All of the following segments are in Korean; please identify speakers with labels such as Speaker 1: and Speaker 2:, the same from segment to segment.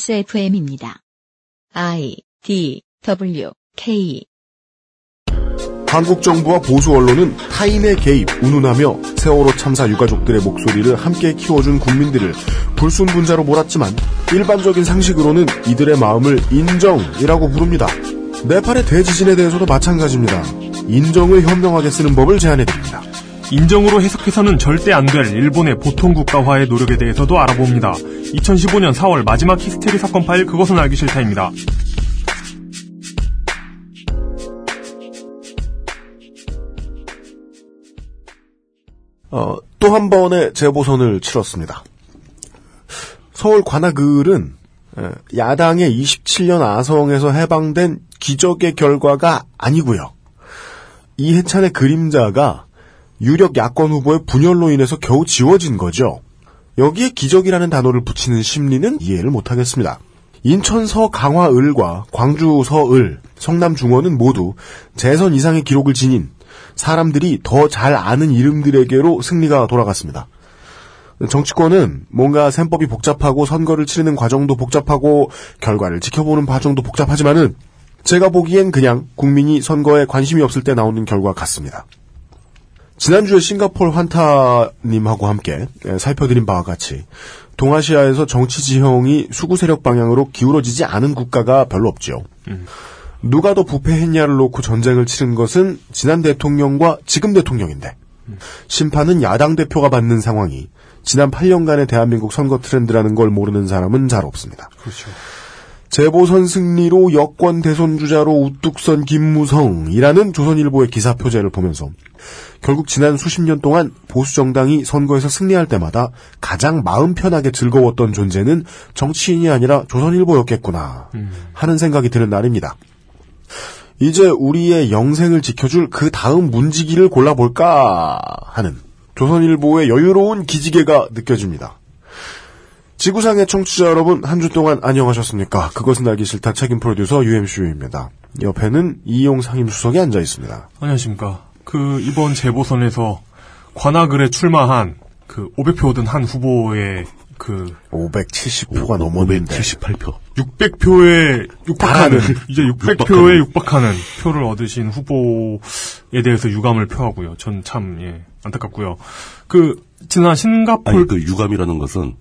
Speaker 1: XSFM입니다. I D W K
Speaker 2: 한국 정부와 보수 언론은 타인의 개입, 운운하며 세월호 참사 유가족들의 목소리를 함께 키워준 국민들을 불순분자로 몰았지만 일반적인 상식으로는 이들의 마음을 인정이라고 부릅니다. 네팔의 대지진에 대해서도 마찬가지입니다. 인정을 현명하게 쓰는 법을 제안해드립니다.
Speaker 3: 인정으로 해석해서는 절대 안 될 일본의 보통 국가화의 노력에 대해서도 알아봅니다. 2015년 4월 마지막 히스테리 사건 파일 그것은 알기 싫다입니다.
Speaker 2: 어, 또 한 번의 재보선을 치렀습니다. 서울 관악을은 에, 야당의 27년 아성에서 해방된 기적의 결과가 아니고요. 이해찬의 그림자가 유력 야권 후보의 분열로 인해서 겨우 지워진 거죠. 여기에 기적이라는 단어를 붙이는 심리는 이해를 못하겠습니다. 인천 서 강화을과 광주 서을, 성남 중원은 모두 재선 이상의 기록을 지닌 사람들이 더 잘 아는 이름들에게로 승리가 돌아갔습니다. 정치권은 뭔가 셈법이 복잡하고 선거를 치르는 과정도 복잡하고 결과를 지켜보는 과정도 복잡하지만은 제가 보기엔 그냥 국민이 선거에 관심이 없을 때 나오는 결과 같습니다. 지난주에 싱가폴 환타님하고 함께 예, 살펴드린 바와 같이 동아시아에서 정치 지형이 수구 세력 방향으로 기울어지지 않은 국가가 별로 없지요. 누가 더 부패했냐를 놓고 전쟁을 치른 것은 지난 대통령과 지금 대통령인데 심판은 야당 대표가 받는 상황이 지난 8년간의 대한민국 선거 트렌드라는 걸 모르는 사람은 잘 없습니다. 재보선 승리로 여권 대선 주자로 우뚝 선 김무성이라는 조선일보의 기사 표제를 보면서 결국 지난 수십 년 동안 보수 정당이 선거에서 승리할 때마다 가장 마음 편하게 즐거웠던 존재는 정치인이 아니라 조선일보였겠구나 하는 생각이 드는 날입니다. 이제 우리의 영생을 지켜줄 그 다음 문지기를 골라볼까 하는 조선일보의 여유로운 기지개가 느껴집니다. 지구상의 청취자 여러분 한 주 동안 안녕하셨습니까? 그것은 알기 싫다 책임 프로듀서 UMCU입니다. 옆에는 이용 상임수석이 앉아 있습니다.
Speaker 3: 안녕하십니까. 그 이번 재보선에서 관악을에 출마한 그 500표 얻은 한 후보의 그
Speaker 2: 570표가 넘었는데
Speaker 4: 78표.
Speaker 3: 600표에 육박하는
Speaker 2: 달하는.
Speaker 3: 이제 600표에 육박하는 표를 얻으신 후보에 대해서 유감을 표하고요. 전 참 예, 안타깝고요. 그 지난 싱가폴
Speaker 4: 아니 그 유감이라는 것은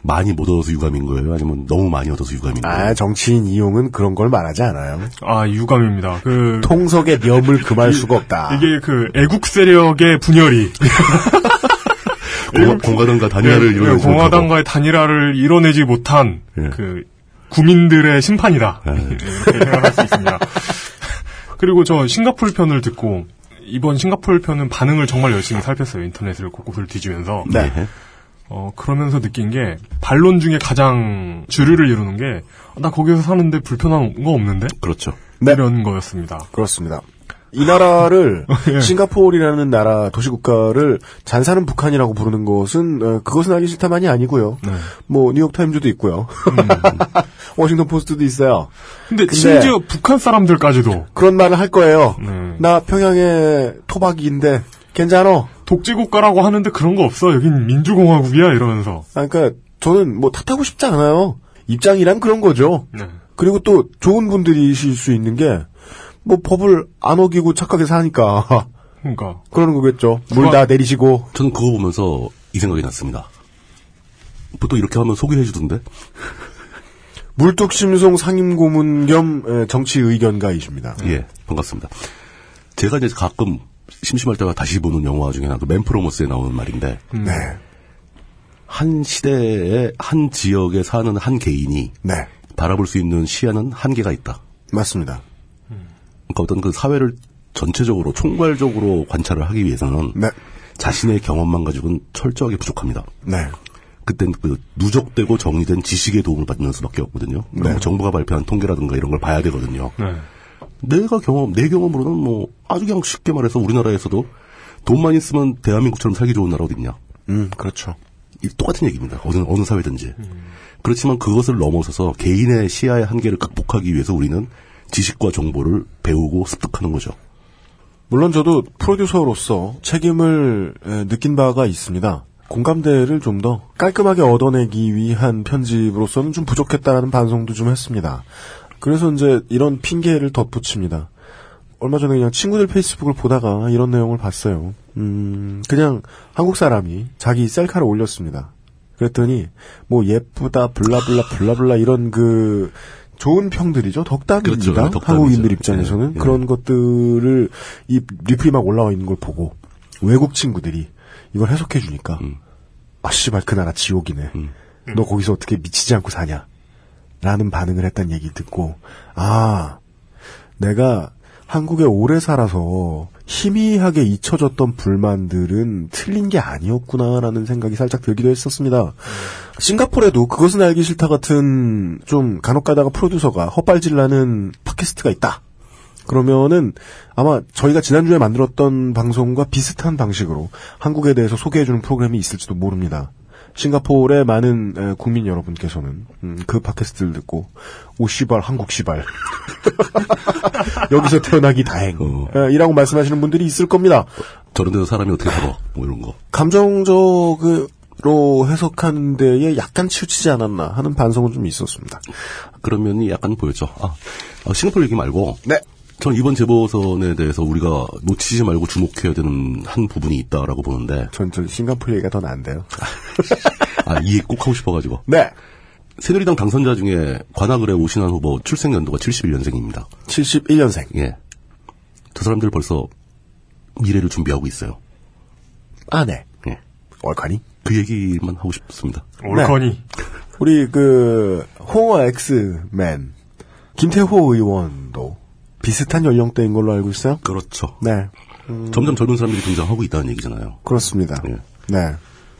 Speaker 4: 많이 못 얻어서 유감인 거예요? 아니면 너무 많이 얻어서 유감인 거예요?
Speaker 2: 아 정치인 이용은 그런 걸 말하지 않아요.
Speaker 3: 아 유감입니다. 그
Speaker 2: 통석의 념을 금할 수가 없다.
Speaker 3: 이게 그 애국 세력의 분열이
Speaker 4: 공, 공화당과 단일화를
Speaker 3: 예,
Speaker 4: 이루어내지 못하고.
Speaker 3: 공화당과의 단일화를 이뤄내지 못한
Speaker 4: 예.
Speaker 3: 그 국민들의 심판이다 이렇게 생각할 수 있습니다. 그리고 저 싱가폴 편을 듣고 이번 싱가폴 편은 반응을 정말 열심히 살폈어요 인터넷을 곳곳을 뒤지면서
Speaker 2: 네.
Speaker 3: 어, 그러면서 느낀 게 반론 중에 가장 주류를 이루는 게 나 거기서 사는데 불편한 거 없는데
Speaker 4: 그렇죠.
Speaker 2: 네.
Speaker 3: 이런 거였습니다.
Speaker 2: 그렇습니다. 이 나라를
Speaker 3: 어, 예.
Speaker 2: 싱가포르라는 나라 도시국가를 잔사는 북한이라고 부르는 것은 어, 그것은 알기 싫다만이 아니고요.
Speaker 3: 네.
Speaker 2: 뭐 뉴욕 타임즈도 있고요.
Speaker 3: 음.
Speaker 2: 워싱턴 포스트도 있어요.
Speaker 3: 근데,
Speaker 2: 근데-
Speaker 3: 심지어 북한 사람들까지도
Speaker 2: 그런 말을 할 거예요.
Speaker 3: 네.
Speaker 2: 나 평양의 토박이인데 아, 괜찮어.
Speaker 3: 독재국가라고 하는데 그런 거 없어 여긴 민주공화국이야 이러면서
Speaker 2: 아, 그러니까 저는 뭐 탓하고 싶지 않아요. 입장이란 그런 거죠.
Speaker 3: 네.
Speaker 2: 그리고 또 좋은 분들이실 수 있는 게 뭐 법을 안 어기고 착하게 사니까
Speaker 3: 그러니까
Speaker 2: 그러는 거겠죠. 물 다 내리시고
Speaker 4: 저는 그거 보면서 이 생각이 났습니다. 보통 이렇게 하면 소개해 주던데.
Speaker 2: 물뚝심송 상임고문 겸 에, 정치 의견가이십니다.
Speaker 4: 예, 반갑습니다. 제가 이제 가끔 심심할 때가 다시 보는 영화 중에 하나, 그 맨프로모스에 나오는 말인데,
Speaker 2: 네,
Speaker 4: 한 시대의 한 지역에 사는 한 개인이
Speaker 2: 네,
Speaker 4: 바라볼 수 있는 시야는 한계가 있다.
Speaker 2: 맞습니다.
Speaker 4: 그러니까 어떤 그 사회를 전체적으로 총괄적으로 관찰을 하기 위해서는
Speaker 2: 네,
Speaker 4: 자신의 경험만 가지고는 철저하게 부족합니다.
Speaker 2: 네,
Speaker 4: 그땐 그 누적되고 정리된 지식의 도움을 받는 수밖에 없거든요. 뭐 정부가 발표한 통계라든가 이런 걸 봐야 되거든요.
Speaker 3: 네.
Speaker 4: 내가 경험, 내 경험으로는 뭐 아주 그냥 쉽게 말해서 우리나라에서도 돈만 있으면 대한민국처럼 살기 좋은 나라 어딨냐.
Speaker 2: 음, 그렇죠.
Speaker 4: 이 똑같은 얘기입니다. 어느, 어느 사회든지. 그렇지만 그것을 넘어서서 개인의 시야의 한계를 극복하기 위해서 우리는 지식과 정보를 배우고 습득하는 거죠.
Speaker 2: 물론 저도 프로듀서로서 책임을 에, 느낀 바가 있습니다. 공감대를 좀 더 깔끔하게 얻어내기 위한 편집으로서는 좀 부족했다라는 반성도 좀 했습니다. 그래서 이제 이런 핑계를 덧붙입니다. 얼마 전에 그냥 친구들 페이스북을 보다가 이런 내용을 봤어요. 음, 그냥 한국 사람이 자기 셀카를 올렸습니다. 그랬더니 뭐 예쁘다 블라블라 블라블라 이런 그 좋은 평들이죠 덕담입니다.
Speaker 4: 그렇죠. 덕담이죠.
Speaker 2: 한국인들 입장에서는
Speaker 4: 예, 예.
Speaker 2: 그런 것들을 이 리플이 막 올라와 있는 걸 보고 외국 친구들이 이걸 해석해 주니까
Speaker 4: 음.
Speaker 2: 아 씨발 그 나라 지옥이네. 너 거기서 어떻게 미치지 않고 사냐? 라는 반응을 했다는 얘기 듣고 아 내가 한국에 오래 살아서 희미하게 잊혀졌던 불만들은 틀린 게 아니었구나라는 생각이 살짝 들기도 했었습니다. 싱가포르에도 그것은 알기 싫다 같은 좀 간혹가다가 프로듀서가 헛발질나는 팟캐스트가 있다. 그러면은 아마 저희가 지난주에 만들었던 방송과 비슷한 방식으로 한국에 대해서 소개해주는 프로그램이 있을지도 모릅니다. 싱가포르의 많은 에, 국민 여러분께서는 음, 그 팟캐스트를 듣고 오시발 한국 시발 여기서 태어나기 다행 에, 이라고 말씀하시는 분들이 있을 겁니다.
Speaker 4: 저런 데서 사람이 어떻게 살아? 뭐 이런 거.
Speaker 2: 감정적으로 해석하는 데에 약간 치우치지 않았나 하는 반성은 좀 있었습니다.
Speaker 4: 그런 면이 약간 보였죠. 아, 아, 싱가포르 얘기 말고.
Speaker 2: 네.
Speaker 4: 전 이번 재보선에 대해서 우리가 놓치지 말고 주목해야 되는 한 부분이 있다라고 보는데,
Speaker 2: 전, 전 싱가포르 얘기가 더 나은데요.
Speaker 4: 아, 이 얘기 꼭 하고 싶어가지고.
Speaker 2: 네.
Speaker 4: 새누리당 당선자 중에 관악을의 오신환 후보 출생 연도가 71년생입니다.
Speaker 2: 71년생.
Speaker 4: 예. 저 사람들 벌써 미래를 준비하고 있어요.
Speaker 2: 아, 네.
Speaker 4: 예.
Speaker 2: 월카니?
Speaker 4: 그 얘기만 하고 싶습니다.
Speaker 3: 올커니.
Speaker 2: 우리 그 홍어 엑스맨 김태호 의원도 비슷한 연령대인 걸로 알고 있어요.
Speaker 4: 그렇죠.
Speaker 2: 네,
Speaker 4: 점점 젊은 사람들이 등장하고 있다는 얘기잖아요.
Speaker 2: 그렇습니다.
Speaker 4: 예.
Speaker 2: 네,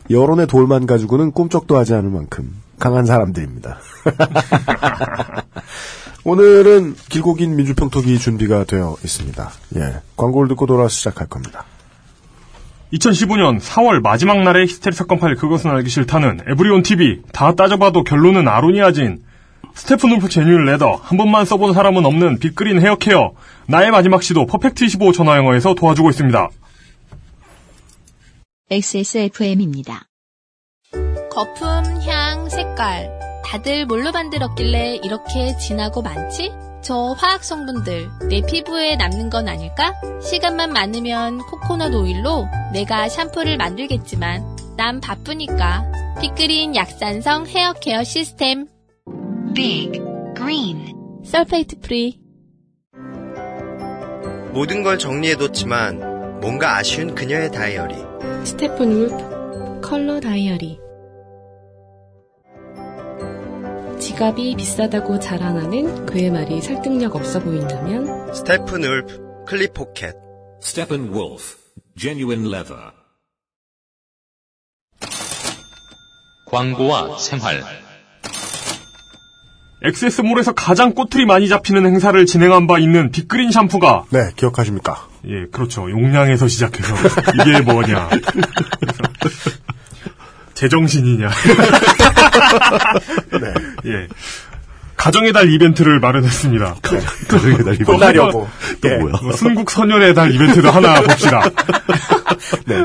Speaker 2: 여론의 돌만 가지고는 꿈쩍도 하지 않을 만큼 강한 사람들입니다. 오늘은 길고 긴 민주평톡이 준비가 되어 있습니다. 예, 광고를 듣고 돌아 시작할 겁니다.
Speaker 3: 2015년 4월 마지막 날의 히스테리 사건 파일 그것은 알기 싫다는 에브리온 TV 다 따져봐도 결론은 아로니아진 스테프 울프 제뉴얼 레더 한 번만 써본 사람은 없는 빅그린 헤어케어 나의 마지막 시도 퍼펙트 25 전화영어에서 도와주고 있습니다.
Speaker 1: XSFM입니다.
Speaker 5: 거품, 향, 색깔. 다들 뭘로 만들었길래 이렇게 진하고 많지? 저 화학 성분들 내 피부에 남는 건 아닐까? 시간만 많으면 코코넛 오일로 내가 샴푸를 만들겠지만 난 바쁘니까 빅그린 약산성 헤어케어 시스템
Speaker 6: Big Green
Speaker 5: 설페이트 프리
Speaker 7: 모든 걸 정리해뒀지만 뭔가 아쉬운 그녀의 다이어리
Speaker 8: 스테픈 울프 컬러 다이어리 지갑이 비싸다고 자랑하는 그의 말이 설득력 없어 보인다면
Speaker 7: 스테픈 울프 클립 포켓
Speaker 9: Steppenwolf, genuine leather.
Speaker 10: 광고와 생활.
Speaker 3: XS몰에서 가장 꼬투리 많이 잡히는 행사를 진행한 바 있는 빅그린 샴푸가
Speaker 2: 네, 기억하십니까?
Speaker 3: 예 그렇죠 용량에서 시작해서 이게 뭐냐 제정신이냐
Speaker 2: 네.
Speaker 3: 예 가정의 달 이벤트를 마련했습니다.
Speaker 4: 가정의 달 이벤트.
Speaker 2: 혼나려고.
Speaker 4: 또
Speaker 2: 예.
Speaker 4: 뭐야?
Speaker 3: 뭐 순국 선열의 달 이벤트도 하나 봅시다. 네.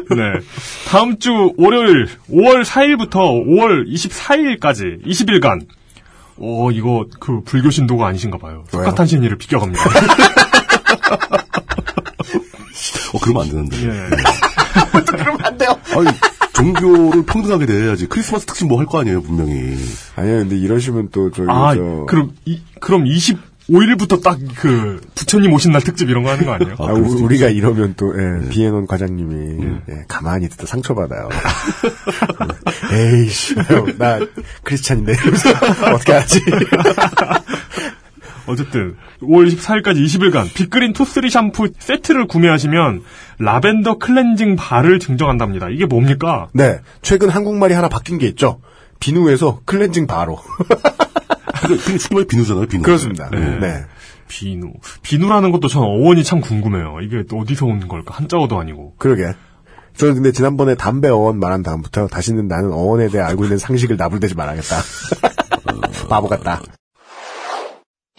Speaker 3: 다음 주 월요일 5월 4일부터 5월 24일까지 20일간 오 이거 그 불교 신도가 아니신가 봐요.
Speaker 2: 왜요?
Speaker 3: 석가탄 신이를 비껴갑니다.
Speaker 4: 어, 그러면 안 되는데.
Speaker 3: 예.
Speaker 4: 그렇죠. 아니, 종교를 평등하게 대해야지. 크리스마스 특집 뭐 할 거 아니에요, 분명히.
Speaker 2: 아니요, 근데 이러시면 또 저기
Speaker 3: 아
Speaker 2: 저
Speaker 3: 그럼 이, 그럼 25일부터 딱 그 부처님 오신 날 특집 이런 거 하는 거 아니에요?
Speaker 4: 아,
Speaker 2: 아,
Speaker 4: 그럴 수도
Speaker 2: 우, 리가 이러면 또, 예, 비엔원 과장님이, 예, 가만히 듣다 상처받아요. 에이씨, 아유, 나, 크리스찬인데, 이러면서 어떻게 하지?
Speaker 3: 어쨌든 5월 24일까지 20일간 빅그린 투쓰리 샴푸 세트를 구매하시면 라벤더 클렌징 바를 증정한답니다. 이게 뭡니까?
Speaker 2: 네, 최근 한국말이 하나 바뀐 게 있죠. 비누에서 클렌징 바로.
Speaker 4: 그러니까 그게 정말 비누잖아요, 비누.
Speaker 2: 그렇습니다.
Speaker 3: 네.
Speaker 2: 네.
Speaker 3: 비누. 비누라는 것도 전 어원이 참 궁금해요. 이게 또 어디서 오는 걸까? 한자어도 아니고.
Speaker 2: 그러게. 저는 근데 지난번에 담배 어원 말한 다음부터 다시는 나는 어원에 대해 알고 있는 상식을 나불대지 말아야겠다. 바보 같다.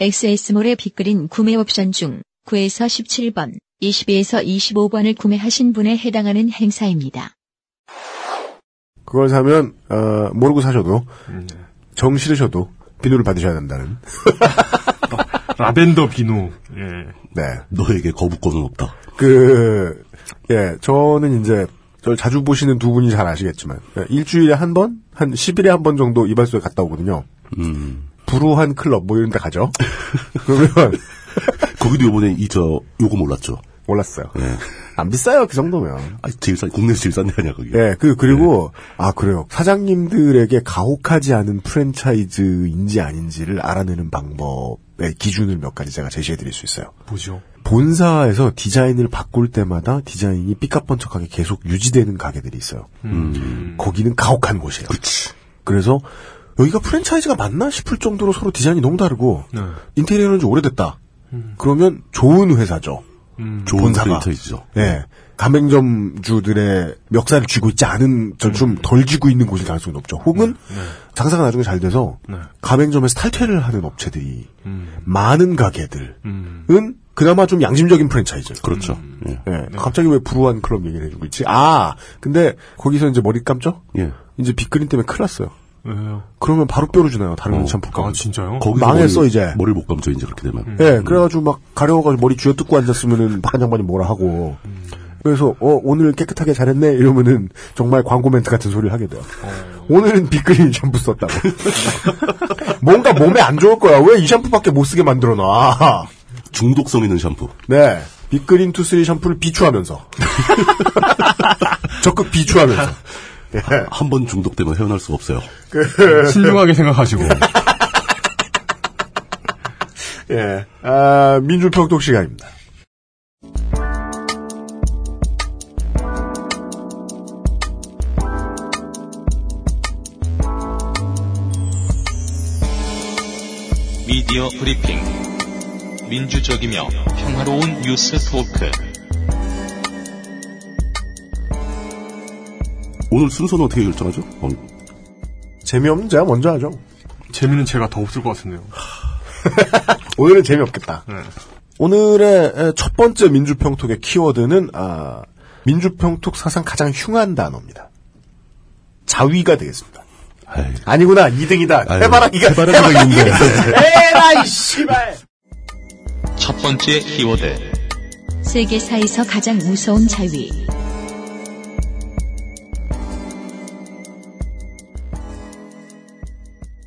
Speaker 1: XS몰의 빅그린 구매 옵션 중 9에서 17번, 22에서 25번을 구매하신 분에 해당하는 행사입니다.
Speaker 2: 그걸 사면 어, 모르고 사셔도 정 싫으셔도 비누를 받으셔야 된다는.
Speaker 3: 라벤더 비누. 예.
Speaker 2: 네.
Speaker 4: 너에게 거부권은 없다.
Speaker 2: 그, 예, 저는 이제, 저를 자주 보시는 두 분이 잘 아시겠지만, 예, 일주일에 한 번? 한 10일에 한 번 정도 이발소에 갔다 오거든요.
Speaker 4: 음.
Speaker 2: 불우한 클럽, 뭐 이런 데 가죠. 그러면,
Speaker 4: 거기도 요번에 이, 저, 요거 몰랐죠.
Speaker 2: 몰랐어요. 안 비싸요, 그 정도면.
Speaker 4: 아, 제일 싼, 국내에서 제일 싼데 아니야, 거기.
Speaker 2: 예, 그, 그리고, 아, 그래요. 사장님들에게 가혹하지 않은 프랜차이즈인지 아닌지를 알아내는 방법의 기준을 몇 가지 제가 제시해 드릴 수 있어요.
Speaker 3: 보죠.
Speaker 2: 본사에서 디자인을 바꿀 때마다 디자인이 삐까뻔쩍하게 계속 유지되는 가게들이 있어요.
Speaker 4: 음.
Speaker 2: 음. 거기는 가혹한 곳이에요. 그래서 여기가 프랜차이즈가 맞나 싶을 정도로 서로 디자인이 너무 다르고
Speaker 3: 네.
Speaker 2: 인테리어는 좀 오래됐다. 그러면 좋은 회사죠.
Speaker 4: 음. 좋은
Speaker 2: 본사가.
Speaker 4: 프랜차이즈죠.
Speaker 2: 예. 가맹점주들의 멱살을 쥐고 있지 않은 좀
Speaker 4: 음.
Speaker 2: 덜 쥐고 있는 곳일 가능성이 높죠. 혹은
Speaker 4: 네.
Speaker 2: 장사가 나중에 잘 돼서
Speaker 3: 네.
Speaker 2: 가맹점에서 탈퇴를 하는 업체들이
Speaker 3: 음.
Speaker 2: 많은 가게들은
Speaker 3: 음.
Speaker 2: 그나마 좀 양심적인 프랜차이즈.
Speaker 4: 그렇죠. 예.
Speaker 2: 예. 갑자기 왜 불우한 클럽 얘기를 해주고 있지? 아, 근데 거기서 이제 머리 감죠?
Speaker 4: 예.
Speaker 2: 이제 빗그림 때문에 큰일 났어요.
Speaker 3: 왜요?
Speaker 2: 그러면 바로 뼈로 주나요? 다른 건 참
Speaker 3: 아
Speaker 2: 불가능.
Speaker 3: 진짜요?
Speaker 4: 어. 거기서
Speaker 2: 망했어,
Speaker 4: 머리,
Speaker 2: 이제.
Speaker 4: 머리를 못 감죠, 이제 그렇게 되면.
Speaker 2: 예, 그래가지고 막 가려워가지고 머리 쥐어 뜯고 앉았으면은 박한 장반이 뭐라 하고. 그래서 어 오늘 깨끗하게 잘했네 이러면은 정말 광고 멘트 같은 소리를 하게 돼요.
Speaker 4: 어.
Speaker 2: 오늘은 빗그림 샴푸 썼다고. 뭔가 몸에 안 좋을 거야. 왜 이 샴푸밖에 못 쓰게 만들어 놔.
Speaker 4: 중독성 있는 샴푸.
Speaker 2: 네. 빅그린 투쓰리 샴푸를 비추하면서. 적극 비추하면서. 예.
Speaker 4: 한 번 중독되면 헤어날 수가 없어요.
Speaker 3: 신중하게 생각하시고.
Speaker 2: 예. 아, 민주평독 시간입니다.
Speaker 9: 미디어 브리핑 민주적이며 평화로운 뉴스 토크
Speaker 4: 오늘 순서는 어떻게 결정하죠? 어,
Speaker 2: 재미없는 제가 먼저 하죠.
Speaker 3: 재미는 제가 더 없을 것 같은데요. 아,
Speaker 2: 오늘은 재미없겠다.
Speaker 3: 네.
Speaker 2: 오늘의 에, 첫 번째 민주평톡의 키워드는, 아, 민주평톡 사상 가장 흉한 단어입니다. 자위가 되겠습니다.
Speaker 4: 에이,
Speaker 2: 아니구나, 2등이다.
Speaker 4: 아유,
Speaker 2: 해바라기가,
Speaker 4: 해바라기가 있네.
Speaker 2: 에라이, 씨발!
Speaker 9: 첫 번째 키워드
Speaker 1: 세계사에서 가장 무서운 자위.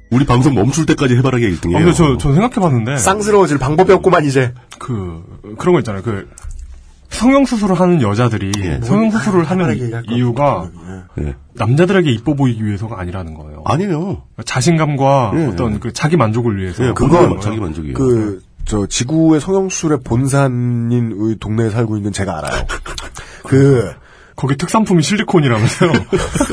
Speaker 4: 우리 방송 멈출 때까지 해바라기가 1등이에요.
Speaker 3: 아, 근데 저, 저 생각해봤는데.
Speaker 2: 쌍스러워질 방법이 없구만, 이제.
Speaker 3: 그, 그런 거 있잖아요. 그, 성형수술을 하는 여자들이 성형수술을 하는
Speaker 2: 아,
Speaker 3: 이유가
Speaker 2: 네.
Speaker 4: 예.
Speaker 3: 남자들에게 이뻐 보이기 위해서가 아니라는 거예요.
Speaker 4: 아니에요.
Speaker 3: 자신감과
Speaker 4: 예,
Speaker 3: 어떤 그 자기 만족을 위해서.
Speaker 4: 예,
Speaker 3: 하는
Speaker 4: 그건
Speaker 3: 거예요.
Speaker 4: 자기 만족이에요.
Speaker 2: 그, 저, 지구의 성형술의 본산인 의 동네에 살고 있는 제가 알아요. 그,
Speaker 3: 거기 특산품이 실리콘이라면서요.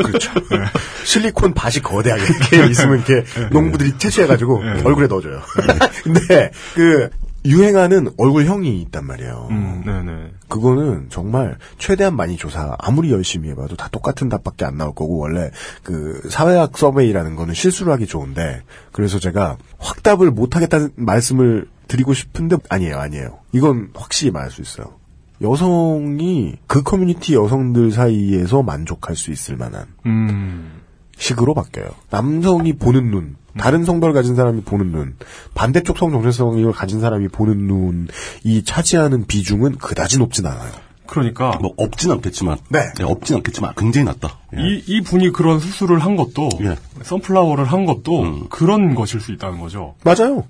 Speaker 2: 그렇죠.
Speaker 3: 예.
Speaker 2: 실리콘 밭이 거대하게 이렇게 있으면 이렇게 농부들이 채취해가지고
Speaker 3: 예.
Speaker 2: 얼굴에 넣어줘요. 근데 그 유행하는 얼굴형이 있단 말이에요.
Speaker 3: 음, 네네.
Speaker 2: 그거는 정말 최대한 많이 조사 아무리 열심히 해봐도 다 똑같은 답밖에 안 나올 거고 원래 그 사회학 서베이라는 거는 실수를 하기 좋은데 그래서 제가 확답을 못 하겠다는 말씀을 드리고 싶은데 아니에요 아니에요 이건 확실히 말할 수 있어요 여성이 그 커뮤니티 여성들 사이에서 만족할 수 있을 만한
Speaker 3: 음,
Speaker 2: 식으로 바뀌어요. 남성이 보는 눈, 다른 성별 가진 사람이 보는 눈, 반대쪽 성 정체성을 가진 사람이 보는 눈이 차지하는 비중은 그다지 높진 않아요.
Speaker 3: 그러니까.
Speaker 4: 뭐 없진 않겠지만.
Speaker 2: 네.
Speaker 4: 예, 없진 않겠지만 굉장히 낮다. 예.
Speaker 3: 이, 이 분이 그런 수술을 한 것도,
Speaker 4: 예. 음.
Speaker 3: 선플라워를 한 것도 그런 것일 수 있다는 거죠.
Speaker 2: 맞아요.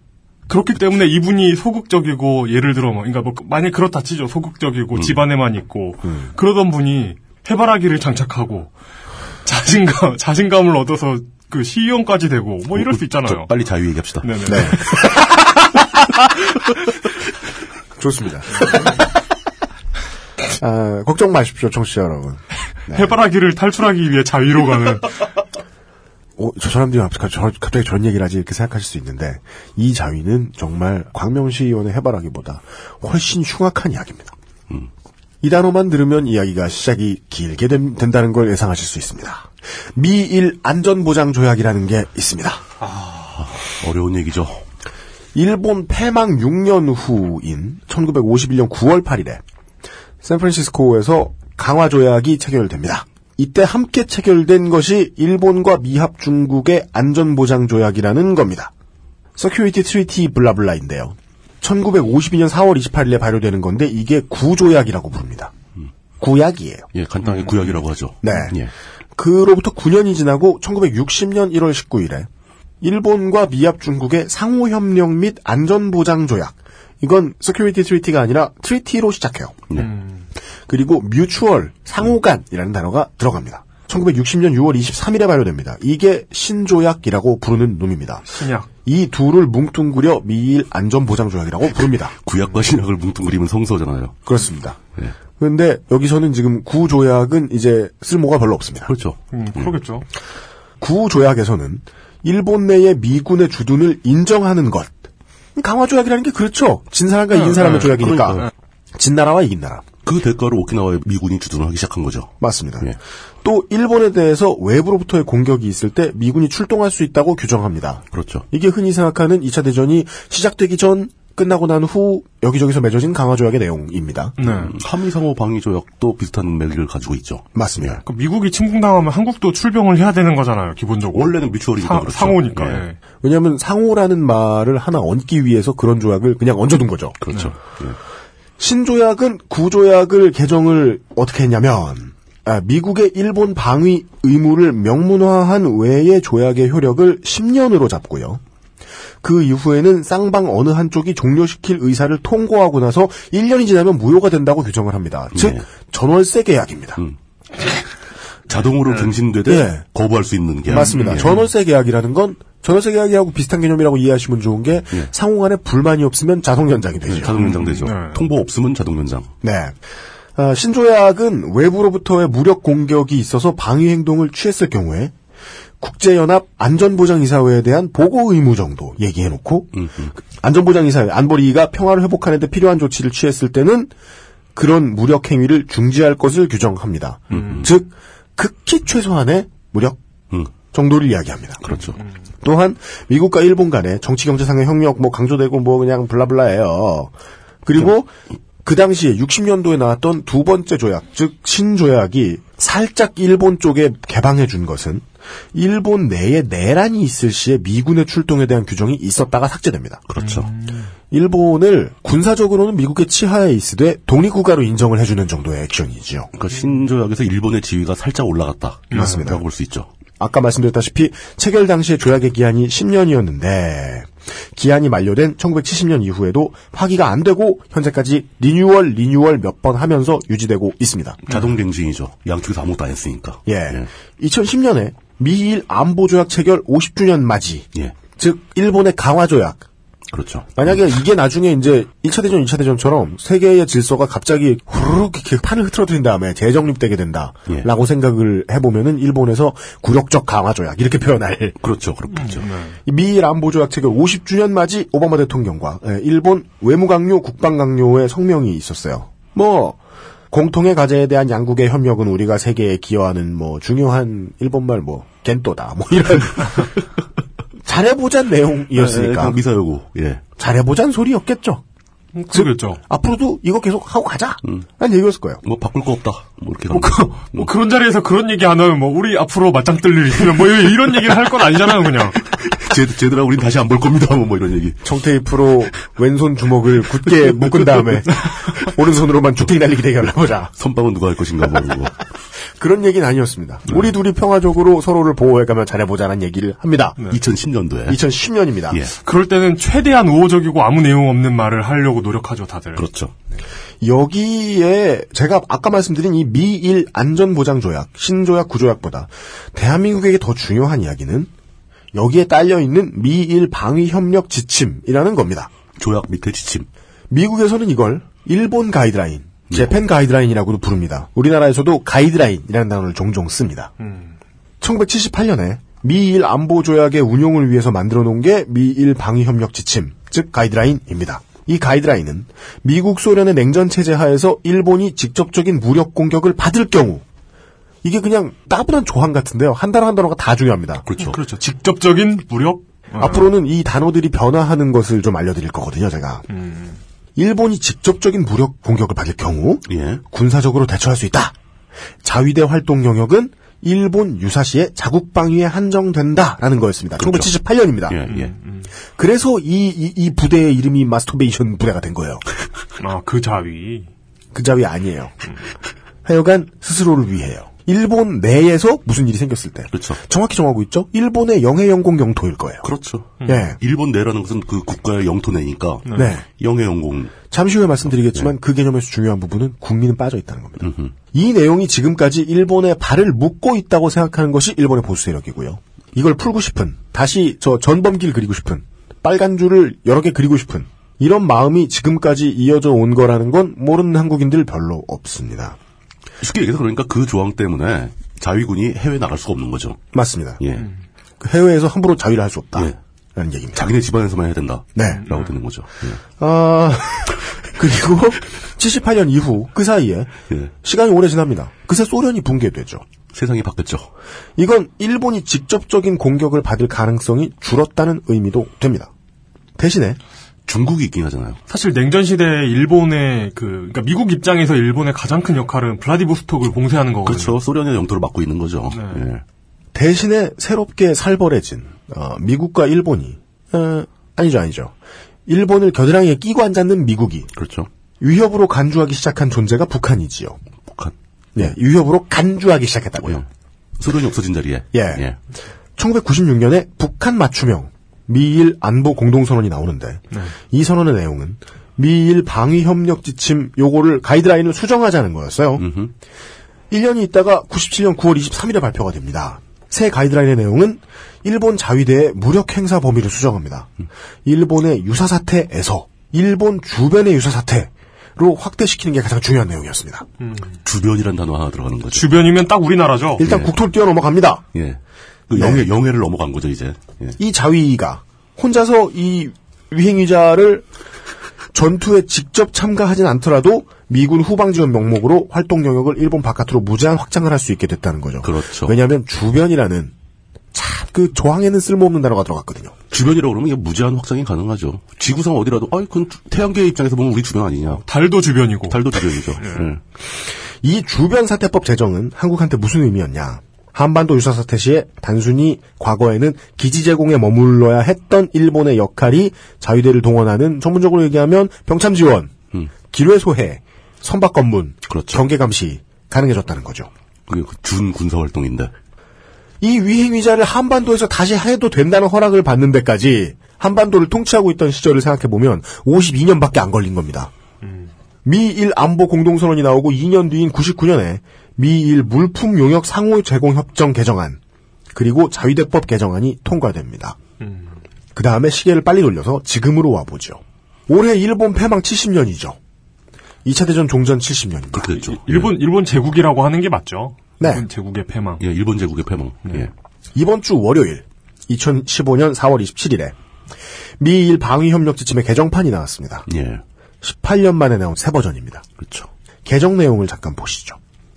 Speaker 3: 그렇기 때문에 이분이 소극적이고 예를 들어 뭐 그러니까 뭐 만약 그렇다 치죠
Speaker 4: 음.
Speaker 3: 소극적이고 집안에만 있고 그러던 분이 해바라기를 장착하고 자신감 자신감을 얻어서 그 시의원까지 되고 뭐 이럴 수
Speaker 4: 어, 저,
Speaker 3: 있잖아요.
Speaker 4: 빨리 자유 얘기합시다.
Speaker 3: 네네.
Speaker 2: 좋습니다. 아, 걱정 마십시오, 청취자 여러분.
Speaker 3: 해바라기를 탈출하기 위해 자위로 가는
Speaker 2: 어, 저 사람들이 갑자기, 저, 갑자기 저런 얘기를 하지 이렇게 생각하실 수 있는데 이 자위는 정말 광명시의원의 해바라기보다 훨씬 흉악한 이야기입니다. 음. 이 단어만 들으면 이야기가 시작이 길게 된, 다는걸 예상하실 수 있습니다. 미일 안전보장조약이라는 게 있습니다.
Speaker 4: 어려운 얘기죠.
Speaker 2: 일본 패망 6년 후인 1951년 9월 8일에 샌프란시스코에서 강화조약이 체결됩니다. 이때 함께 체결된 것이 일본과 미합 중국의 안전보장조약이라는 겁니다. Security Treaty 블라블라인데요. 1952년 4월 28일에 발효되는 건데 이게 구조약이라고 부릅니다. 구약이에요.
Speaker 4: 예, 간단하게
Speaker 3: 음.
Speaker 4: 구약이라고 하죠.
Speaker 2: 네.
Speaker 4: 예.
Speaker 2: 그로부터 9년이 지나고 1960년 1월 19일에 일본과 미합 중국의 상호협력 및 안전보장조약 이건 Security Treaty가 아니라 트리티로 시작해요. 음. 그리고 뮤추얼 상호간이라는 단어가 들어갑니다. 1960년 6월 23일에 발효됩니다. 이게 신조약이라고 부르는 놈입니다.
Speaker 3: 신약.
Speaker 2: 이 둘을 뭉뚱그려 미일 안전보장조약이라고 부릅니다.
Speaker 4: 구약과 신약을 뭉뚱그리면 성서잖아요.
Speaker 2: 그렇습니다.
Speaker 4: 예.
Speaker 2: 그런데 여기서는 지금 구조약은 이제 쓸모가 별로 없습니다.
Speaker 4: 그렇죠.
Speaker 3: 음, 그러겠죠.
Speaker 2: 구조약에서는 일본 내의 미군의 주둔을 인정하는 것. 강화조약이라는 게 그렇죠. 진 사람과 이긴 사람의 조약이니까.
Speaker 4: 어, 그러니까요.
Speaker 2: 진 나라와 이긴 나라.
Speaker 4: 그 대가로 오키나와에 미군이 주둔을 하기 시작한 거죠.
Speaker 2: 맞습니다.
Speaker 4: 예.
Speaker 2: 또 일본에 대해서 외부로부터의 공격이 있을 때 미군이 출동할 수 있다고 규정합니다.
Speaker 4: 그렇죠.
Speaker 2: 이게 흔히 생각하는 2차 대전이 시작되기 전 끝나고 난 후 여기저기서 맺어진 강화조약의 내용입니다.
Speaker 3: 네.
Speaker 4: 한미상호 방위조약도 비슷한 맥을 가지고 있죠.
Speaker 2: 맞습니다.
Speaker 3: 그 미국이 침공당하면 한국도 출병을 해야 되는 거잖아요, 기본적으로.
Speaker 4: 원래는 뮤추얼이니까
Speaker 3: 사-
Speaker 4: 그렇죠.
Speaker 3: 상호니까.
Speaker 4: 예.
Speaker 3: 예.
Speaker 2: 왜냐하면 상호라는 말을 하나 얹기 위해서 그런 조약을 그냥 얹어둔 거죠. 음.
Speaker 4: 그렇죠. 예.
Speaker 2: 신조약은 구조약을 개정을 어떻게 했냐면 아, 미국의 일본 방위 의무를 명문화한 외의 조약의 효력을 10년으로 잡고요. 그 이후에는 쌍방 어느 한쪽이 종료시킬 의사를 통고하고 나서 1년이 지나면 무효가 된다고 규정을 합니다. 즉
Speaker 4: 네.
Speaker 2: 전월세 계약입니다.
Speaker 4: 자동으로 갱신되되
Speaker 2: 예.
Speaker 4: 거부할 수 있는 계약.
Speaker 2: 맞습니다.
Speaker 4: 예.
Speaker 2: 전월세 계약이라는 건 전월세 계약이하고 비슷한 개념이라고 이해하시면 좋은 게 상호간에 불만이 없으면 자동 연장이 되죠.
Speaker 4: 예, 자동 연장되죠.
Speaker 3: 음, 네.
Speaker 4: 통보 없으면 자동 연장.
Speaker 2: 네. 아, 신조약은 외부로부터의 무력 공격이 있어서 방위 행동을 취했을 경우에 국제연합 안전보장이사회에 대한 보고 의무 정도 얘기해놓고 안전보장이사회 안보리가 평화를 회복하는 데 필요한 조치를 취했을 때는 그런 무력 행위를 중지할 것을 규정합니다. 즉 극히 최소한의 무력
Speaker 4: 음.
Speaker 2: 정도를 이야기합니다.
Speaker 4: 그렇죠.
Speaker 3: 음.
Speaker 2: 또한 미국과 일본 간의 정치 경제상의 협력 뭐 강조되고 뭐 그냥 블라블라예요. 그리고 그 당시에 60년도에 나왔던 두 번째 조약, 즉 신조약이 살짝 일본 쪽에 개방해 준 것은 일본 내에 내란이 있을 시에 미군의 출동에 대한 규정이 있었다가 삭제됩니다.
Speaker 4: 그렇죠.
Speaker 3: 음.
Speaker 2: 일본을 군사적으로는 미국의 치하에 있으되 독립국가로 인정을 해주는 정도의 액션이지요.
Speaker 4: 그러니까 신조약에서 일본의 지위가 살짝 올라갔다.
Speaker 2: 맞습니다.
Speaker 4: 라고 볼 수 있죠.
Speaker 2: 아까 말씀드렸다시피 체결 당시의 조약의 기한이 10년이었는데 기한이 만료된 1970년 이후에도 파기가 안 되고 현재까지 리뉴얼 리뉴얼 몇 번 하면서 유지되고 있습니다.
Speaker 4: 자동 갱신이죠. 양쪽에서 아무것도 안 했으니까.
Speaker 2: 예. 2010년에 미일 안보 조약 체결 50주년 맞이.
Speaker 4: 예.
Speaker 2: 즉 일본의 강화 조약.
Speaker 4: 그렇죠.
Speaker 2: 만약에 이게 나중에 이제 1차 대전, 2차 대전처럼 세계의 질서가 갑자기 후루룩 이렇게 판을 흐트러뜨린 다음에 재정립되게
Speaker 4: 예.
Speaker 2: 된다라고 생각을 해보면은 일본에서 굴욕적 강화 조약 이렇게 표현할
Speaker 4: 그렇죠. 그렇죠.
Speaker 2: 이 미일 안보조약 체결 50주년 맞이 오바마 대통령과 예, 일본 외무강요 국방강요의 성명이 있었어요. 뭐 공통의 과제에 대한 양국의 협력은 우리가 세계에 기여하는 뭐 중요한 일본말 뭐 겐또다 뭐 이런 잘해보잔 내용이었으니까
Speaker 4: 미사 요구. 예.
Speaker 2: 잘해보잔 소리였겠죠.
Speaker 3: 음, 그러겠죠.
Speaker 2: 앞으로도 이거 계속 하고 가자. 난 얘기였을 거예요.
Speaker 4: 뭐 바꿀 거 없다. 뭐 이렇게
Speaker 3: 뭐,
Speaker 4: 가는
Speaker 3: 그,
Speaker 4: 거죠.
Speaker 3: 뭐 그런 자리에서 그런 얘기 안 하면 뭐 우리 앞으로 맞짱 뜰 일이 있으면 뭐 이런 얘기를 할 건 아니잖아요, 그냥.
Speaker 4: 쟤, 쟤들아 우린 다시 안 볼 겁니다. 뭐, 뭐 이런 얘기.
Speaker 2: 청테이프로 왼손 주먹을 굳게 묶은 다음에 오른손으로만 죽기 날리기 대결해보자.
Speaker 4: 선빵은 누가 할 것인가 뭐 이런 거.
Speaker 2: 그런 얘기는 아니었습니다. 우리 둘이 평화적으로 서로를 보호해가며 잘해보자는 얘기를 합니다.
Speaker 4: 2010년도에.
Speaker 2: 2010년입니다.
Speaker 4: 네. 예.
Speaker 3: 그럴 때는 최대한 우호적이고 아무 내용 없는 말을 하려고 노력하죠, 다들.
Speaker 4: 그렇죠.
Speaker 2: 여기에 제가 아까 말씀드린 이 미일 안전보장조약, 신조약, 구조약보다 대한민국에게 더 중요한 이야기는 여기에 딸려있는 미일 방위협력 지침이라는 겁니다.
Speaker 4: 조약 밑에 지침.
Speaker 2: 미국에서는 이걸 일본 가이드라인, 재팬 가이드라인이라고도 부릅니다. 우리나라에서도 가이드라인이라는 단어를 종종 씁니다. 1978년에 미일 안보 조약의 운용을 위해서 만들어 놓은 게 미일 방위 협력 지침, 즉 가이드라인입니다. 이 가이드라인은 미국 소련의 냉전 체제 하에서 일본이 직접적인 무력 공격을 받을 경우 이게 그냥 따분한 조항 같은데요. 한 단어 한 단어가 다 중요합니다.
Speaker 4: 그렇죠.
Speaker 3: 그렇죠. 직접적인 무력?
Speaker 2: 어. 앞으로는 이 단어들이 변화하는 것을 좀 알려드릴 거거든요, 제가.
Speaker 4: 음.
Speaker 2: 일본이 직접적인 무력 공격을 받을 경우
Speaker 4: 예.
Speaker 2: 군사적으로 대처할 수 있다. 자위대 활동 영역은 일본 유사시의 자국 방위에 한정된다라는 거였습니다.
Speaker 4: 그렇죠.
Speaker 2: 1978년입니다.
Speaker 4: 예, 예.
Speaker 2: 음. 그래서 이, 이, 이 부대의 이름이 마스터베이션 부대가 된 거예요.
Speaker 3: 아, 그 자위.
Speaker 2: 그 자위 아니에요.
Speaker 4: 음.
Speaker 2: 하여간 스스로를 위해요. 일본 내에서 무슨 일이 생겼을 때.
Speaker 4: 그렇죠.
Speaker 2: 정확히 정하고 있죠? 일본의 영해 영공 영토일 거예요.
Speaker 4: 그렇죠.
Speaker 2: 예.
Speaker 4: 일본 내라는 것은 그 국가의 영토 내니까
Speaker 2: 네.
Speaker 4: 영해 영공
Speaker 2: 잠시 후에
Speaker 4: 네.
Speaker 2: 말씀드리겠지만 그 개념에서 중요한 부분은 국민은 빠져 있다는 겁니다. 이 내용이 지금까지 일본의 발을 묶고 있다고 생각하는 것이 일본의 보수 세력이고요. 이걸 풀고 싶은, 다시 저 전범기를 그리고 싶은, 빨간 줄을 여러 개 그리고 싶은, 이런 마음이 지금까지 이어져 온 거라는 건 모르는 한국인들 별로 없습니다.
Speaker 4: 쉽게 얘기해서 그러니까 그 조항 때문에 자위군이 해외 나갈 수가 없는 거죠.
Speaker 2: 맞습니다.
Speaker 4: 예.
Speaker 2: 그 해외에서 함부로 자위를 할 수 없다.
Speaker 4: 예.
Speaker 2: 라는 얘기입니다.
Speaker 4: 자기네 집안에서만 해야 된다.
Speaker 2: 네.
Speaker 4: 라고 되는 거죠. 예.
Speaker 2: 아, 그리고 78년 이후 그 사이에
Speaker 4: 예.
Speaker 2: 시간이 오래 지납니다. 그새 소련이 붕괴되죠.
Speaker 4: 세상이 바뀌었죠.
Speaker 2: 이건 일본이 직접적인 공격을 받을 가능성이 줄었다는 의미도 됩니다. 대신에
Speaker 4: 중국이 있긴 하잖아요.
Speaker 3: 사실 냉전 시대에 일본의 그, 그러니까 미국 입장에서 일본의 가장 큰 역할은 블라디보스톡을 봉쇄하는 거거든요.
Speaker 4: 그렇죠. 소련의 영토를 막고 있는 거죠. 예.
Speaker 2: 대신에 새롭게 살벌해진 어, 미국과 일본이 어, 아니죠 아니죠. 일본을 겨드랑이에 끼고 앉았는 미국이
Speaker 4: 그렇죠.
Speaker 2: 위협으로 간주하기 시작한 존재가 북한이지요.
Speaker 4: 북한.
Speaker 2: 예, 위협으로 간주하기 시작했다고요.
Speaker 4: 예. 소련이 없어진 자리에.
Speaker 2: 예. 1996년에 북한 맞춤형 미일 안보 공동선언이 나오는데 이 선언의 내용은 미일 방위 협력 지침 요거를 가이드라인을 수정하자는 거였어요. 1년이 있다가 97년 9월 23일에 발표가 됩니다. 새 가이드라인의 내용은 일본 자위대의 무력 행사 범위를 수정합니다. 일본의 유사 사태에서 일본 주변의 유사 사태로 확대시키는 게 가장 중요한 내용이었습니다.
Speaker 4: 주변이란 단어 하나 들어가는 거죠.
Speaker 3: 주변이면 딱 우리나라죠.
Speaker 2: 일단 국토를 뛰어넘어갑니다.
Speaker 4: 예. 그 영해, 영해를 넘어간 거죠, 이제. 예.
Speaker 2: 이 자위가 혼자서 이 위행위자를 전투에 직접 참가하진 않더라도 미군 후방 지원 명목으로 활동 영역을 일본 바깥으로 무제한 확장을 할 수 있게 됐다는 거죠.
Speaker 4: 그렇죠.
Speaker 2: 왜냐하면 주변이라는 참 그 저항에는 쓸모없는 단어가 들어갔거든요.
Speaker 4: 주변이라고 그러면 이게 무제한 확장이 가능하죠. 지구상 어디라도, 아이, 그건 주- 태양계 입장에서 보면 우리 주변 아니냐.
Speaker 3: 달도 주변이고.
Speaker 4: 달도 주변이죠. 예.
Speaker 2: 이 주변 사태법 제정은 한국한테 무슨 의미였냐? 한반도 유사 사태 시에 단순히 과거에는 기지 제공에 머물러야 했던 일본의 역할이 자위대를 동원하는 전문적으로 얘기하면 병참 지원, 기뢰 소해, 선박 검문,
Speaker 4: 음. 그렇죠.
Speaker 2: 경계 감시 가능해졌다는 거죠.
Speaker 4: 그게 그준 군사 활동인데.
Speaker 2: 이 위행위자를 한반도에서 다시 해도 된다는 허락을 받는 데까지 한반도를 통치하고 있던 시절을 생각해 보면 52년밖에 안 걸린 겁니다. 미일 안보 공동선언이 나오고 2년 뒤인 99년에 미일 물품 용역 상호 제공 협정 개정안 그리고 자위대법 개정안이 통과됩니다. 그 다음에 시계를 빨리 돌려서 지금으로 와보죠. 올해 일본 패망 70년이죠. 2차 대전 종전 70년입니다.
Speaker 4: 그렇게 됐죠.
Speaker 3: 일본, 일본 제국이라고 하는 게 맞죠.
Speaker 2: 네.
Speaker 3: 일본 제국의 패망.
Speaker 4: 예, 일본 제국의 패망. 예.
Speaker 2: 이번 주 월요일 2015년 4월 27일에 미일 방위협력 지침의 개정판이 나왔습니다.
Speaker 4: 예.
Speaker 2: 18년 만에 나온 새 버전입니다.
Speaker 4: 그렇죠.
Speaker 2: 개정 내용을 잠깐 보시죠.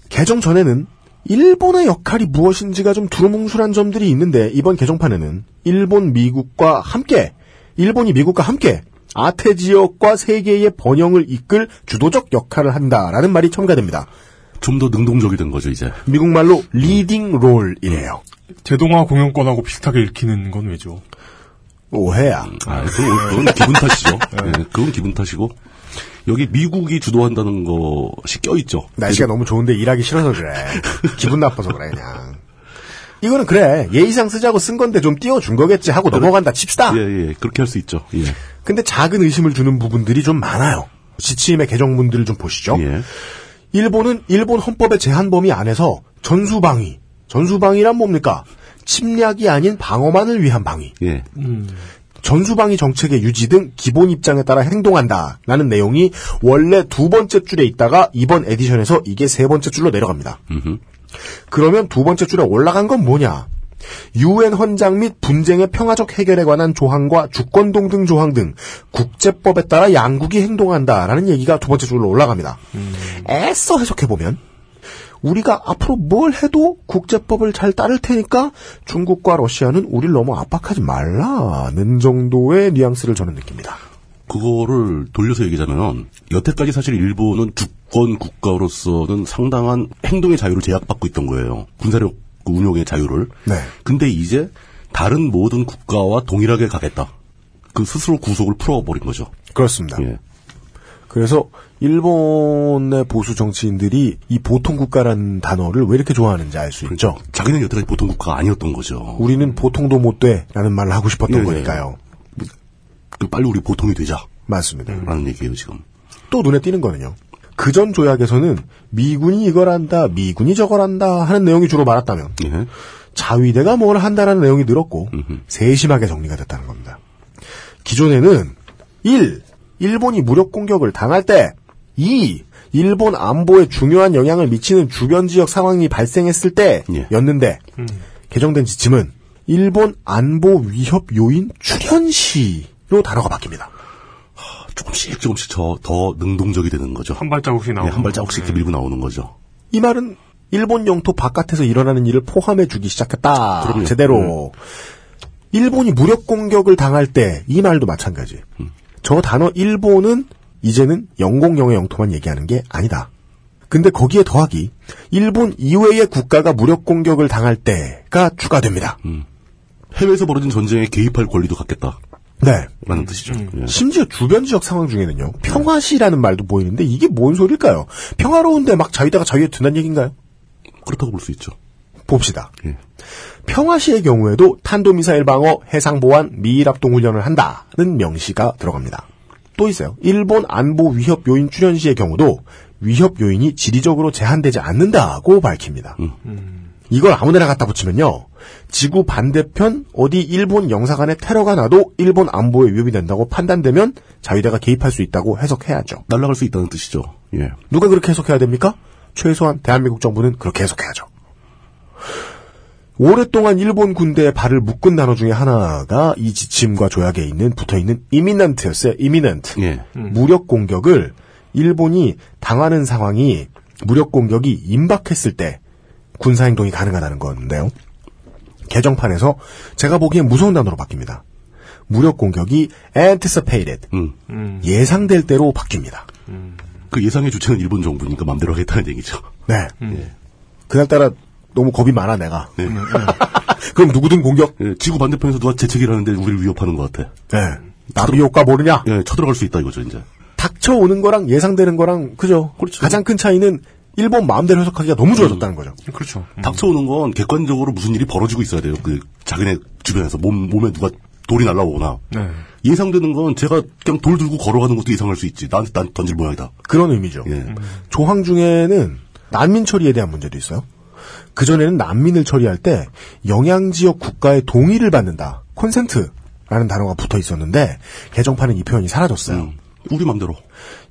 Speaker 2: 개정 전에는 일본의 역할이 무엇인지가 좀 두루뭉술한 점들이 있는데 이번 개정판에는 일본 미국과 함께 일본이 미국과 함께 아태 지역과 세계의 번영을 이끌 주도적 역할을 한다라는 말이 첨가됩니다.
Speaker 4: 좀 더 능동적이 된 거죠, 이제.
Speaker 2: 미국 말로 리딩 롤이래요.
Speaker 3: 제동화 공연권하고 비슷하게 읽히는 건 왜죠?
Speaker 2: 오해야.
Speaker 4: 아, 그건, 그건 기분 탓이죠.
Speaker 2: 네.
Speaker 4: 예, 그건 기분 탓이고. 여기 미국이 주도한다는 것이 껴있죠.
Speaker 2: 날씨가 너무 좋은데 일하기 싫어서 그래. 기분 나빠서 그래, 그냥. 이거는 그래. 예의상 쓰자고 쓴 건데 좀 띄워준 거겠지 하고 넘어간다 칩시다.
Speaker 4: 아, 예, 예. 그렇게 할 수 있죠. 예.
Speaker 2: 근데 작은 의심을 주는 부분들이 좀 많아요. 지침의 개정문들을 좀 보시죠.
Speaker 4: 예.
Speaker 2: 일본은 일본 헌법의 제한 범위 안에서 전수방위. 전수방위란 뭡니까? 침략이 아닌 방어만을 위한 방위.
Speaker 4: 예.
Speaker 2: 전수방위 정책의 유지 등 기본 입장에 따라 행동한다. 라는 내용이 원래 두 번째 줄에 있다가 이번 에디션에서 이게 세 번째 줄로 내려갑니다. 그러면 두 번째 줄에 올라간 건 뭐냐? 유엔 헌장 및 분쟁의 평화적 해결에 관한 조항과 주권 동등 조항 등 국제법에 따라 양국이 행동한다라는 얘기가 두 번째 줄로 올라갑니다. 애써 해석해 보면 우리가 앞으로 뭘 해도 국제법을 잘 따를 테니까 중국과 러시아는 우리를 너무 압박하지 말라는 정도의 뉘앙스를 저는 느낍니다.
Speaker 4: 그거를 돌려서 얘기하자면 여태까지 사실 일본은 주권 국가로서는 상당한 행동의 자유를 제약받고 있던 거예요. 군사력 그 운용의 자유를.
Speaker 2: 네.
Speaker 4: 근데 이제 다른 모든 국가와 동일하게 가겠다. 그 스스로 구속을 풀어버린 거죠.
Speaker 2: 그렇습니다.
Speaker 4: 예.
Speaker 2: 그래서 일본의 보수 정치인들이 이 보통 국가라는 단어를 왜 이렇게 좋아하는지 알 수 있죠.
Speaker 4: 자기는 여태까지 보통 국가가 아니었던 거죠.
Speaker 2: 그렇죠. 우리는 보통도 못 돼라는 말을 하고 싶었던
Speaker 4: 예, 예.
Speaker 2: 거니까요.
Speaker 4: 그 빨리 우리 보통이 되자라는
Speaker 2: 맞습니다.
Speaker 4: 얘기예요 지금.
Speaker 2: 또 눈에 띄는 거는요. 그 전 조약에서는 미군이 이걸 한다, 미군이 저걸 한다 하는 내용이 주로 많았다면
Speaker 4: 예.
Speaker 2: 자위대가 뭘 한다라는 내용이 늘었고 세심하게 정리가 됐다는 겁니다. 기존에는 1. 일본이 무력 공격을 당할 때 2. 일본 안보에 중요한 영향을 미치는 주변 지역 상황이 발생했을
Speaker 4: 예.
Speaker 2: 때였는데 개정된 지침은 일본 안보 위협 요인 출현 시로 단어가 바뀝니다.
Speaker 4: 조금씩 조금씩 저 더 능동적이 되는 거죠.
Speaker 3: 한 발자국씩
Speaker 4: 예,
Speaker 3: 나오고.
Speaker 4: 한 발자국씩 이렇게 밀고 나오는 거죠.
Speaker 2: 이 말은 일본 영토 바깥에서 일어나는 일을 포함해주기 시작했다.
Speaker 4: 그럼요. 음.
Speaker 2: 제대로. 일본이 무력 공격을 당할 때 이 말도 마찬가지.
Speaker 4: 음.
Speaker 2: 저 단어 일본은 이제는 영공영의 영토만 얘기하는 게 아니다. 근데 거기에 더하기 일본 이외의 국가가 무력 공격을 당할 때가 추가됩니다.
Speaker 4: 음. 해외에서 벌어진 전쟁에 개입할 권리도 갖겠다라는
Speaker 2: 네.
Speaker 4: 뜻이죠. 예.
Speaker 2: 심지어 주변 지역 상황 중에는요. 평화시라는 말도 보이는데 이게 뭔 소릴까요? 평화로운데 막 자유다가 자유에 든다는 얘기인가요?
Speaker 4: 그렇다고 볼 수 있죠.
Speaker 2: 봅시다.
Speaker 4: 예.
Speaker 2: 평화시의 경우에도 탄도미사일 방어, 해상보안, 미일합동훈련을 한다는 명시가 들어갑니다. 또 있어요. 일본 안보 위협 요인 출현 시의 경우도 위협 요인이 지리적으로 제한되지 않는다고 밝힙니다. 음. 이걸 아무데나 갖다 붙이면요. 지구 반대편 어디 일본 영사관에 테러가 나도 일본 안보에 위협이 된다고 판단되면 자위대가 개입할 수 있다고 해석해야죠.
Speaker 4: 날아갈 수 있다는 뜻이죠. 예.
Speaker 2: 누가 그렇게 해석해야 됩니까? 최소한 대한민국 정부는 그렇게 해석해야죠. 오랫동안 일본 군대에 발을 묶은 단어 중에 하나가 이 지침과 조약에 있는 붙어 있는 이민넌트였어요. 이민넌트.
Speaker 4: 예.
Speaker 2: 무력 공격을 일본이 당하는 상황이 무력 공격이 임박했을 때 군사 행동이 가능하다는 건데요. 개정판에서 제가 보기엔 무서운 단어로 바뀝니다. 무력 공격이 anticipated
Speaker 4: 음.
Speaker 2: 예상될 대로 바뀝니다.
Speaker 4: 그 예상의 주체는 일본 정부니까 맘대로 하겠다는 얘기죠.
Speaker 2: 네.
Speaker 4: 음.
Speaker 2: 그날따라 너무 겁이 많아 내가.
Speaker 4: 네.
Speaker 2: 그럼 누구든 공격.
Speaker 4: 예, 지구 반대편에서 누가 재채기를 하는데 우리를 위협하는 것 같아.
Speaker 2: 네. 나비 효과 모르냐?
Speaker 4: 예, 쳐들어갈 수 있다 이거죠, 이제.
Speaker 2: 닥쳐오는 거랑 예상되는 거랑 그죠?
Speaker 4: 그렇죠.
Speaker 2: 가장 큰 차이는 일본 마음대로 해석하기가 너무 좋아졌다는 거죠.
Speaker 3: 그렇죠.
Speaker 2: 음.
Speaker 4: 닥쳐오는 건 객관적으로 무슨 일이 벌어지고 있어야 돼요. 그 자기네 주변에서 몸, 몸에 누가 돌이 날라오거나.
Speaker 3: 네.
Speaker 4: 예상되는 건 제가 그냥 돌 들고 걸어가는 것도 예상할 수 있지. 나한테 난 던질 모양이다.
Speaker 2: 그런 의미죠.
Speaker 4: 예.
Speaker 2: 조항 중에는 난민 처리에 대한 문제도 있어요. 그전에는 난민을 처리할 때 영향지역 국가의 동의를 받는다. 콘센트라는 단어가 붙어 있었는데 개정판은 이 표현이 사라졌어요.
Speaker 4: 음. 우리 맘대로.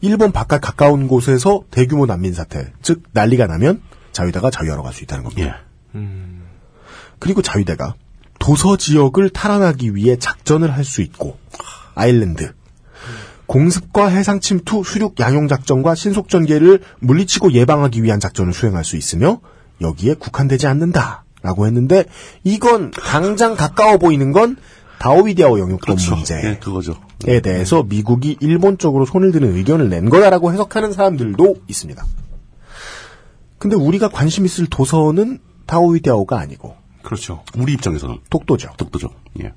Speaker 2: 일본 바깥 가까운 곳에서 대규모 난민 사태, 즉 난리가 나면 자위대가 자유하러 갈 수 있다는 겁니다.
Speaker 4: 예.
Speaker 2: 그리고 자위대가 도서 지역을 탈환하기 위해 작전을 할 수 있고 아일랜드 공습과 해상 침투, 수륙 양용 작전과 신속 전개를 물리치고 예방하기 위한 작전을 수행할 수 있으며 여기에 국한되지 않는다. 라고 했는데 이건 당장 가까워 보이는 건 다오비디아오 영유권
Speaker 4: 그렇죠.
Speaker 2: 문제
Speaker 4: 예, 그거죠.
Speaker 2: 에 대해서 미국이 일본 쪽으로 손을 드는 의견을 낸 거다라고 해석하는 사람들도 있습니다. 근데 우리가 관심 있을 도서는 다오이데아오가 아니고
Speaker 3: 그렇죠.
Speaker 4: 우리 입장에서는.
Speaker 2: 독도죠.
Speaker 4: 독도죠. 예.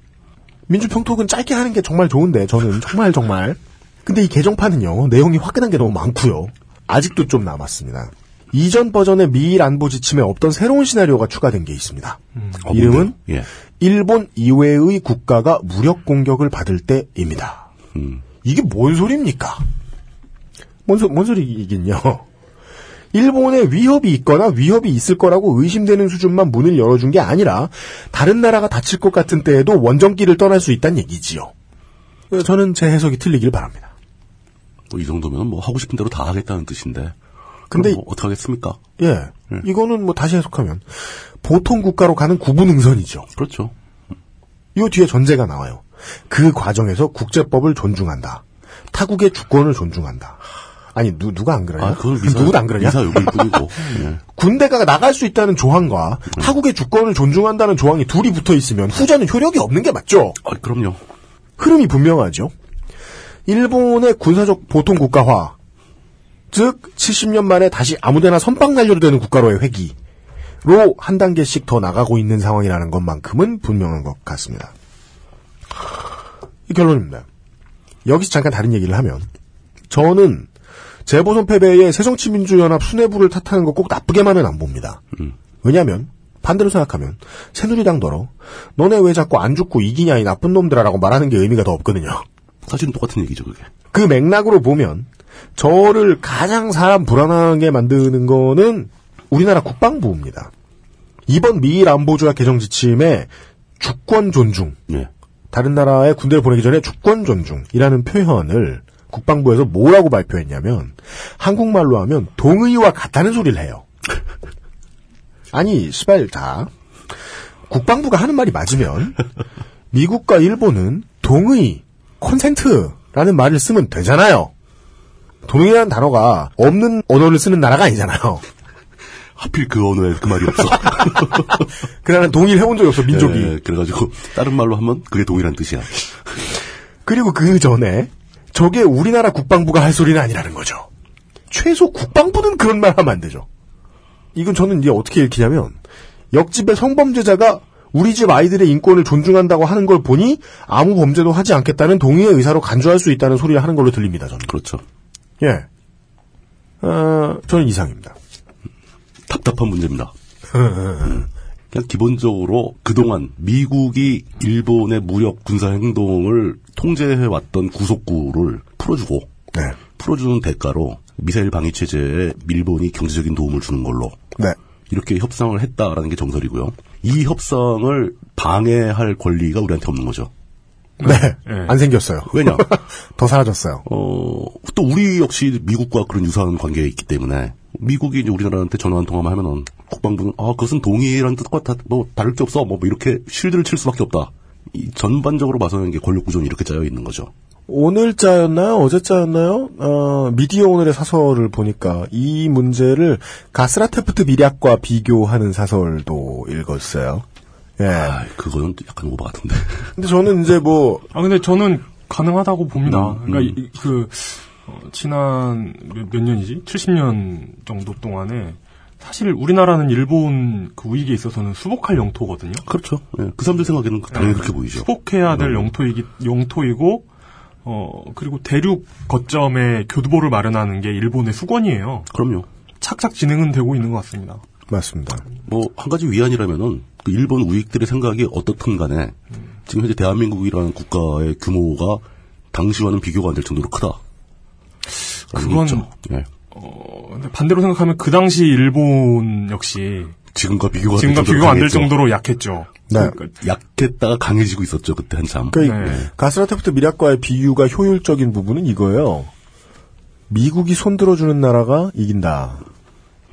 Speaker 2: 민주평통은 짧게 하는 게 정말 좋은데 저는 정말 정말. 근데 이 개정판은요 내용이 화끈한 게 너무 많고요. 아직도 좀 남았습니다. 이전 버전의 미일 안보 지침에 없던 새로운 시나리오가 추가된 게 있습니다.
Speaker 4: 어,
Speaker 2: 이름은
Speaker 4: 뭔데요? 예.
Speaker 2: 일본 이외의 국가가 무력 공격을 받을 때입니다.
Speaker 4: 음.
Speaker 2: 이게 뭔 소리입니까? 뭔, 소, 뭔 소리이긴요. 일본에 위협이 있거나 위협이 있을 거라고 의심되는 수준만 문을 열어준 게 아니라 다른 나라가 다칠 것 같은 때에도 원정길을 떠날 수 있다는 얘기지요. 그래서 저는 제 해석이 틀리길 바랍니다.
Speaker 4: 뭐이 정도면 뭐 하고 싶은 대로 다 하겠다는 뜻인데.
Speaker 2: 근데
Speaker 4: 그럼 뭐 어떻게 하겠습니까?
Speaker 2: 예, 이거는 뭐 다시 해석하면 보통 국가로 가는 구분응선이죠.
Speaker 4: 그렇죠.
Speaker 2: 이 뒤에 전제가 나와요. 그 과정에서 국제법을 존중한다. 타국의 주권을 존중한다. 아니 누, 누가 안 그러냐?
Speaker 4: 아, 그건 미사,
Speaker 2: 누구도 안 그러냐?
Speaker 4: 미사 요구일 뿐이고. 예.
Speaker 2: 군대가 나갈 수 있다는 조항과
Speaker 4: 음.
Speaker 2: 타국의 주권을 존중한다는 조항이 둘이 붙어 있으면 후자는 효력이 없는 게 맞죠.
Speaker 4: 아, 그럼요.
Speaker 2: 흐름이 분명하죠. 일본의 군사적 보통 국가화, 즉 70년 만에 다시 아무데나 선빵 날려도 되는 국가로의 회기로 한 단계씩 더 나가고 있는 상황이라는 것만큼은 분명한 것 같습니다. 이 결론입니다. 여기서 잠깐 다른 얘기를 하면 저는 재보선 패배에 새정치민주연합 수뇌부를 탓하는 거 꼭 나쁘게만은 안 봅니다. 왜냐하면 반대로 생각하면 새누리당더러 너네 왜 자꾸 안 죽고 이기냐 이 나쁜 놈들아라고 말하는 게 의미가 더 없거든요.
Speaker 4: 사실은 똑같은 얘기죠, 그게.
Speaker 2: 그 맥락으로 보면 저를 가장 사람 불안하게 만드는 거는 우리나라 국방부입니다. 이번 미일 안보조약 개정 지침에 주권 존중,
Speaker 4: 예.
Speaker 2: 다른 나라에 군대를 보내기 전에 주권 존중이라는 표현을 국방부에서 뭐라고 발표했냐면 한국말로 하면 동의와 같다는 소리를 해요. 아니 시발 다 국방부가 하는 말이 맞으면 미국과 일본은 동의, 콘센트라는 말을 쓰면 되잖아요. 동의라는 단어가 없는 언어를 쓰는 나라가 아니잖아요.
Speaker 4: 하필 그 언어에 그 말이 없어.
Speaker 2: 그나라는 동의를 해본 적이 없어 민족이.
Speaker 4: 예, 그래가지고 다른 말로 하면 그게 동일한 뜻이야.
Speaker 2: 그리고 그 전에 저게 우리나라 국방부가 할 소리는 아니라는 거죠. 최소 국방부는 그런 말 하면 안 되죠. 이건 저는 이제 어떻게 읽히냐면 옆집의 성범죄자가 우리 집 아이들의 인권을 존중한다고 하는 걸 보니 아무 범죄도 하지 않겠다는 동의의 의사로 간주할 수 있다는 소리를 하는 걸로 들립니다. 저는.
Speaker 4: 그렇죠.
Speaker 2: 예. 어, 저는 이상입니다.
Speaker 4: 답답한 문제입니다. 그냥 기본적으로 그동안 미국이 일본의 무력 군사 행동을 통제해왔던 구속구를 풀어주고
Speaker 2: 네.
Speaker 4: 풀어주는 대가로 미사일 방위 체제에 일본이 경제적인 도움을 주는 걸로
Speaker 2: 네.
Speaker 4: 이렇게 협상을 했다라는 게 정설이고요. 이 협상을 방해할 권리가 우리한테 없는 거죠.
Speaker 2: 네. 안 생겼어요.
Speaker 4: 왜냐?
Speaker 2: 더 사라졌어요.
Speaker 4: 어, 또 우리 역시 미국과 그런 유사한 관계에 있기 때문에 미국이 이제 우리나라한테 전화 한 통화만 하면은 국방부는 아 그것은 동의란 뜻과 다, 뭐 다를 게 없어 뭐, 뭐 이렇게 실드를 칠 수밖에 없다. 이 전반적으로 봐서는 이게 권력 구조는 이렇게 짜여 있는 거죠.
Speaker 2: 오늘 자였나요? 어제 자였나요? 어, 미디어 오늘의 사설을 보니까 이 문제를 가스라테프트 비략과 비교하는 사설도 읽었어요. 예.
Speaker 4: 아, 그거는 또 약간 오버 같은데.
Speaker 2: 근데 저는 이제 뭐,
Speaker 3: 아 근데 저는 가능하다고 봅니다.
Speaker 4: 음,
Speaker 3: 그러니까 이- 그 어, 지난 몇, 몇 년이지? 70년 정도 동안에 사실 우리나라는 일본 그 우익에 있어서는 수복할 영토거든요.
Speaker 4: 그렇죠. 예, 그 사람들 생각에는 당연히 그렇게 보이죠.
Speaker 3: 수복해야 될 영토이기 영토이고 어 그리고 대륙 거점에 교두보를 마련하는 게 일본의 수건이에요.
Speaker 4: 그럼요.
Speaker 3: 착착 진행은 되고 있는 것 같습니다.
Speaker 2: 맞습니다.
Speaker 4: 뭐 한 가지 위안이라면은 그 일본 우익들의 생각이 어떻든 간에 지금 현재 대한민국이라는 국가의 규모가 당시와는 비교가 안 될 정도로 크다. 라는 게
Speaker 3: 그건-
Speaker 4: 있죠. 예.
Speaker 3: 어, 근데 반대로 생각하면 그 당시 일본 역시
Speaker 4: 지금과 비교가 안
Speaker 3: 지금과
Speaker 4: 될 정도로
Speaker 3: 비교가 안 될
Speaker 4: 강했죠.
Speaker 3: 정도로 약했죠.
Speaker 2: 네.
Speaker 3: 그러니까
Speaker 4: 약했다가 강해지고 있었죠 그때 한참.
Speaker 2: 그러니까 이
Speaker 3: 네.
Speaker 2: 가스라테프트 미략과의 비유가 효율적인 부분은 이거예요. 미국이 손들어주는 나라가 이긴다.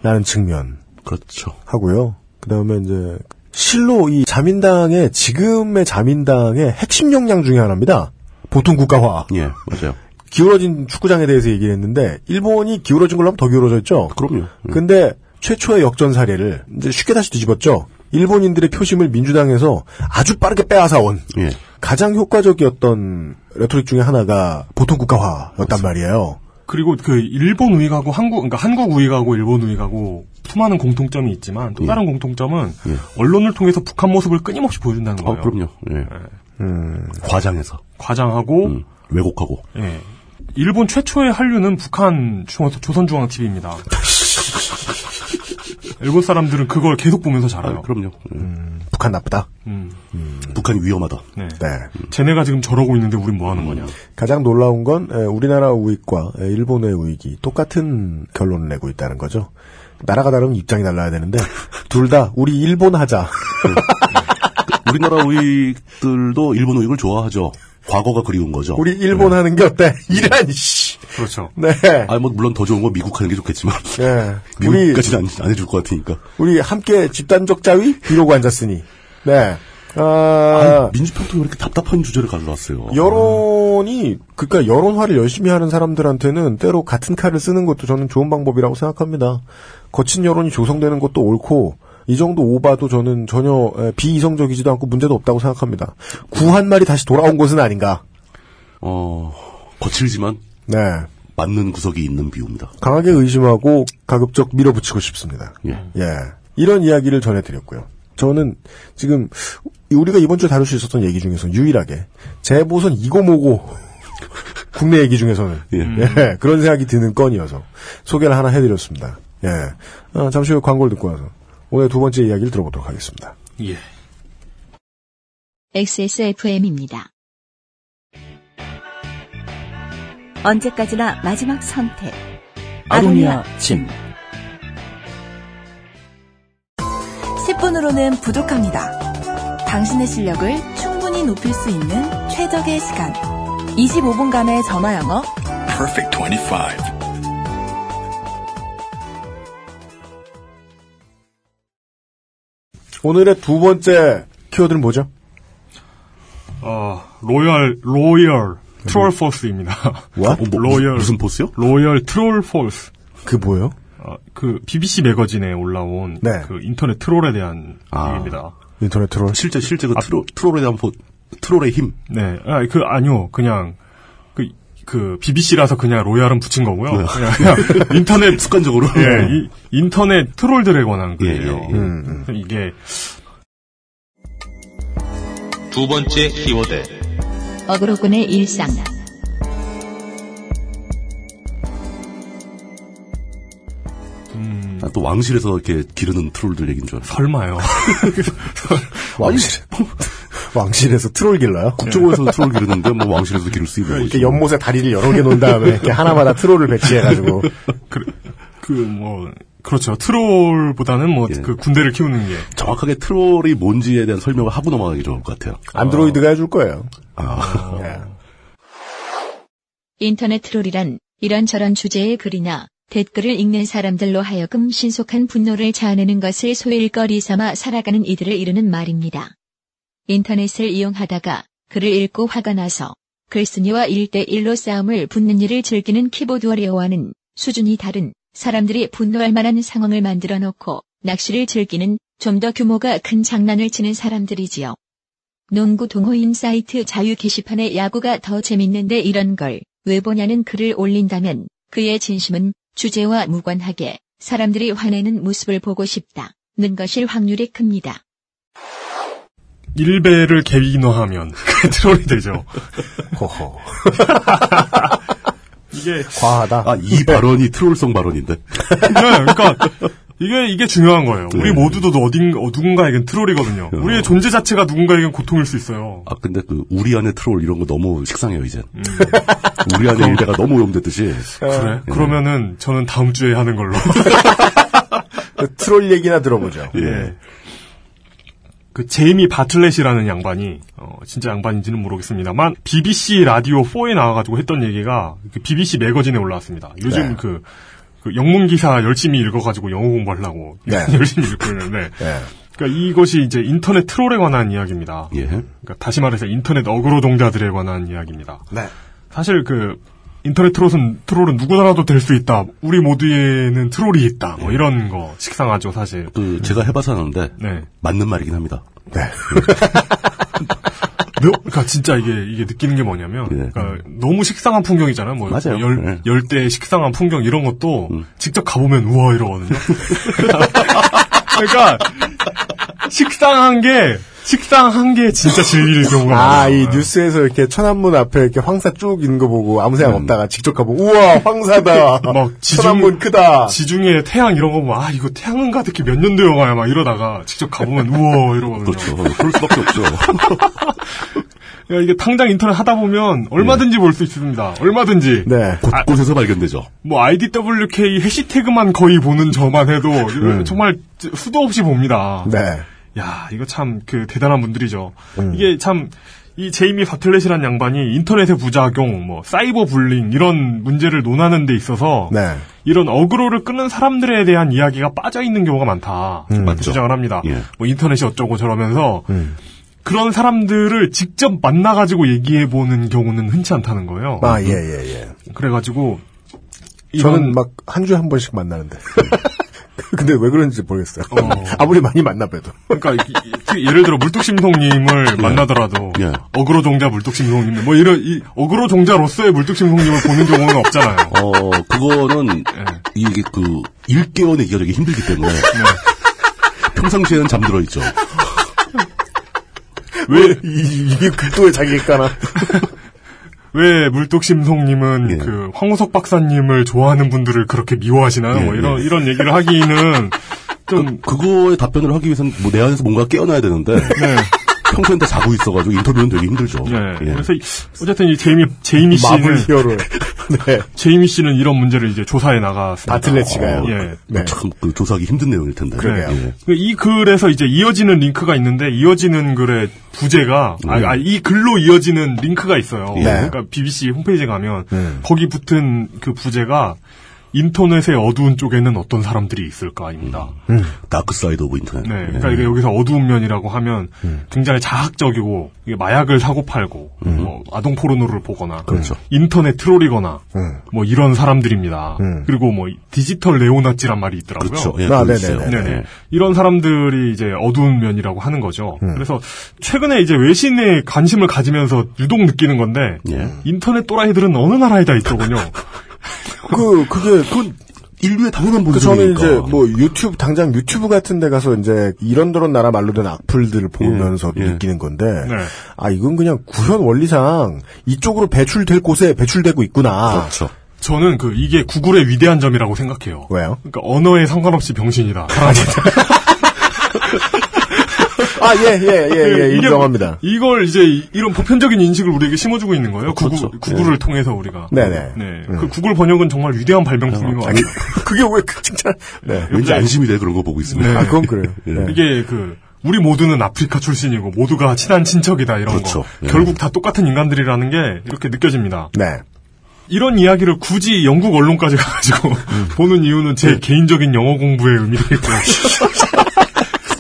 Speaker 2: 라는 측면.
Speaker 4: 그렇죠.
Speaker 2: 하고요. 그 다음에 이제, 실로 이 자민당의, 지금의 자민당의 핵심 역량 중에 하나입니다. 보통 국가화.
Speaker 4: 예 맞아요.
Speaker 2: 기울어진 축구장에 대해서 얘기를 했는데, 일본이 기울어진 걸로 하면 더 기울어졌죠?
Speaker 4: 그럼요. 예.
Speaker 2: 근데 최초의 역전 사례를 이제 쉽게 다시 뒤집었죠? 일본인들의 표심을 민주당에서 아주 빠르게 빼앗아온
Speaker 4: 예.
Speaker 2: 가장 효과적이었던 레토릭 중에 하나가 보통 국가화였단 말이에요.
Speaker 3: 그리고 그 일본 우익하고 한국 그러니까 한국 우익하고 일본 우익하고 수많은 공통점이 있지만
Speaker 4: 예.
Speaker 3: 또 다른 공통점은 언론을 통해서 북한 모습을 끊임없이 보여준다는
Speaker 4: 아
Speaker 3: 거예요.
Speaker 4: 예. 그럼요. 예.
Speaker 2: 음,
Speaker 4: 음. 과장해서
Speaker 3: 과장하고
Speaker 4: 음, 왜곡하고
Speaker 3: 예. 일본 최초의 한류는 북한 중앙에서 조선중앙 TV입니다. 일본 사람들은 그걸 계속 보면서
Speaker 4: 아,
Speaker 3: 자라요.
Speaker 4: 그럼요. 예.
Speaker 2: 북한 나쁘다.
Speaker 3: 음,
Speaker 4: 북한이 위험하다.
Speaker 3: 네.
Speaker 2: 네.
Speaker 4: 음.
Speaker 3: 쟤네가 지금 저러고 있는데 우린 뭐 하는 거냐.
Speaker 2: 가장 놀라운 건 에, 우리나라 우익과 에, 일본의 우익이 똑같은 결론을 내고 있다는 거죠. 나라가 다르면 입장이 달라야 되는데 둘 다 우리 일본 하자.
Speaker 4: 우리나라 우익들도 일본 우익을 좋아하죠. 과거가 그리운 거죠.
Speaker 2: 우리 일본 하는 게 어때? 이란 씨.
Speaker 3: 그렇죠.
Speaker 2: 네.
Speaker 4: 네. 아, 뭐, 물론 더 좋은 건 미국 하는 게 좋겠지만.
Speaker 2: 예. 우리
Speaker 4: 미국까지는 안, 안 해줄 것 같으니까.
Speaker 2: 우리 함께 집단적 자위 이러고 앉았으니. 네.
Speaker 4: 아,
Speaker 2: 아,
Speaker 4: 민주평통이 왜 이렇게 답답한 주제를 가져왔어요.
Speaker 2: 여론이 그러니까 여론화를 열심히 하는 사람들한테는 때로 같은 칼을 쓰는 것도 저는 좋은 방법이라고 생각합니다. 거친 여론이 조성되는 것도 옳고 이 정도 오바도 저는 전혀 에, 비이성적이지도 않고 문제도 없다고 생각합니다. 구한 말이 다시 돌아온 것은 아닌가.
Speaker 4: 어, 거칠지만
Speaker 2: 네.
Speaker 4: 맞는 구석이 있는 비유입니다.
Speaker 2: 강하게 의심하고 가급적 밀어붙이고 싶습니다.
Speaker 4: 예.
Speaker 2: 예. 이런 이야기를 전해드렸고요. 저는 지금 우리가 이번 주에 다룰 수 있었던 얘기 중에서 유일하게 재보선 이거 뭐고 국내 얘기 중에서는
Speaker 4: 예.
Speaker 2: 예, 그런 생각이 드는 건이어서 소개를 하나 해드렸습니다. 예. 아, 잠시 후 광고를 듣고 와서 오늘 두 번째 이야기를 들어보도록 하겠습니다.
Speaker 3: 예.
Speaker 1: XSFM입니다.
Speaker 10: 언제까지나 마지막 선택.
Speaker 11: 아로니아 침.
Speaker 10: 10분으로는 부족합니다. 당신의 실력을 충분히 높일 수 있는 최적의 시간. 25분간의 전화 영어.
Speaker 12: Perfect 25.
Speaker 2: 오늘의 두 번째 키워드는 뭐죠?
Speaker 3: 어, 로열, 로열, 트롤 포스입니다. 어,
Speaker 2: What?
Speaker 4: 뭐,
Speaker 3: 로열.
Speaker 4: 무슨, 무슨 포스요?
Speaker 3: 로열 트롤 포스.
Speaker 2: 그 뭐예요?
Speaker 3: 어, 그, BBC 매거진에 올라온
Speaker 2: 네.
Speaker 3: 그 인터넷 트롤에 대한
Speaker 4: 아.
Speaker 3: 얘기입니다.
Speaker 2: 인터넷 트롤?
Speaker 4: 실제 실제 그 트롤, 트롤에 대한 포, 트롤의 힘.
Speaker 3: 네, 아, 그, 아니요. 그냥, 그, 그, BBC라서 그냥 로얄은 붙인 거고요.
Speaker 4: 네.
Speaker 3: 그냥, 그냥 인터넷,
Speaker 4: 습관적으로.
Speaker 3: 예, 이, 인터넷 트롤들에 관한 글이에요.
Speaker 4: 예, 예, 예.
Speaker 2: 음, 음.
Speaker 3: 그래서 이게,
Speaker 9: 두 번째 키워드.
Speaker 1: 어그로군의 일상.
Speaker 3: 음,
Speaker 4: 아, 또 왕실에서 이렇게 기르는 트롤들 얘기인 줄 알았어.
Speaker 3: 설마요.
Speaker 2: 왕실, 왕실에서 트롤 길러요?
Speaker 4: 국정원에서 트롤 기르는데 뭐 왕실에서 기를 수 있는
Speaker 2: 이렇게
Speaker 4: 거지.
Speaker 2: 그러니까 연못에 다리를 여러 개 놓은 다음에 이렇게 하나마다 트롤을 배치해가지고
Speaker 3: 그, 뭐, 그렇죠. 트롤보다는 뭐,
Speaker 4: 예.
Speaker 3: 그 군대를 키우는 게.
Speaker 4: 정확하게 트롤이 뭔지에 대한 설명을 하고 넘어가기 좋을 것 같아요.
Speaker 2: 안드로이드가 해줄 거예요.
Speaker 4: 아,
Speaker 2: 예.
Speaker 3: 어.
Speaker 1: 인터넷 트롤이란 이런저런 주제의 글이나 댓글을 읽는 사람들로 하여금 신속한 분노를 자아내는 것을 소일거리 삼아 살아가는 이들을 이르는 말입니다. 인터넷을 이용하다가 글을 읽고 화가 나서 글쓴이와 1대1로 싸움을 붙는 일을 즐기는 키보드 워리어와는 수준이 다른 사람들이 분노할 만한 상황을 만들어 놓고 낚시를 즐기는 좀 더 규모가 큰 장난을 치는 사람들이지요. 농구 동호인 사이트 자유 게시판에 야구가 더 재밌는데 이런 걸 왜 보냐는 글을 올린다면 그의 진심은 주제와 무관하게 사람들이 화내는 모습을 보고 싶다는 것일 확률이 큽니다.
Speaker 3: 일배를 개인화하면 그게 트롤이 되죠.
Speaker 2: 호호.
Speaker 3: 이게
Speaker 2: 과하다.
Speaker 4: 아, 이 발언이 트롤성 발언인데.
Speaker 3: 네, 그러니까 이게 이게 중요한 거예요. 우리
Speaker 4: 네.
Speaker 3: 모두도 어딘 어, 누군가에겐 트롤이거든요.
Speaker 4: 어.
Speaker 3: 우리의 존재 자체가 누군가에겐 고통일 수 있어요. 음.
Speaker 4: 아, 근데 그, 우리 안에 트롤 이런 거 너무 식상해요, 이젠. 우리 안에 일대가 너무 오염됐듯이.
Speaker 3: 그래?
Speaker 4: 예.
Speaker 3: 그러면은 저는 다음 주에 하는 걸로.
Speaker 2: 그 트롤 얘기나 들어보죠.
Speaker 4: 예.
Speaker 3: 그 제이미 바틀렛이라는 양반이 어, 진짜 양반인지는 모르겠습니다만 BBC 라디오 4에 나와가지고 했던 얘기가 그 BBC 매거진에 올라왔습니다. 요즘
Speaker 2: 네.
Speaker 3: 그, 그 영문 기사 열심히 읽어가지고 영어 공부하려고
Speaker 2: 네.
Speaker 3: 열심히 읽고 있는데
Speaker 2: 예.
Speaker 3: 그러니까 이것이 이제 인터넷 트롤에 관한 이야기입니다.
Speaker 4: 예.
Speaker 3: 그러니까 다시 말해서 인터넷 어그로 동자들에 관한 이야기입니다.
Speaker 2: 네.
Speaker 3: 사실 그 인터넷 트롤은 트롤은 누구나라도 될 수 있다. 우리 모두에는 트롤이 있다.
Speaker 4: 예.
Speaker 3: 뭐 이런 거 식상하죠, 사실.
Speaker 4: 그, 제가 해봐서 하는데,
Speaker 3: 네.
Speaker 4: 맞는 말이긴 합니다.
Speaker 3: 묘- 그러니까 진짜 이게 이게 느끼는 게 뭐냐면
Speaker 4: 예.
Speaker 3: 그러니까 너무 식상한 풍경이잖아요. 뭐
Speaker 4: 맞아요.
Speaker 3: 열
Speaker 4: 예. 음.
Speaker 3: 열대 식상한 풍경 이런 것도 직접 가보면 우와 이러거든요. 그러니까 식상한 게 식상한 게 진짜 진리일 경우가
Speaker 2: 아,
Speaker 3: 많아요. 네.
Speaker 2: 이 뉴스에서 이렇게 천안문 앞에 이렇게 황사 쭉 있는 거 보고 아무 생각 없다가 직접 가보고, 우와, 황사다.
Speaker 3: 음. 막 지중-
Speaker 2: 천안문 크다.
Speaker 3: 지중해 태양 이런 거 보면 아 이거 태양은 가득히 몇 년도 영화야 막 이러다가 직접 가보면 우와 이러거든요.
Speaker 4: 그렇죠. 그럴 수밖에 없죠.
Speaker 3: 야, 그러니까 이게 당장 인터넷 하다 보면 얼마든지 볼 수 있습니다. 얼마든지.
Speaker 2: 네.
Speaker 4: 곳곳에서 발견되죠.
Speaker 3: 뭐 IDWK 해시태그만 거의 보는 저만 해도 정말 수도 없이 봅니다.
Speaker 2: 네.
Speaker 3: 야, 이거 참 그 대단한 분들이죠. 이게 참 이 제이미 바틀렛이란 양반이 인터넷의 부작용, 뭐 사이버 불링 이런 문제를 논하는 데 있어서
Speaker 2: 네.
Speaker 3: 이런 어그로를 끄는 사람들에 대한 이야기가 빠져 있는 경우가 많다.
Speaker 4: 음, 맞죠.
Speaker 3: 주장을 합니다.
Speaker 4: 예. 음.
Speaker 3: 뭐 인터넷이 어쩌고 저러면서 그런 사람들을 직접 만나가지고 얘기해 보는 경우는 흔치 않다는 거예요.
Speaker 2: 아, 예, 예, 예.
Speaker 3: 그래가지고 이런
Speaker 2: 저는 막 한 주에 한 번씩 만나는데. 근데 왜 그런지 모르겠어요. 아무리 많이 만나봐도.
Speaker 3: 그러니까 이- 이- 예를 들어
Speaker 4: 예.
Speaker 3: 물뚝심송님을 만나더라도 어그로종자 물뚝심송님 뭐 이런 이 어그로종자로서의 물뚝심송님을 보는 경우는 없잖아요.
Speaker 4: 어, 그거는
Speaker 3: 네.
Speaker 4: 이게 그 일깨워 내기가 되게 힘들기 때문에
Speaker 3: 네.
Speaker 4: 평상시에는 잠들어 있죠.
Speaker 2: 왜 이, 이게 극도의 자기일까나?
Speaker 3: 왜 물뚝심송님은
Speaker 4: 예.
Speaker 3: 그 황우석 박사님을 좋아하는 분들을 그렇게 미워하시나요? 뭐
Speaker 4: 예,
Speaker 3: 이런
Speaker 4: 예.
Speaker 3: 이런 얘기를 하기는 좀
Speaker 4: 그, 거에 답변을 하기 위해서는 뭐 내 안에서 뭔가 깨어나야 되는데
Speaker 3: 네.
Speaker 4: 평소엔 다 자고 있어가지고 인터뷰는 되게 힘들죠. 예.
Speaker 3: 그래서 이- 어쨌든 이 제이미 제이미 씨는
Speaker 4: 마블 히어로.
Speaker 2: 네.
Speaker 3: 제이미 씨는 이런 문제를 이제 조사해 나갔습니다.
Speaker 4: 어,
Speaker 3: 예.
Speaker 2: 네.
Speaker 4: 참, 그 조사하기 힘든 내용일 텐데.
Speaker 3: 네.
Speaker 4: 예.
Speaker 3: 그이 글에서 이제 이어지는 링크가 있는데 이어지는 글의 부제가 아, 아, 이 글로 이어지는 링크가 있어요.
Speaker 4: 네.
Speaker 3: 그러니까 BBC 홈페이지에 가면 거기 붙은 그 부제가 인터넷의 어두운 쪽에는 어떤 사람들이 있을까입니다.
Speaker 4: 다크 사이드 오브 인터넷. 예.
Speaker 3: 네, 그러니까 이게 여기서 어두운 면이라고 하면
Speaker 4: 음.
Speaker 3: 굉장히 자학적이고 이게 마약을 사고 팔고 뭐 아동 포르노를 보거나
Speaker 4: 그렇죠.
Speaker 3: 인터넷 트롤이거나
Speaker 4: 네.
Speaker 3: 뭐 이런 사람들입니다. 그리고 뭐 디지털 네오나치란 말이 있더라고요.
Speaker 4: 그렇죠. 예, 아, 그거 네네네. 있어요.
Speaker 3: 네네.
Speaker 4: 네.
Speaker 3: 이런 사람들이 이제 어두운 면이라고 하는 거죠.
Speaker 4: 음.
Speaker 3: 그래서 최근에 이제 외신에 관심을 가지면서 유독 느끼는 건데
Speaker 4: 예.
Speaker 3: 인터넷 또라이들은 어느 나라에 다 있더군요.
Speaker 2: 그, 그게, 그,
Speaker 4: 인류의 당연한
Speaker 2: 그 저는
Speaker 4: 본성이니까.
Speaker 2: 이제 뭐 유튜브, 당장 유튜브 같은 데 가서 이제 이런저런 나라 말로 된 악플들을 보면서 느끼는 건데, 아, 이건 그냥 구현 원리상 이쪽으로 배출될 곳에 배출되고 있구나.
Speaker 4: 그렇죠.
Speaker 3: 저는 그 이게 구글의 위대한 점이라고 생각해요.
Speaker 2: 왜요?
Speaker 3: 그러니까 언어에 상관없이 병신이다.
Speaker 2: 아, 예, 예, 예, 예,
Speaker 3: 이게
Speaker 2: 인정합니다.
Speaker 3: 이걸 이제 이- 이런 보편적인 인식을 우리에게 심어주고 있는 거예요. 구글,
Speaker 2: 그렇죠.
Speaker 3: 구글을
Speaker 2: 예.
Speaker 3: 통해서 우리가.
Speaker 2: 네네. 음.
Speaker 3: 네. 그 구글 번역은 정말 위대한 발명품인 것 같아요.
Speaker 2: 그게 왜, 그 칭찬. 예. 네.
Speaker 4: 왠지 안심이 돼, 그런 거 보고 예. 있으면.
Speaker 3: 네. 아, 그건
Speaker 2: 그래요.
Speaker 3: 이게 그 우리 모두는 아프리카 출신이고 모두가 친한 친척이다 이런
Speaker 4: 그렇죠.
Speaker 3: 거.
Speaker 4: 예.
Speaker 3: 결국 다 똑같은 인간들이라는 게 이렇게 느껴집니다.
Speaker 2: 네.
Speaker 3: 이런 이야기를 굳이 영국 언론까지 가가지고
Speaker 2: 음.
Speaker 3: 보는 이유는
Speaker 2: 예.
Speaker 3: 제 개인적인 영어 공부의 의미겠구나.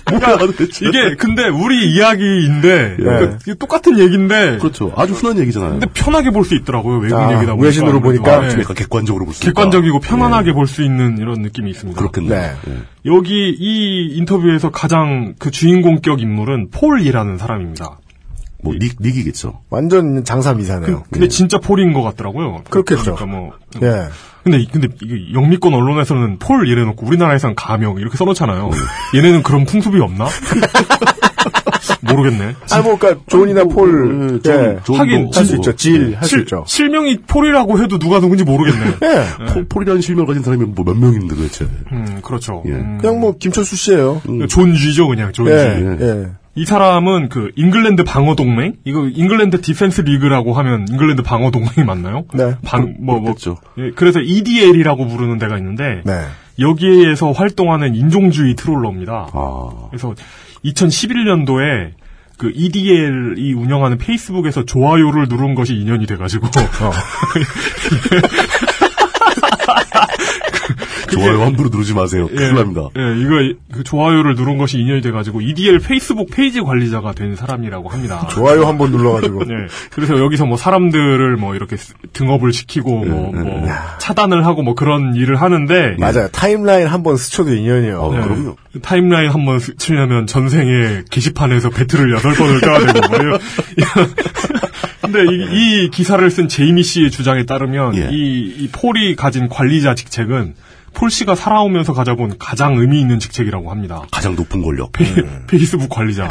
Speaker 3: 그러니까 이게 근데 우리 이야기인데
Speaker 2: 예.
Speaker 3: 그러니까 이게 똑같은 얘기인데
Speaker 4: 그렇죠. 아주 흔한 얘기잖아요.
Speaker 3: 근데 편하게 볼 수 있더라고요 외국
Speaker 4: 아,
Speaker 3: 얘기다 보니까
Speaker 4: 외신으로 보니까
Speaker 3: 네.
Speaker 4: 그러니까 객관적으로 볼수
Speaker 3: 객관적이고
Speaker 4: 있다.
Speaker 3: 편안하게 볼 수 있는 이런 느낌이 있습니다.
Speaker 4: 그렇겠네요. 예.
Speaker 3: 여기 이 인터뷰에서 가장 그 주인공격 인물은 폴이라는 사람입니다.
Speaker 4: 뭐 닉, 닉이겠죠.
Speaker 2: 완전 장사미사네요.
Speaker 3: 근데 진짜 폴인 것 같더라고요.
Speaker 2: 그, 예. 그렇겠죠.
Speaker 3: 그러니까 뭐
Speaker 2: 예.
Speaker 3: 근데 이- 근데 이게 영미권 언론에서는 폴 이래놓고 우리나라에선 가명 이렇게 써놓잖아요. 얘네는 그런 풍습이 없나? 모르겠네.
Speaker 2: 아, 뭐, 그니까, 존이나 폴, 예.
Speaker 3: 하긴
Speaker 2: 할수 있죠. 질, 할 수
Speaker 3: 실-
Speaker 2: 있죠. 예.
Speaker 3: 실명이 폴이라고 해도 누가 누군지 모르겠네.
Speaker 4: 폴, 폴이라는 실명을 가진 사람이 뭐 몇 명인데 도대체.
Speaker 3: 음 그렇죠. 음.
Speaker 2: 그냥 뭐, 김철수 씨예요
Speaker 3: 존 쥐죠 그냥 존
Speaker 2: 예,
Speaker 3: 쥐.
Speaker 2: 예.
Speaker 3: 이 사람은 그 잉글랜드 방어 동맹? 이거 잉글랜드 디펜스 리그라고 하면 잉글랜드 방어 동맹이 맞나요?
Speaker 2: 네.
Speaker 3: 방, 뭐, 뭐.
Speaker 4: 그렇겠죠. 네.
Speaker 3: 예, 그래서 EDL이라고 부르는 데가 있는데
Speaker 2: 네.
Speaker 3: 여기에서 활동하는 인종주의 트롤러입니다.
Speaker 4: 아.
Speaker 3: 그래서 2011년도에 그 EDL이 운영하는 페이스북에서 좋아요를 누른 것이 인연이 돼가지고
Speaker 4: 어. 좋아요 예. 함부로 누르지 마세요. 큰일 납니다.
Speaker 3: 예, 이거 그 좋아요를 누른 것이 인연이 돼가지고 EDL 페이스북 페이지 관리자가 된 사람이라고 합니다.
Speaker 2: 좋아요 한 번 눌러가지고.
Speaker 3: 네. 그래서 여기서 뭐 사람들을 뭐 이렇게 스- 등업을 시키고 뭐, 뭐 차단을 하고 뭐 그런 일을 하는데
Speaker 2: 맞아요. 타임라인 한 번 스쳐도 인연이에요.
Speaker 3: 네. 타임라인 한 번 스치려면 전생에 게시판에서 배틀을 여덟 번을 까야 되고 뭐 이런- 이런- 근데 이, 이 기사를 쓴 제이미 씨의 주장에 따르면
Speaker 4: 예.
Speaker 3: 이, 이 폴이 가진 관리자 직책은 폴 씨가 살아오면서 가져본 가장 의미 있는 직책이라고 합니다.
Speaker 4: 가장 높은 권력.
Speaker 3: 페, 이스북 관리자.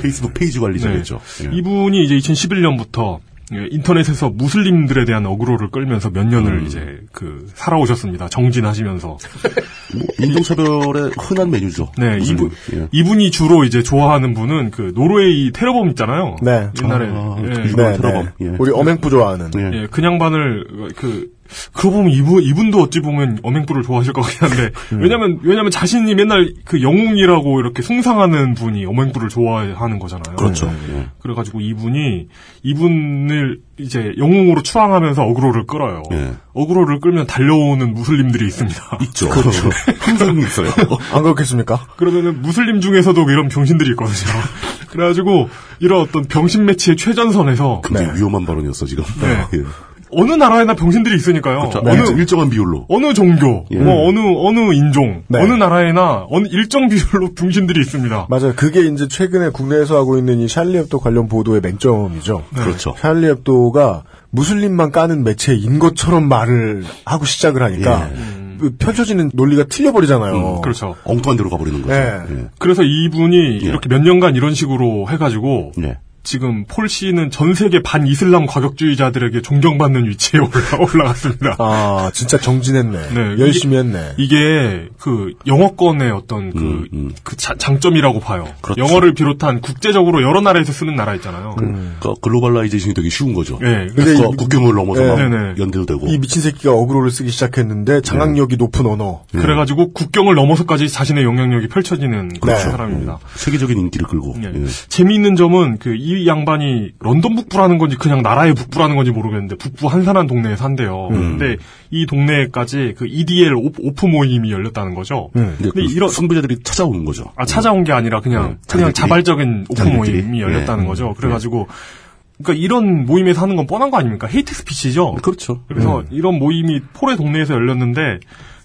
Speaker 4: 페이스북 페이지 관리자겠죠.
Speaker 3: 예.
Speaker 4: 예.
Speaker 3: 이분이 이제 2011년부터 예, 인터넷에서 무슬림들에 대한 어그로를 끌면서 몇
Speaker 4: 음.
Speaker 3: 년을 이제 그 살아오셨습니다. 정진하시면서.
Speaker 4: 뭐 인종차별의 흔한 메뉴죠.
Speaker 3: 네,
Speaker 4: 무슨
Speaker 3: 이분,
Speaker 4: 일. 예.
Speaker 3: 이분이 주로 이제 좋아하는 분은 그 노르웨이 테러범 있잖아요.
Speaker 2: 네.
Speaker 3: 옛날에.
Speaker 4: 아,
Speaker 3: 예.
Speaker 4: 그 유명한 테러범. 예.
Speaker 2: 우리 어맹부 좋아하는.
Speaker 4: 예.
Speaker 3: 예, 그냥반을 그 그러고 보면 이분 이분도 어찌 보면 어맹부를 좋아하실 것 같긴 한데
Speaker 4: 음.
Speaker 3: 왜냐면 왜냐면 자신이 맨날 그 영웅이라고 이렇게 숭상하는 분이 어맹부를 좋아하는 거잖아요.
Speaker 4: 그렇죠.
Speaker 3: 음,
Speaker 4: 예.
Speaker 3: 그래가지고 이분이 이분을 이제 영웅으로 추앙하면서 어그로를 끌어요.
Speaker 4: 예.
Speaker 3: 어그로를 끌면 달려오는 무슬림들이 있습니다.
Speaker 4: 있죠. 그렇죠. 항상 있어요.
Speaker 2: 안 그렇겠습니까?
Speaker 3: 그러면은 무슬림 중에서도 이런 병신들이 있거든요. 그래가지고 이런 어떤 병신 매치의 최전선에서
Speaker 4: 굉장히 위험한 발언이었어, 지금.
Speaker 3: 네.
Speaker 4: 예.
Speaker 3: 어느 나라에나 병신들이 있으니까요.
Speaker 4: 그렇죠.
Speaker 3: 어느
Speaker 4: 네. 일정한 비율로.
Speaker 3: 어느 종교,
Speaker 4: 예.
Speaker 3: 뭐 어느 어느 인종,
Speaker 2: 네.
Speaker 3: 어느 나라에나 어느 일정 비율로 병신들이 있습니다.
Speaker 2: 맞아요. 그게 이제 최근에 국내에서 하고 있는 이 샬리 앱도 관련 보도의 맹점이죠.
Speaker 4: 그렇죠.
Speaker 2: 샬리 앱도가 무슬림만 까는 매체인 것처럼 말을 하고 시작을 하니까 그 펼쳐지는 논리가 틀려버리잖아요.
Speaker 3: 음, 그렇죠.
Speaker 4: 엉뚱한 데로 가버리는 거죠.
Speaker 2: 예.
Speaker 4: 예.
Speaker 3: 그래서 이분이 이렇게 몇 년간 이런 식으로 해가지고
Speaker 4: 예.
Speaker 3: 지금 폴 씨는 전 세계 반 이슬람 과격주의자들에게 존경받는 위치에 올라, 올라갔습니다.
Speaker 2: 아 진짜 정진했네. 열심히 했네.
Speaker 3: 이게 그 영어권의 어떤 그, 그 자- 장점이라고 봐요.
Speaker 4: 음, 그렇죠.
Speaker 3: 영어를 비롯한 국제적으로 여러 나라에서 쓰는 나라 있잖아요.
Speaker 4: 그러니까 글로벌라이제이션이 되기 쉬운 거죠.
Speaker 3: 예.
Speaker 2: 근데
Speaker 4: 국가,
Speaker 2: 이-
Speaker 4: 국경을 넘어서
Speaker 2: 예.
Speaker 4: 막
Speaker 3: 네네.
Speaker 4: 연대도 되고.
Speaker 2: 이 미친 새끼가 어그로를 쓰기 시작했는데 장악력이 높은 언어.
Speaker 3: 그래가지고 국경을 넘어서까지 자신의 영향력이 펼쳐지는 그런
Speaker 4: 네.
Speaker 3: 사람입니다.
Speaker 4: 세계적인 인기를 끌고.
Speaker 3: 예.
Speaker 4: 예.
Speaker 3: 재미있는 점은 그 이 양반이 런던 북부라는 건지 그냥 나라의 북부라는 건지 모르겠는데 북부 한산한 동네에 산대요.
Speaker 4: 음.
Speaker 3: 근데 이 동네까지 그 EDL 오- 오프 모임이 열렸다는 거죠.
Speaker 4: 근데 그
Speaker 3: 이런-
Speaker 4: 선배자들이 찾아오는 거죠.
Speaker 3: 아, 찾아온 게 아니라 그냥 그냥
Speaker 4: 자기들끼리.
Speaker 3: 자발적인 오프
Speaker 4: 자기들끼리.
Speaker 3: 모임이 열렸다는
Speaker 4: 네.
Speaker 3: 거죠. 그래가지고 그러니까 이런 모임에서 하는 건 뻔한 거 아닙니까? 헤이트 스피치죠.
Speaker 4: 그렇죠.
Speaker 3: 그래서 이런 모임이 폴의 동네에서 열렸는데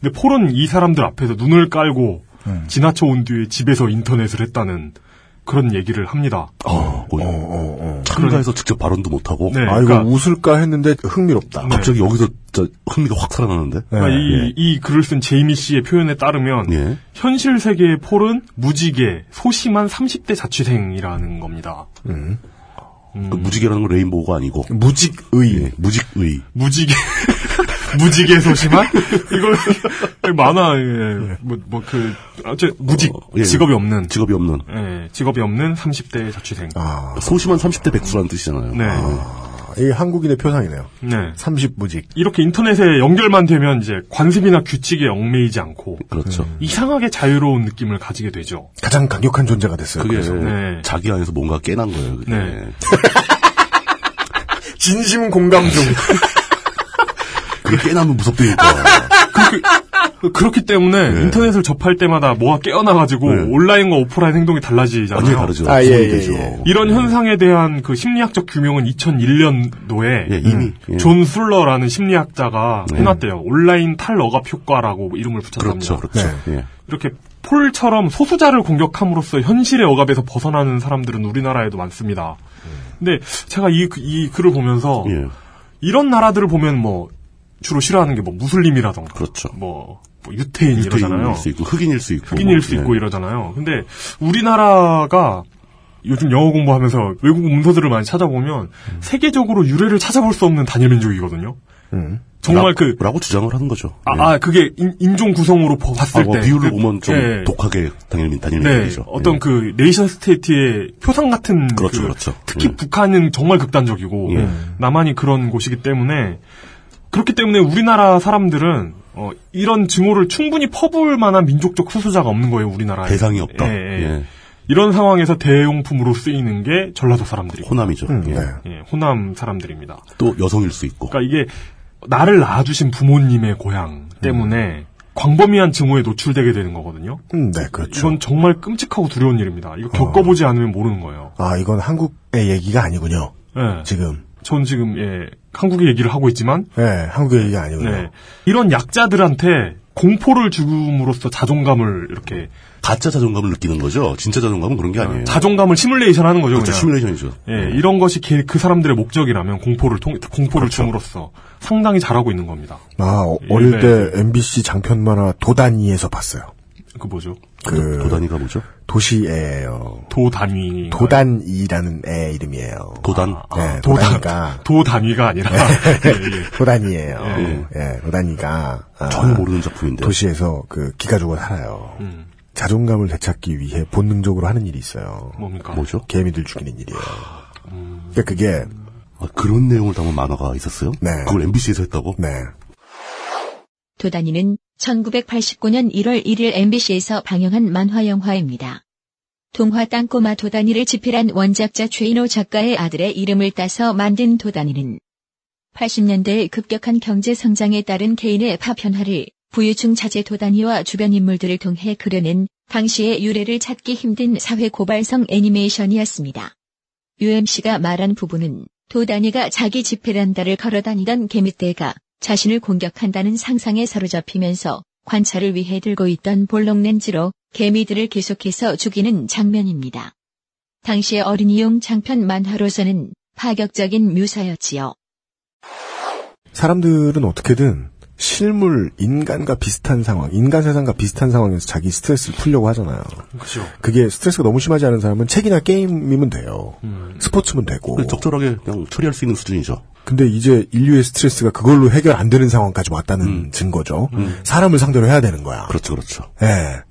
Speaker 3: 근데 폴은 이 사람들 앞에서 눈을 깔고
Speaker 4: 네.
Speaker 3: 지나쳐 온 뒤에 집에서 인터넷을 했다는 그런 얘기를 합니다.
Speaker 4: 아,
Speaker 2: 어,
Speaker 4: 거의 참가해서 직접 발언도 못하고.
Speaker 3: 그렇죠. 네,
Speaker 2: 아 이거
Speaker 3: 그러니까-
Speaker 2: 웃을까 했는데 흥미롭다.
Speaker 4: 갑자기 여기서 진짜 흥미가 확 살아나는데.
Speaker 2: 네.
Speaker 3: 그러니까
Speaker 4: 예.
Speaker 3: 이, 이 글을 쓴 제이미 씨의 표현에 따르면
Speaker 4: 예.
Speaker 3: 현실 세계의 폴은 무지개, 소심한 30대 자취생이라는 겁니다. 음.
Speaker 4: 그 무지개라는 건 레인보우가 아니고.
Speaker 2: 음. 무직의
Speaker 4: 예, 무직의.
Speaker 3: 무지개 무지개 소심한 이거 만화 예, 뭐뭐그 무직
Speaker 4: 예.
Speaker 3: 직업이 없는
Speaker 4: 직업이 없는.
Speaker 3: 예, 직업이 없는 30대 자취생.
Speaker 2: 아,
Speaker 4: 소심한 30대 백수라는 뜻이잖아요.
Speaker 3: 네.
Speaker 2: 이 한국인의 표상이네요.
Speaker 3: 네.
Speaker 2: 30무직.
Speaker 3: 이렇게 인터넷에 연결만 되면 이제 관습이나 규칙에 얽매이지 않고
Speaker 4: 그렇죠.
Speaker 2: 네.
Speaker 3: 이상하게 자유로운 느낌을 가지게 되죠.
Speaker 2: 가장 강력한 존재가 됐어요.
Speaker 4: 그게 예.
Speaker 3: 네.
Speaker 4: 자기 안에서 뭔가 깨난 거예요. 그게.
Speaker 3: 네.
Speaker 2: 진심 공감 중.
Speaker 4: 그게 깨나면
Speaker 3: 아,
Speaker 4: 무섭다니까.
Speaker 3: 그렇기 때문에 인터넷을 접할 때마다 뭐가 깨어나가지고
Speaker 4: 네.
Speaker 3: 온라인과 오프라인 행동이 달라지잖아요.
Speaker 4: 완전히 다르죠. 네.
Speaker 2: 아, 예,
Speaker 4: 구분이
Speaker 2: 예,
Speaker 4: 되죠.
Speaker 2: 예.
Speaker 3: 이런 현상에 대한 그 심리학적 규명은 2001년도에
Speaker 4: 예, 이미. 예. 네.
Speaker 3: 존 술러라는 심리학자가 해놨대요. 온라인 탈억압 효과라고 이름을 붙였답니다.
Speaker 4: 그렇죠. 그렇죠.
Speaker 2: 네.
Speaker 4: 예.
Speaker 3: 이렇게 폴처럼 소수자를 공격함으로써 현실의 억압에서 벗어나는 사람들은 우리나라에도 많습니다. 근데 제가 이, 그- 이 글을 보면서
Speaker 4: 예.
Speaker 3: 이런 나라들을 보면 뭐 주로 싫어하는 게 뭐 무슬림이라던가
Speaker 4: 그렇죠.
Speaker 3: 뭐, 뭐 유태인 이러잖아요.
Speaker 4: 유태인일 수 있고 흑인일 수 있고
Speaker 3: 흑인일 수
Speaker 4: 예.
Speaker 3: 있고 이러잖아요. 근데 우리나라가 요즘 영어 공부하면서 외국 문서들을 많이 찾아보면
Speaker 4: 음.
Speaker 3: 세계적으로 유래를 찾아볼 수 없는 단일 민족이거든요.
Speaker 4: 음.
Speaker 3: 정말 그
Speaker 4: 라고 주장을 하는 거죠. 예.
Speaker 3: 아, 아, 그게 인, 종 구성으로 보- 봤을
Speaker 4: 아, 뭐
Speaker 3: 때
Speaker 4: 비율을
Speaker 3: 그-
Speaker 4: 보면 좀
Speaker 3: 예.
Speaker 4: 독하게 당연히
Speaker 3: 네,
Speaker 4: 단일민이죠. 예.
Speaker 3: 어떤 그 네이션 스테이트의 표상 같은
Speaker 4: 그렇죠,
Speaker 3: 그-
Speaker 4: 그렇죠.
Speaker 3: 특히
Speaker 4: 예.
Speaker 3: 북한은 정말 극단적이고
Speaker 4: 예.
Speaker 3: 남한이 그런 곳이기 때문에 그렇기 때문에 우리나라 사람들은 어, 이런 증오를 충분히 퍼부을 만한 민족적 수수자가 없는 거예요, 우리나라에.
Speaker 4: 대상이 없다.
Speaker 3: 예, 예.
Speaker 4: 예.
Speaker 3: 이런 상황에서 대용품으로 쓰이는 게 전라도 사람들이고
Speaker 4: 호남이죠. 예.
Speaker 3: 예, 호남 사람들입니다.
Speaker 4: 또 여성일 수 있고.
Speaker 3: 그러니까 이게 나를 낳아주신 부모님의 고향 때문에 광범위한 증오에 노출되게 되는 거거든요.
Speaker 2: 음, 네, 그렇죠.
Speaker 3: 이건 정말 끔찍하고 두려운 일입니다. 이거 겪어보지 않으면 모르는 거예요.
Speaker 2: 아, 이건 한국의 얘기가 아니군요.
Speaker 3: 예.
Speaker 2: 지금.
Speaker 3: 전 지금 예, 한국의 얘기를 하고 있지만
Speaker 2: 예, 한국의 얘기가 아니군요.
Speaker 3: 네, 이런 약자들한테 공포를 주음으로써 자존감을 이렇게
Speaker 4: 가짜 자존감을 느끼는 거죠. 진짜 자존감은 그런 게 아니에요.
Speaker 3: 자존감을 시뮬레이션 하는 거죠.
Speaker 4: 네. 그렇죠.
Speaker 3: 그냥.
Speaker 4: 시뮬레이션이죠.
Speaker 3: 예, 이런 것이 걔- 그 사람들의 목적이라면 공포를 통, 공포를 줌으로써 상당히 잘하고 있는 겁니다.
Speaker 2: 아, 어- 어릴
Speaker 3: 예,
Speaker 2: 때 MBC 장편 만화 도단이에서 봤어요.
Speaker 3: 그 뭐죠?
Speaker 2: 그
Speaker 4: 도단이가 뭐죠?
Speaker 2: 도시애예요.
Speaker 3: 도 단위.
Speaker 2: 도단이라는 애 이름이에요.
Speaker 4: 도단.
Speaker 2: 네,
Speaker 3: 도
Speaker 2: 도단이가.
Speaker 3: 단, 도 단위가 아니라. 예, 예.
Speaker 2: 도단이에요.
Speaker 3: 예.
Speaker 2: 예, 도단이가. 아,
Speaker 4: 전혀 모르는 작품인데.
Speaker 2: 도시에서 그 기가족을 살아요.
Speaker 3: 음,
Speaker 2: 자존감을 되찾기 위해 본능적으로 하는 일이 있어요.
Speaker 3: 뭡니까? 음.
Speaker 4: 뭐죠?
Speaker 2: 개미들 죽이는 일이에요. 그러니까 그게
Speaker 4: 아, 그런 내용을 담은 만화가 있었어요?
Speaker 2: 네.
Speaker 4: 그걸 MBC에서 했다고?
Speaker 2: 네.
Speaker 1: 도단이는 1989년 1월 1일 MBC에서 방영한 만화 영화입니다. 동화 땅꼬마 도단이를 집필한 원작자 최인호 작가의 아들의 이름을 따서 만든 도단이는 80년대의 급격한 경제 성장에 따른 개인의 파편화를 부유층 자제 도단이와 주변 인물들을 통해 그려낸 당시의 유래를 찾기 힘든 사회 고발성 애니메이션이었습니다. UMC가 말한 부분은 도단이가 자기 지페란다를 걸어다니던 개미떼가 자신을 공격한다는 상상에 사로잡히면서 관찰을 위해 들고 있던 볼록 렌즈로 개미들을 계속해서 죽이는 장면입니다. 당시의 어린이용 장편 만화로서는 파격적인 묘사였지요.
Speaker 2: 사람들은 어떻게든 실물 인간과 비슷한 상황, 인간 세상과 비슷한 상황에서 자기 스트레스를 풀려고 하잖아요.
Speaker 3: 그죠.
Speaker 2: 그게 스트레스가 너무 심하지 않은 사람은 책이나 게임이면 돼요.
Speaker 3: 음.
Speaker 2: 스포츠면 되고.
Speaker 4: 적절하게 그냥 처리할 수 있는 수준이죠.
Speaker 2: 근데 이제 인류의 스트레스가 그걸로 해결 안 되는 상황까지 왔다는 증거죠. 사람을 상대로 해야 되는 거야.
Speaker 4: 음. 그렇죠, 그렇죠.
Speaker 2: 예.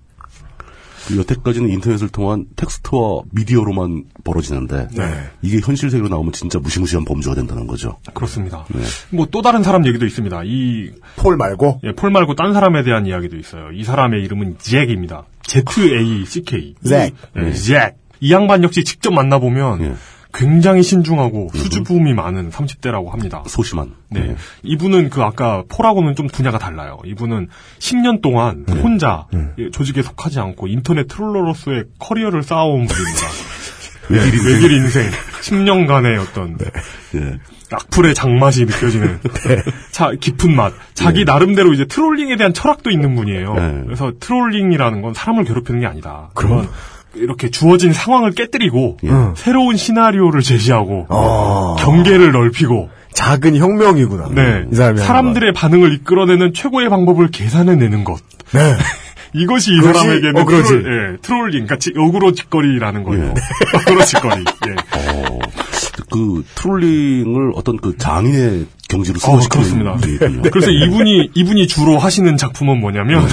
Speaker 4: 그리고 여태까지는 인터넷을 통한 텍스트와 미디어로만 벌어지는데
Speaker 3: 네.
Speaker 4: 이게 현실 세계로 나오면 진짜 무시무시한 범죄가 된다는 거죠.
Speaker 3: 그렇습니다. 뭐 또 다른 사람 얘기도 있습니다. 이
Speaker 2: 폴 말고
Speaker 3: 예, 폴 말고 딴 사람에 대한 이야기도 있어요. 이 사람의 이름은 잭입니다. Z A C K.
Speaker 2: 잭.
Speaker 3: 예, 잭. 이 양반 역시 직접 만나 보면 굉장히 신중하고 네. 수줍음이 많은 30대라고 합니다.
Speaker 4: 소심한.
Speaker 3: 네. 이분은 그 아까 폴하고는 좀 분야가 달라요. 이분은 10년 동안
Speaker 4: 네.
Speaker 3: 혼자 예, 조직에 속하지 않고 인터넷 트롤러로서의 커리어를 쌓아온 분입니다. 네,
Speaker 4: 외길 인생.
Speaker 3: 외길 인생. 10년간의 어떤
Speaker 4: 예. 네.
Speaker 3: 악플의 장맛이 느껴지는 자, 깊은 맛. 자기 나름대로 이제 트롤링에 대한 철학도 있는 분이에요.
Speaker 4: 네.
Speaker 3: 그래서 트롤링이라는 건 사람을 괴롭히는 게 아니다. 그런 이렇게 주어진 상황을 깨뜨리고
Speaker 4: 예.
Speaker 3: 새로운 시나리오를 제시하고
Speaker 4: 아.
Speaker 3: 경계를 넓히고
Speaker 2: 작은 혁명이구나.
Speaker 3: 네.
Speaker 2: 이 사람이 하는
Speaker 3: 사람들의 반응을 이끌어내는 최고의 방법을 계산해내는 것.
Speaker 2: 네.
Speaker 3: 이것이 이
Speaker 2: 그것이
Speaker 3: 사람에게는
Speaker 2: 어그러지.
Speaker 3: 트롤, 예, 트롤링, 같이 어그로 짓거리라는 거예요. 어그로 짓거리. 예.
Speaker 4: 그 트롤링을 어떤 그 장인의 경지로
Speaker 3: 어,
Speaker 4: 승화시키는
Speaker 3: 그렇습니다.
Speaker 4: 분이 있군요. 네.
Speaker 3: 그래서 이분이 이분이 주로 하시는 작품은 뭐냐면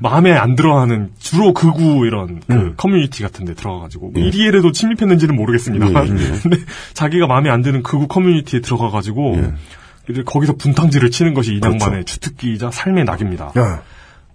Speaker 3: 마음에 안 들어하는 주로 극우 이런 그 커뮤니티 같은데 들어가가지고 뭐
Speaker 4: 예.
Speaker 3: 이리엘에도 침입했는지는 모르겠습니다만
Speaker 4: 예, 예.
Speaker 3: 근데 자기가 마음에 안 드는 극우 커뮤니티에 들어가가지고 이제 거기서 분탕질을 치는 것이 이 양반의 주특기이자 삶의 낙입니다.
Speaker 4: 네.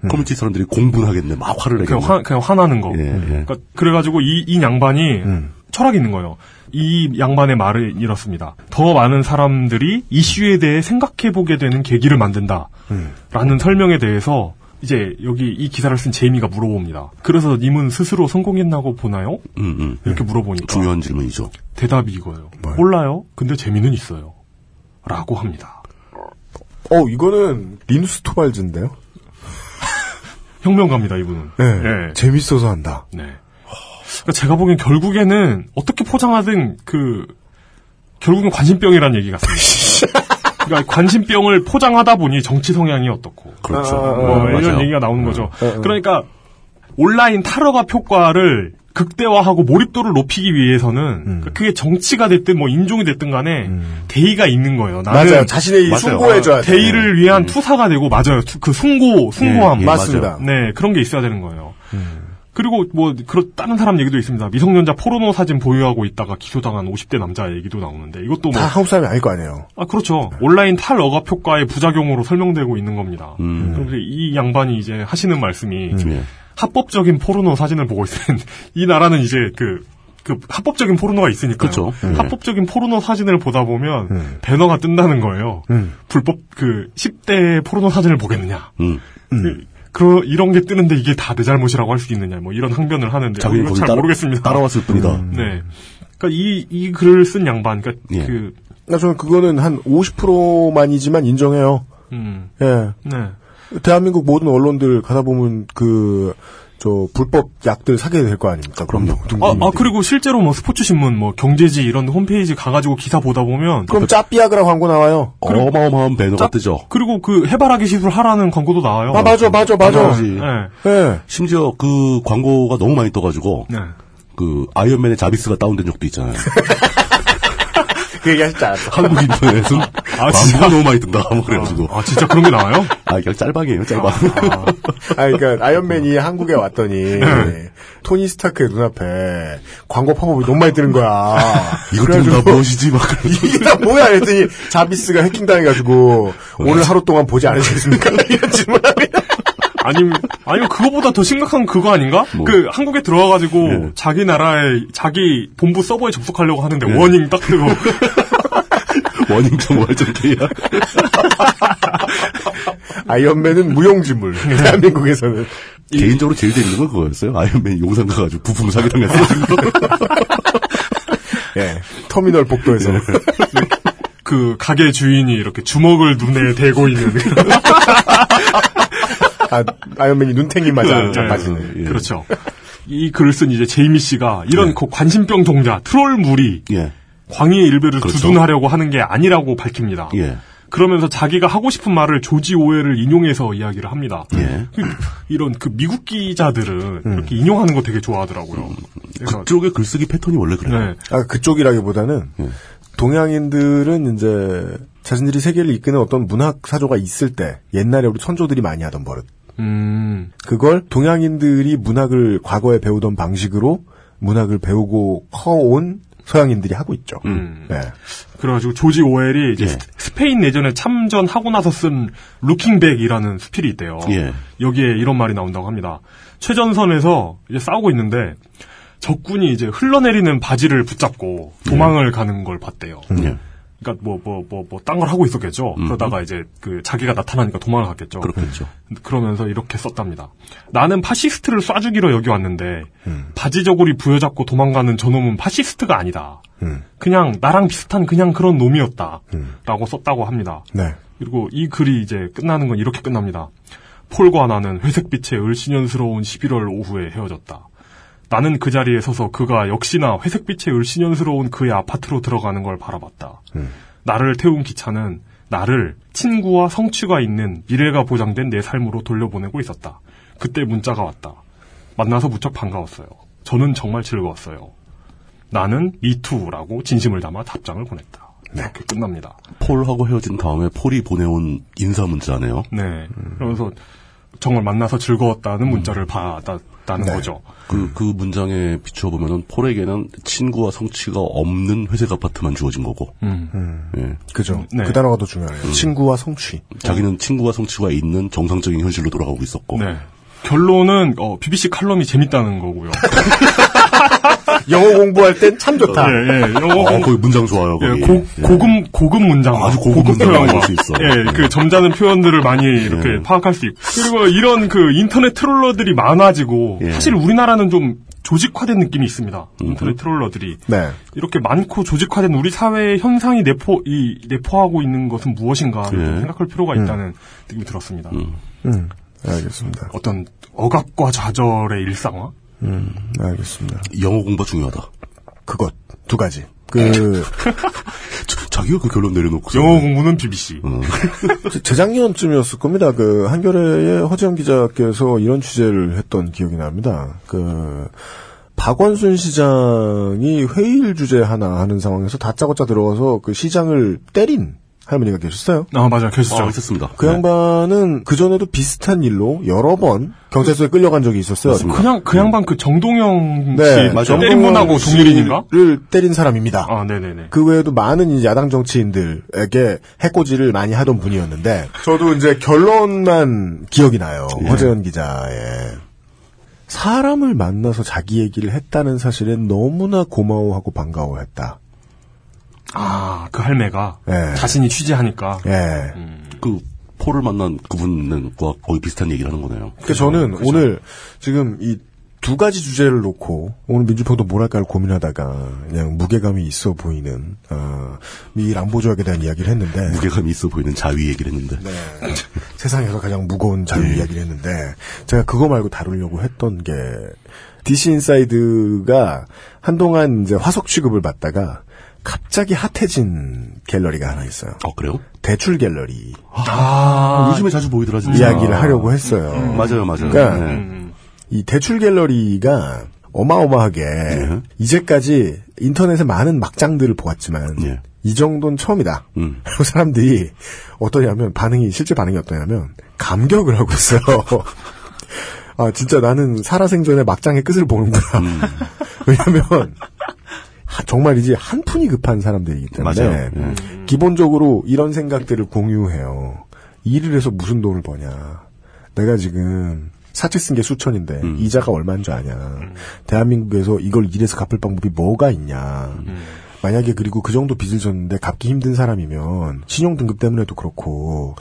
Speaker 4: 커뮤니티 사람들이 공분하겠네. 막 화를 내겠네.
Speaker 3: 음. 그냥, 화, 그냥 화나는
Speaker 4: 예,
Speaker 3: 거. 그러니까 그래가지고 이, 이 양반이
Speaker 4: 음.
Speaker 3: 철학이 있는 거예요. 이 양반의 말을 이렇습니다. 더 많은 사람들이 이슈에 대해 생각해보게 되는 계기를 만든다.
Speaker 4: 음.
Speaker 3: 라는 설명에 대해서 이제 여기 이 기사를 쓴 제이미가 물어봅니다. 그래서 님은 스스로 성공했나고 보나요?
Speaker 4: 음, 음.
Speaker 3: 이렇게 물어보니까
Speaker 4: 중요한 질문이죠.
Speaker 3: 대답이 이거예요. 몰라요. 근데 재미는 있어요. 라고 합니다.
Speaker 2: 어, 이거는 린스 토발즈인데요?
Speaker 3: 혁명가입니다, 이분은.
Speaker 2: 네.
Speaker 3: 예.
Speaker 2: 재밌어서 한다.
Speaker 3: 네. 그러니까 제가 보기엔 결국에는 어떻게 포장하든 그 결국은 관심병이라는 얘기 같습니다. 그러니까 관심병을 포장하다 보니 정치 성향이 어떻고
Speaker 4: 그렇죠.
Speaker 3: 뭐
Speaker 4: 어,
Speaker 3: 이런
Speaker 4: 맞아요.
Speaker 3: 얘기가 나오는 거죠.
Speaker 2: 어,
Speaker 3: 그러니까 온라인 탈어갑 효과를 극대화하고 몰입도를 높이기 위해서는
Speaker 2: 음.
Speaker 3: 그게 정치가 됐든 뭐 인종이 됐든 간에 대의가 있는 거예요. 나는
Speaker 2: 맞아요. 자신의 이
Speaker 3: 맞아요.
Speaker 2: 숭고해줘야 돼. 네.
Speaker 3: 대의를 위한 투사가 되고 맞아요. 투- 그 숭고 숭고함
Speaker 2: 예, 예, 맞습니다. 음.
Speaker 3: 네 그런 게 있어야 되는 거예요. 그리고 뭐 그런 다른 사람 얘기도 있습니다. 미성년자 포르노 사진 보유하고 있다가 기소당한 50대 남자 얘기도 나오는데 이것도 뭐
Speaker 2: 다 한국 사람이 아닐 거 아니에요.
Speaker 3: 아, 그렇죠. 온라인 탈억압 효과의 부작용으로 설명되고 있는 겁니다.
Speaker 4: 음.
Speaker 3: 그런데 이 양반이 이제 하시는 말씀이
Speaker 4: 예.
Speaker 3: 합법적인 포르노 사진을 보고 있는 이 나라는 이제 그, 그 합법적인 포르노가 있으니까 요
Speaker 4: 그렇죠. 예.
Speaker 3: 합법적인 포르노 사진을 보다 보면 배너가 뜬다는 거예요. 불법 그 10대 포르노 사진을 보겠느냐.
Speaker 4: 음.
Speaker 3: 그, 그러- 이런 게 뜨는데 이게 다 내 잘못이라고 할 수 있느냐. 뭐 이런 항변을 하는데
Speaker 4: 자기
Speaker 3: 이거
Speaker 4: 거기
Speaker 3: 잘
Speaker 4: 따라,
Speaker 3: 모르겠습니다.
Speaker 4: 따라왔을 뿐이다.
Speaker 3: 네. 그러니까 이 이 글을 쓴 양반 그러니까
Speaker 4: 예.
Speaker 3: 그
Speaker 2: 나 저는 그거는 한 50%만이지만 인정해요.
Speaker 3: 음.
Speaker 2: 예.
Speaker 3: 네.
Speaker 2: 대한민국 모든 언론들 가다 보면 그, 저, 불법 약들 사게 될 거 아닙니까? 그럼요. 어.
Speaker 3: 아, 아, 그리고 실제로 뭐 스포츠 신문 뭐 경제지 이런 홈페이지 가가지고 기사 보다 보면
Speaker 2: 그럼 짜삐약이라 광고 나와요.
Speaker 4: 어마어마한 배너가
Speaker 3: 짭-
Speaker 4: 뜨죠.
Speaker 3: 그리고 그 해바라기 시술 하라는 광고도 나와요.
Speaker 2: 아, 맞아, 맞아, 맞아.
Speaker 4: 당연하지.
Speaker 3: 네.
Speaker 2: 예.
Speaker 4: 심지어 그 광고가 너무 많이 떠가지고
Speaker 3: 네.
Speaker 4: 그 아이언맨의 자비스가 다운된 적도 있잖아요.
Speaker 2: 그 얘기 하실 줄 알았어.
Speaker 4: 한국 인터넷은 광고가 너무 많이 뜬다. 뭐 그래가지고
Speaker 3: 아, 진짜 그런 게 나와요?
Speaker 4: 아 그냥 짤방이에요, 짤방.
Speaker 2: 아, 그러니까 아이언맨이 한국에 왔더니 토니 스타크의 눈앞에 광고 팝업이 너무 많이 뜨는 거야. 뭐-
Speaker 4: 이것들은 다
Speaker 2: 그래가지고
Speaker 4: 무엇이지? 막 그러면서
Speaker 2: 이게 다 뭐야 했더니 자비스가 해킹당해가지고 오늘 하루 동안 보지 않으셨습니까? 이런 질문을 하면
Speaker 3: 아니면 아니면 그거보다 더 심각한 그거 아닌가?
Speaker 2: 뭐.
Speaker 3: 그 한국에 들어와가지고
Speaker 2: 예.
Speaker 3: 자기 나라의 자기 본부 서버에 접속하려고 하는데
Speaker 2: 예.
Speaker 3: 워닝 딱 뜨고
Speaker 4: 원인 정말 좀 돼야.
Speaker 2: 아이언맨은 무용지물 대한민국에서는
Speaker 4: 개인적으로 제일 재밌는 건 그거였어요. 아이언맨 용산 가가지고 부품 사기당했어요.
Speaker 2: 예. 터미널 복도에서.
Speaker 3: 그 가게 주인이 이렇게 주먹을 눈에 대고 있는
Speaker 2: 아, 아이언맨이 눈탱이 맞아 자빠지네.
Speaker 3: 예, 예. 그렇죠. 이 글을 쓴 이제 제이미 씨가 이런
Speaker 2: 네.
Speaker 3: 그 관심병 동자 트롤 무리
Speaker 4: 예,
Speaker 3: 광희의 일배를
Speaker 4: 그렇죠.
Speaker 3: 두둔하려고 하는 게 아니라고 밝힙니다.
Speaker 4: 예.
Speaker 3: 그러면서 자기가 하고 싶은 말을 조지 오웰을 인용해서 이야기를 합니다.
Speaker 4: 예. 음.
Speaker 3: 이런 그 미국 기자들은 이렇게 인용하는 거 되게 좋아하더라고요. 그래서 네.
Speaker 4: 그쪽의 글쓰기 패턴이 원래 그래요.
Speaker 2: 아, 그쪽이라기보다는 동양인들은 이제 자신들이 세계를 이끄는 어떤 문학 사조가 있을 때 옛날에 우리 선조들이 많이 하던 버릇.
Speaker 3: 음,
Speaker 2: 그걸 동양인들이 문학을 과거에 배우던 방식으로 문학을 배우고 커온 서양인들이 하고 있죠. 네.
Speaker 3: 그래가지고 조지 오웰이
Speaker 4: 예.
Speaker 3: 이제 스- 스페인 내전에 참전하고 나서 쓴 루킹백이라는 스필이 있대요.
Speaker 4: 예.
Speaker 3: 여기에 이런 말이 나온다고 합니다. 최전선에서 이제 싸우고 있는데 적군이 이제 흘러내리는 바지를 붙잡고 도망을 가는 걸 봤대요.
Speaker 4: 예.
Speaker 3: 그러니까 뭐 뭐 뭐 뭐 딴 걸 하고 있었겠죠. 그러다가 이제 그 자기가 나타나니까 도망을 갔겠죠.
Speaker 4: 음. 그렇겠죠.
Speaker 3: 그러면서 이렇게 썼답니다. 나는 파시스트를 쏴주기로 여기 왔는데
Speaker 4: 음.
Speaker 3: 바지 저고리 부여잡고 도망가는 저놈은 파시스트가 아니다.
Speaker 2: 음.
Speaker 3: 그냥 나랑 비슷한 그냥 그런
Speaker 4: 음.
Speaker 3: 놈이었다라고 썼다고 합니다.
Speaker 2: 네.
Speaker 3: 그리고 이 글이 이제 끝나는 건 이렇게 끝납니다. 폴과 나는 회색빛의 을신연스러운 11월 오후에 헤어졌다. 나는 그 자리에 서서 그가 역시나 회색빛의 을신연스러운 그의 아파트로 들어가는 걸 바라봤다. 나를 태운 기차는 나를 친구와 성취가 있는 미래가 보장된 내 삶으로 돌려보내고 있었다. 그때 문자가 왔다. 만나서 무척 반가웠어요. 저는 정말 즐거웠어요. 나는 미투라고 진심을 담아 답장을 보냈다. 이렇게 끝납니다.
Speaker 4: 폴하고 헤어진 다음에 폴이 보내온 인사 문자네요.
Speaker 3: 네. 그러면서 정말 만나서
Speaker 4: 음.
Speaker 3: 즐거웠다는 문자를 받았다는 거죠.
Speaker 4: 그, 그 문장에 비춰보면은 폴에게는 친구와 성취가 없는 회색 아파트만 주어진 거고.
Speaker 3: 음.
Speaker 4: 예.
Speaker 2: 그죠.
Speaker 3: 네.
Speaker 2: 그 단어가 더 중요해요. 친구와 성취.
Speaker 4: 자기는 친구와 성취가 있는 정상적인 현실로 돌아가고 있었고.
Speaker 3: 네. 결론은 어, BBC 칼럼이 재밌다는 거고요.
Speaker 2: 영어 공부할 땐 참 좋다.
Speaker 3: 예, 예. 영어
Speaker 4: 어,
Speaker 3: 공-
Speaker 4: 그 문장 좋아요.
Speaker 3: 예,
Speaker 4: 거기.
Speaker 3: 고,
Speaker 4: 예.
Speaker 3: 고급 고급 문장,
Speaker 4: 아주 고급 문장을
Speaker 3: 표현과
Speaker 4: 만들 수 예. 있어.
Speaker 3: 예, 그 점잖은 표현들을 많이 이렇게 파악할 수 있고 그리고 이런 그 인터넷 트롤러들이 많아지고
Speaker 4: 예. 음.
Speaker 3: 사실 우리나라는 좀 조직화된 느낌이 있습니다. 인터넷 트롤러들이
Speaker 2: 네.
Speaker 3: 이렇게 많고 조직화된 우리 사회의 현상이 내포 이 내포하고 있는 것은 무엇인가 를
Speaker 4: 예.
Speaker 3: 생각할 필요가 있다는 느낌이 들었습니다.
Speaker 2: 음. 알겠습니다.
Speaker 3: 어떤 억압과 좌절의 일상화.
Speaker 2: 음. 알겠습니다.
Speaker 4: 영어 공부 중요하다.
Speaker 2: 그것 두 가지. 그
Speaker 4: 자- 자기가 그 결론 내려놓고.
Speaker 3: 영어 공부는 BBC.
Speaker 2: 제- 재작년쯤이었을 겁니다. 그 한겨레의 허지영 기자께서 이런 취재를 했던 기억이 납니다. 그 박원순 시장이 회의일 주제 하나 하는 상황에서 다짜고짜 들어가서 그 시장을 때린 할머니가 계셨어요.
Speaker 3: 아 맞아, 계시죠.
Speaker 4: 아, 있었습니다.
Speaker 2: 그
Speaker 4: 네.
Speaker 2: 양반은 그 전에도 비슷한 일로 여러 번 경찰서에 끌려간 적이 있었어요.
Speaker 3: 그냥 그 양반 그 정동영
Speaker 2: 네,
Speaker 3: 씨
Speaker 2: 맞아요.
Speaker 3: 그 때린 분하고 동일인인가?
Speaker 2: 를 때린 사람입니다.
Speaker 3: 아, 네네네.
Speaker 2: 그 외에도 많은 이제 야당 정치인들에게 해코지를 많이 하던 분이었는데 저도 이제 결론만 기억이 나요. 허재현 기자의 사람을 만나서 자기 얘기를 했다는 사실에 너무나 고마워하고 반가워했다.
Speaker 3: 아, 그 할매가
Speaker 2: 예.
Speaker 3: 자신이 취재하니까.
Speaker 2: 예.
Speaker 4: 그 폴을 만난 그분과 거의 비슷한 얘기를 하는 거네요. 그렇죠.
Speaker 2: 그래서 저는 오늘 지금 이 두 가지 주제를 놓고 오늘 민주평도 뭘 할까를 고민하다가 그냥 무게감이 있어 보이는 아, 미일 안보 조약에 대한 이야기를 했는데
Speaker 4: 무게감이 있어 보이는 자위 얘기를 했는데.
Speaker 2: 네. 세상에서 가장 무거운 자유 이야기를 했는데 제가 그거 말고 다루려고 했던 게 DC 인사이드가 한동안 이제 화석 취급을 받다가 갑자기 핫해진 갤러리가 하나 있어요.
Speaker 4: 어, 그래요?
Speaker 2: 대출 갤러리
Speaker 4: 아, 음. 요즘에 자주 보이더라, 진짜.
Speaker 2: 음. 이야기를 하려고 했어요.
Speaker 4: 맞아요, 맞아요.
Speaker 2: 그러니까
Speaker 4: 네.
Speaker 2: 이 대출 갤러리가 어마어마하게
Speaker 4: 예.
Speaker 2: 이제까지 인터넷에 많은 막장들을 보았지만
Speaker 4: 예.
Speaker 2: 이 정도는 처음이다.
Speaker 4: 음.
Speaker 2: 그리고 사람들이 어떠냐면 반응이 실제 반응이 어떠냐면 감격을 하고 있어요. 아 진짜 나는 살아생전에 막장의 끝을 보는구나.
Speaker 4: 음.
Speaker 2: 왜냐하면 하- 정말이지 한 푼이 급한 사람들이기 때문에
Speaker 4: 맞아요. 음.
Speaker 2: 기본적으로 이런 생각들을 공유해요. 일을 해서 무슨 돈을 버냐. 내가 지금 사채 쓴 게 수천인데
Speaker 4: 음. 음.
Speaker 2: 이자가 얼마인 줄 아냐. 대한민국에서 이걸 일해서 갚을 방법이 뭐가 있냐. 만약에 그리고 그 정도 빚을 졌는데 갚기 힘든 사람이면 신용등급 때문에도 그렇고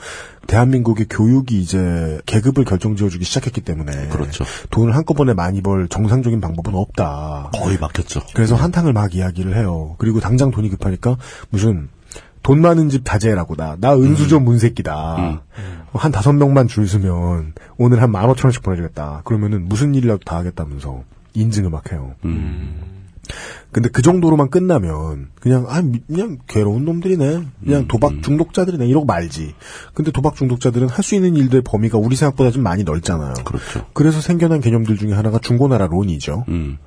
Speaker 2: 대한민국의 교육이 이제 계급을 결정지어주기 시작했기 때문에
Speaker 4: 그렇죠.
Speaker 2: 돈을 한꺼번에 많이 벌 정상적인 방법은 없다.
Speaker 4: 거의 막혔죠.
Speaker 2: 그래서 한탕을 막 이야기를 해요. 그리고 당장 돈이 급하니까 무슨 돈 많은 집 다재라고다. 나 은수저
Speaker 4: 음.
Speaker 2: 문새끼다. 한 다섯 명만 줄 서면 오늘 한 만 오천 원씩 보내주겠다. 그러면은 무슨 일이라도 다 하겠다면서 인증을 막 해요.
Speaker 4: 음.
Speaker 2: 근데 그 정도로만 끝나면 그냥 아 미- 그냥 괴로운 놈들이네. 그냥
Speaker 4: 음.
Speaker 2: 도박 중독자들이네 이러고 말지. 근데 도박 중독자들은 할 수 있는 일들의 범위가 우리 생각보다 좀 많이 넓잖아요.
Speaker 4: 그렇죠.
Speaker 2: 그래서 생겨난 개념들 중에 하나가 중고나라 론이죠.
Speaker 4: 음.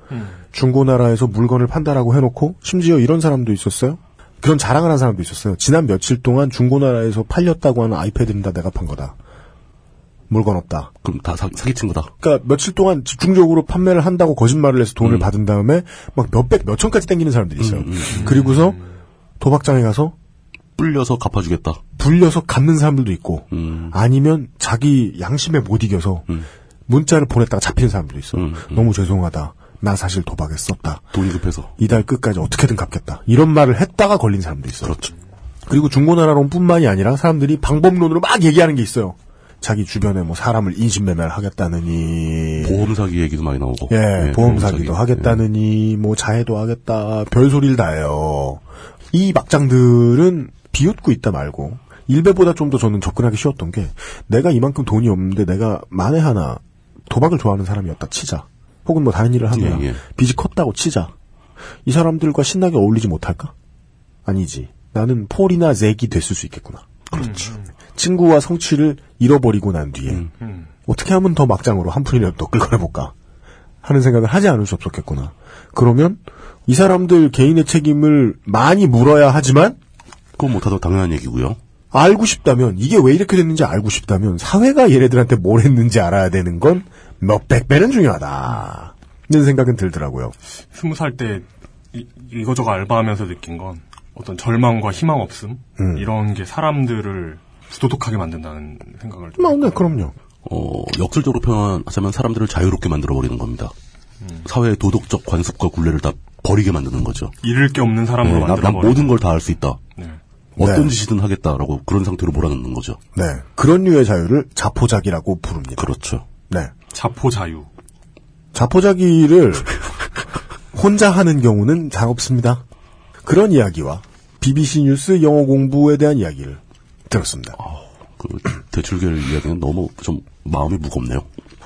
Speaker 2: 중고나라에서 물건을 판다라고 해놓고 심지어 이런 사람도 있었어요. 그런 자랑을 한 사람도 있었어요. 지난 며칠 동안 중고나라에서 팔렸다고 하는 아이패드는 다 내가 판 거다. 물건 없다.
Speaker 4: 그럼 다 사, 기친 거다.
Speaker 2: 그러니까 며칠 동안 집중적으로 판매를 한다고 거짓말을 해서 돈을 받은 다음에 막 몇백 몇천까지 땡기는 사람들이 있어요. 그리고서 도박장에 가서
Speaker 4: 불려서 갚아주겠다.
Speaker 2: 불려서 갚는 사람들도 있고 아니면 자기 양심에 못 이겨서 문자를 보냈다가 잡히는 사람들도 있어. 요 너무 죄송하다. 나 사실 도박에 썼다.
Speaker 4: 돈이 급해서.
Speaker 2: 이달 끝까지 어떻게든 갚겠다. 이런 말을 했다가 걸린 사람도 있어요.
Speaker 4: 그렇죠.
Speaker 2: 그리고 중고나라론뿐만이 아니라 사람들이 방법론으로 막 얘기하는 게 있어요. 자기 주변에 뭐 사람을 인신매매를 하겠다느니
Speaker 4: 보험 사기 얘기도 많이 나오고.
Speaker 2: 예,
Speaker 4: 예,
Speaker 2: 보험
Speaker 4: 보험사기.
Speaker 2: 사기도 하겠다느니 뭐 자해도 하겠다 별소리를 다해요. 이 막장들은 비웃고 있다 말고 일베보다 좀 더 저는 접근하기 쉬웠던 게 내가 이만큼 돈이 없는데 내가 만에 하나 도박을 좋아하는 사람이었다 치자. 혹은 뭐 다른 일을 하느라
Speaker 4: 예, 예.
Speaker 2: 빚이 컸다고 치자. 이 사람들과 신나게 어울리지 못할까? 아니지. 나는 폴이나 잭이 됐을 수 있겠구나.
Speaker 4: 그렇죠. 음,
Speaker 2: 친구와 성취를 잃어버리고 난 뒤에 어떻게 하면 더 막장으로 한 푼이라도 더 끌어내볼까 하는 생각을 하지 않을 수 없었겠구나. 그러면 이 사람들 개인의 책임을 많이 물어야 하지만
Speaker 4: 예. 그건 못하도 당연한 얘기고요.
Speaker 2: 알고 싶다면 이게 왜 이렇게 됐는지 알고 싶다면 사회가 얘네들한테 뭘 했는지 알아야 되는 건 몇백 배는 중요하다. 는 생각은 들더라고요.
Speaker 3: 스무 살 때 이거저거 알바하면서 느낀 건 어떤 절망과 희망 없음 이런 게 사람들을 부도덕하게 만든다는 생각을 좀
Speaker 2: 뭐, 네, 그럼요.
Speaker 4: 어, 역설적으로 표현하자면 사람들을 자유롭게 만들어버리는 겁니다.
Speaker 2: 음.
Speaker 4: 사회의 도덕적 관습과 굴레를 다 버리게 만드는 거죠.
Speaker 3: 잃을 게 없는 사람으로
Speaker 4: 네, 나- 난
Speaker 3: 만들어버린
Speaker 4: 모든 걸 다 할 수 있다. 어떤
Speaker 2: 네.
Speaker 4: 짓이든 하겠다라고 그런 상태로 몰아넣는 거죠.
Speaker 2: 네. 그런 류의 자유를 자포자기라고 부릅니다.
Speaker 4: 그렇죠.
Speaker 2: 네.
Speaker 3: 자포 자유.
Speaker 2: 자포자기를 혼자 하는 경우는 잘 없습니다. 그런 이야기와 BBC 뉴스 영어 공부에 대한 이야기를 들었습니다.
Speaker 4: 그 대출계를 이야기는 너무 좀 마음이 무겁네요.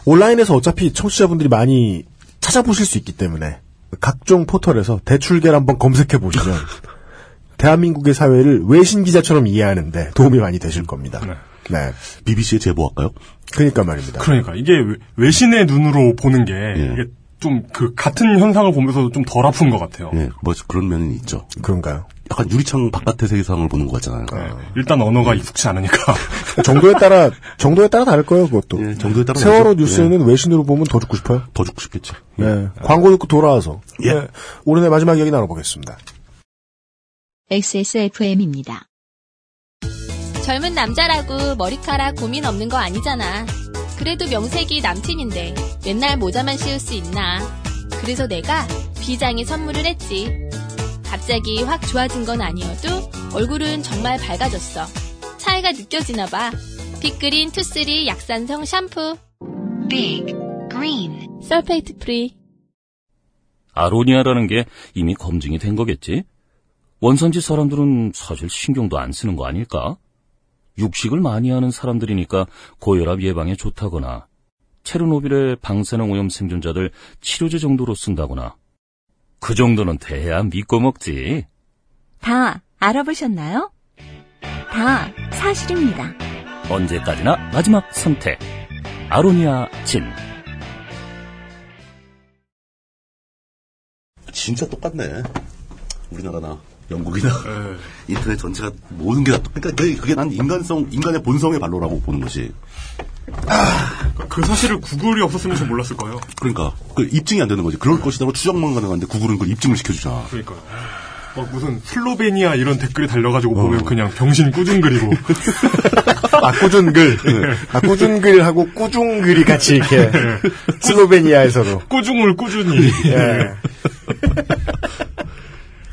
Speaker 2: 온라인에서 어차피 청취자분들이 많이 찾아보실 수 있기 때문에 각종 포털에서 대출계를 한번 검색해 보시면 대한민국의 사회를 외신 기자처럼 이해하는데 도움이 많이 되실 겁니다. 네.
Speaker 4: BBC에 제보할까요?
Speaker 2: 그러니까 말입니다.
Speaker 3: 그러니까 이게 외- 외신의 눈으로 보는 게
Speaker 4: 예.
Speaker 3: 이게 좀 그 같은 현상을 보면서도 좀 덜 아픈 것 같아요.
Speaker 4: 예, 뭐 그런 면은 있죠.
Speaker 2: 그런가요?
Speaker 4: 약간 유리창 바깥의 세상을 보는 것 같잖아요.
Speaker 3: 일단 언어가 익숙치 않으니까
Speaker 2: 정도에 따라 정도에 따라 다를 거예요, 그것도.
Speaker 4: 예, 정도에 따라
Speaker 2: 세월호
Speaker 4: 다르죠. 예.
Speaker 2: 뉴스에는 외신으로 보면 더 죽고 싶어요.
Speaker 4: 더 죽고 싶겠죠.
Speaker 2: 예. 광고 듣고 돌아와서
Speaker 4: 예.
Speaker 2: 네, 오늘의 마지막 이야기 나눠보겠습니다.
Speaker 1: XSFM입니다.
Speaker 5: 젊은 남자라고 머리카락 고민 없는 거 아니잖아. 그래도 명색이 남친인데 맨날 모자만 씌울 수 있나. 그래서 내가 비장의 선물을 했지. 갑자기 확 좋아진 건 아니어도 얼굴은 정말 밝아졌어. 차이가 느껴지나 봐. 빅그린 투쓰리 약산성 샴푸.
Speaker 6: Big Green.
Speaker 5: 설페이트 프리.
Speaker 11: 아로니아라는 게 이미 검증이 된 거겠지? 원산지 사람들은 사실 신경도 안 쓰는 거 아닐까? 육식을 많이 하는 사람들이니까 고혈압 예방에 좋다거나 체르노빌의 방사능 오염 생존자들 치료제 정도로 쓴다거나 그 정도는 돼야 믿고 먹지.
Speaker 13: 다 알아보셨나요? 다 사실입니다.
Speaker 11: 언제까지나 마지막 선택. 아로니아 진.
Speaker 4: 진짜 똑같네. 우리나라나 영국이나
Speaker 3: 네,
Speaker 4: 인터넷 전체가 모든 게 다 똑같. 그러니까 그게 난 인간성, 인간의 본성의 발로라고 보는 거지.
Speaker 3: 그 사실을 구글이 없었으면 저 몰랐을 거예요.
Speaker 4: 그러니까 그 입증이 안 되는 거지. 그럴 것이다로 추정만 가능한데 구글은 그걸 입증을 시켜주잖아.
Speaker 3: 그러니까 막 무슨 슬로베니아 이런 댓글이 달려가지고
Speaker 11: 어.
Speaker 3: 보면 그냥 병신 꾸준 그리고
Speaker 2: 아, 꾸준 글.
Speaker 4: 예.
Speaker 2: 아, 꾸준 글하고 꾸중 글이 같이 이렇게.
Speaker 4: 예.
Speaker 2: 슬로베니아에서도.
Speaker 11: 예.
Speaker 3: 꾸중을 꾸준히
Speaker 2: 예.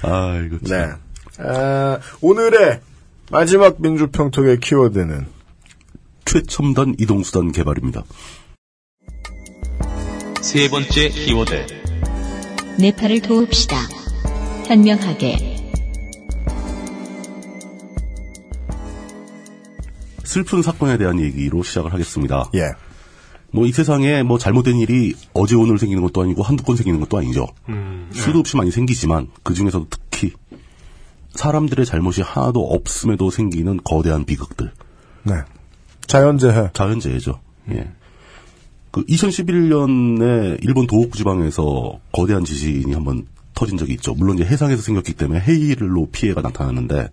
Speaker 4: 아, 이거 참.
Speaker 2: 네. 아, 오늘의 마지막 민주평통의 키워드는
Speaker 4: 최첨단 이동수단 개발입니다.
Speaker 9: 세 번째 키워드.
Speaker 1: 네팔을 도웁시다. 현명하게.
Speaker 4: 슬픈 사건에 대한 얘기로 시작을 하겠습니다.
Speaker 2: 예.
Speaker 4: 뭐 이 세상에 뭐 잘못된 일이 어제 오늘 생기는 것도 아니고 한두 건 생기는 것도 아니죠. 수도 없이 많이 생기지만 그 중에서도 특히 사람들의 잘못이 하나도 없음에도 생기는 거대한 비극들.
Speaker 2: 네. 자연재해.
Speaker 4: 자연재해죠. 예. 그 2011년에 일본 도호쿠 지방에서 거대한 지진이 한번 터진 적이 있죠. 물론 이제 해상에서 생겼기 때문에 해일로 피해가 나타났는데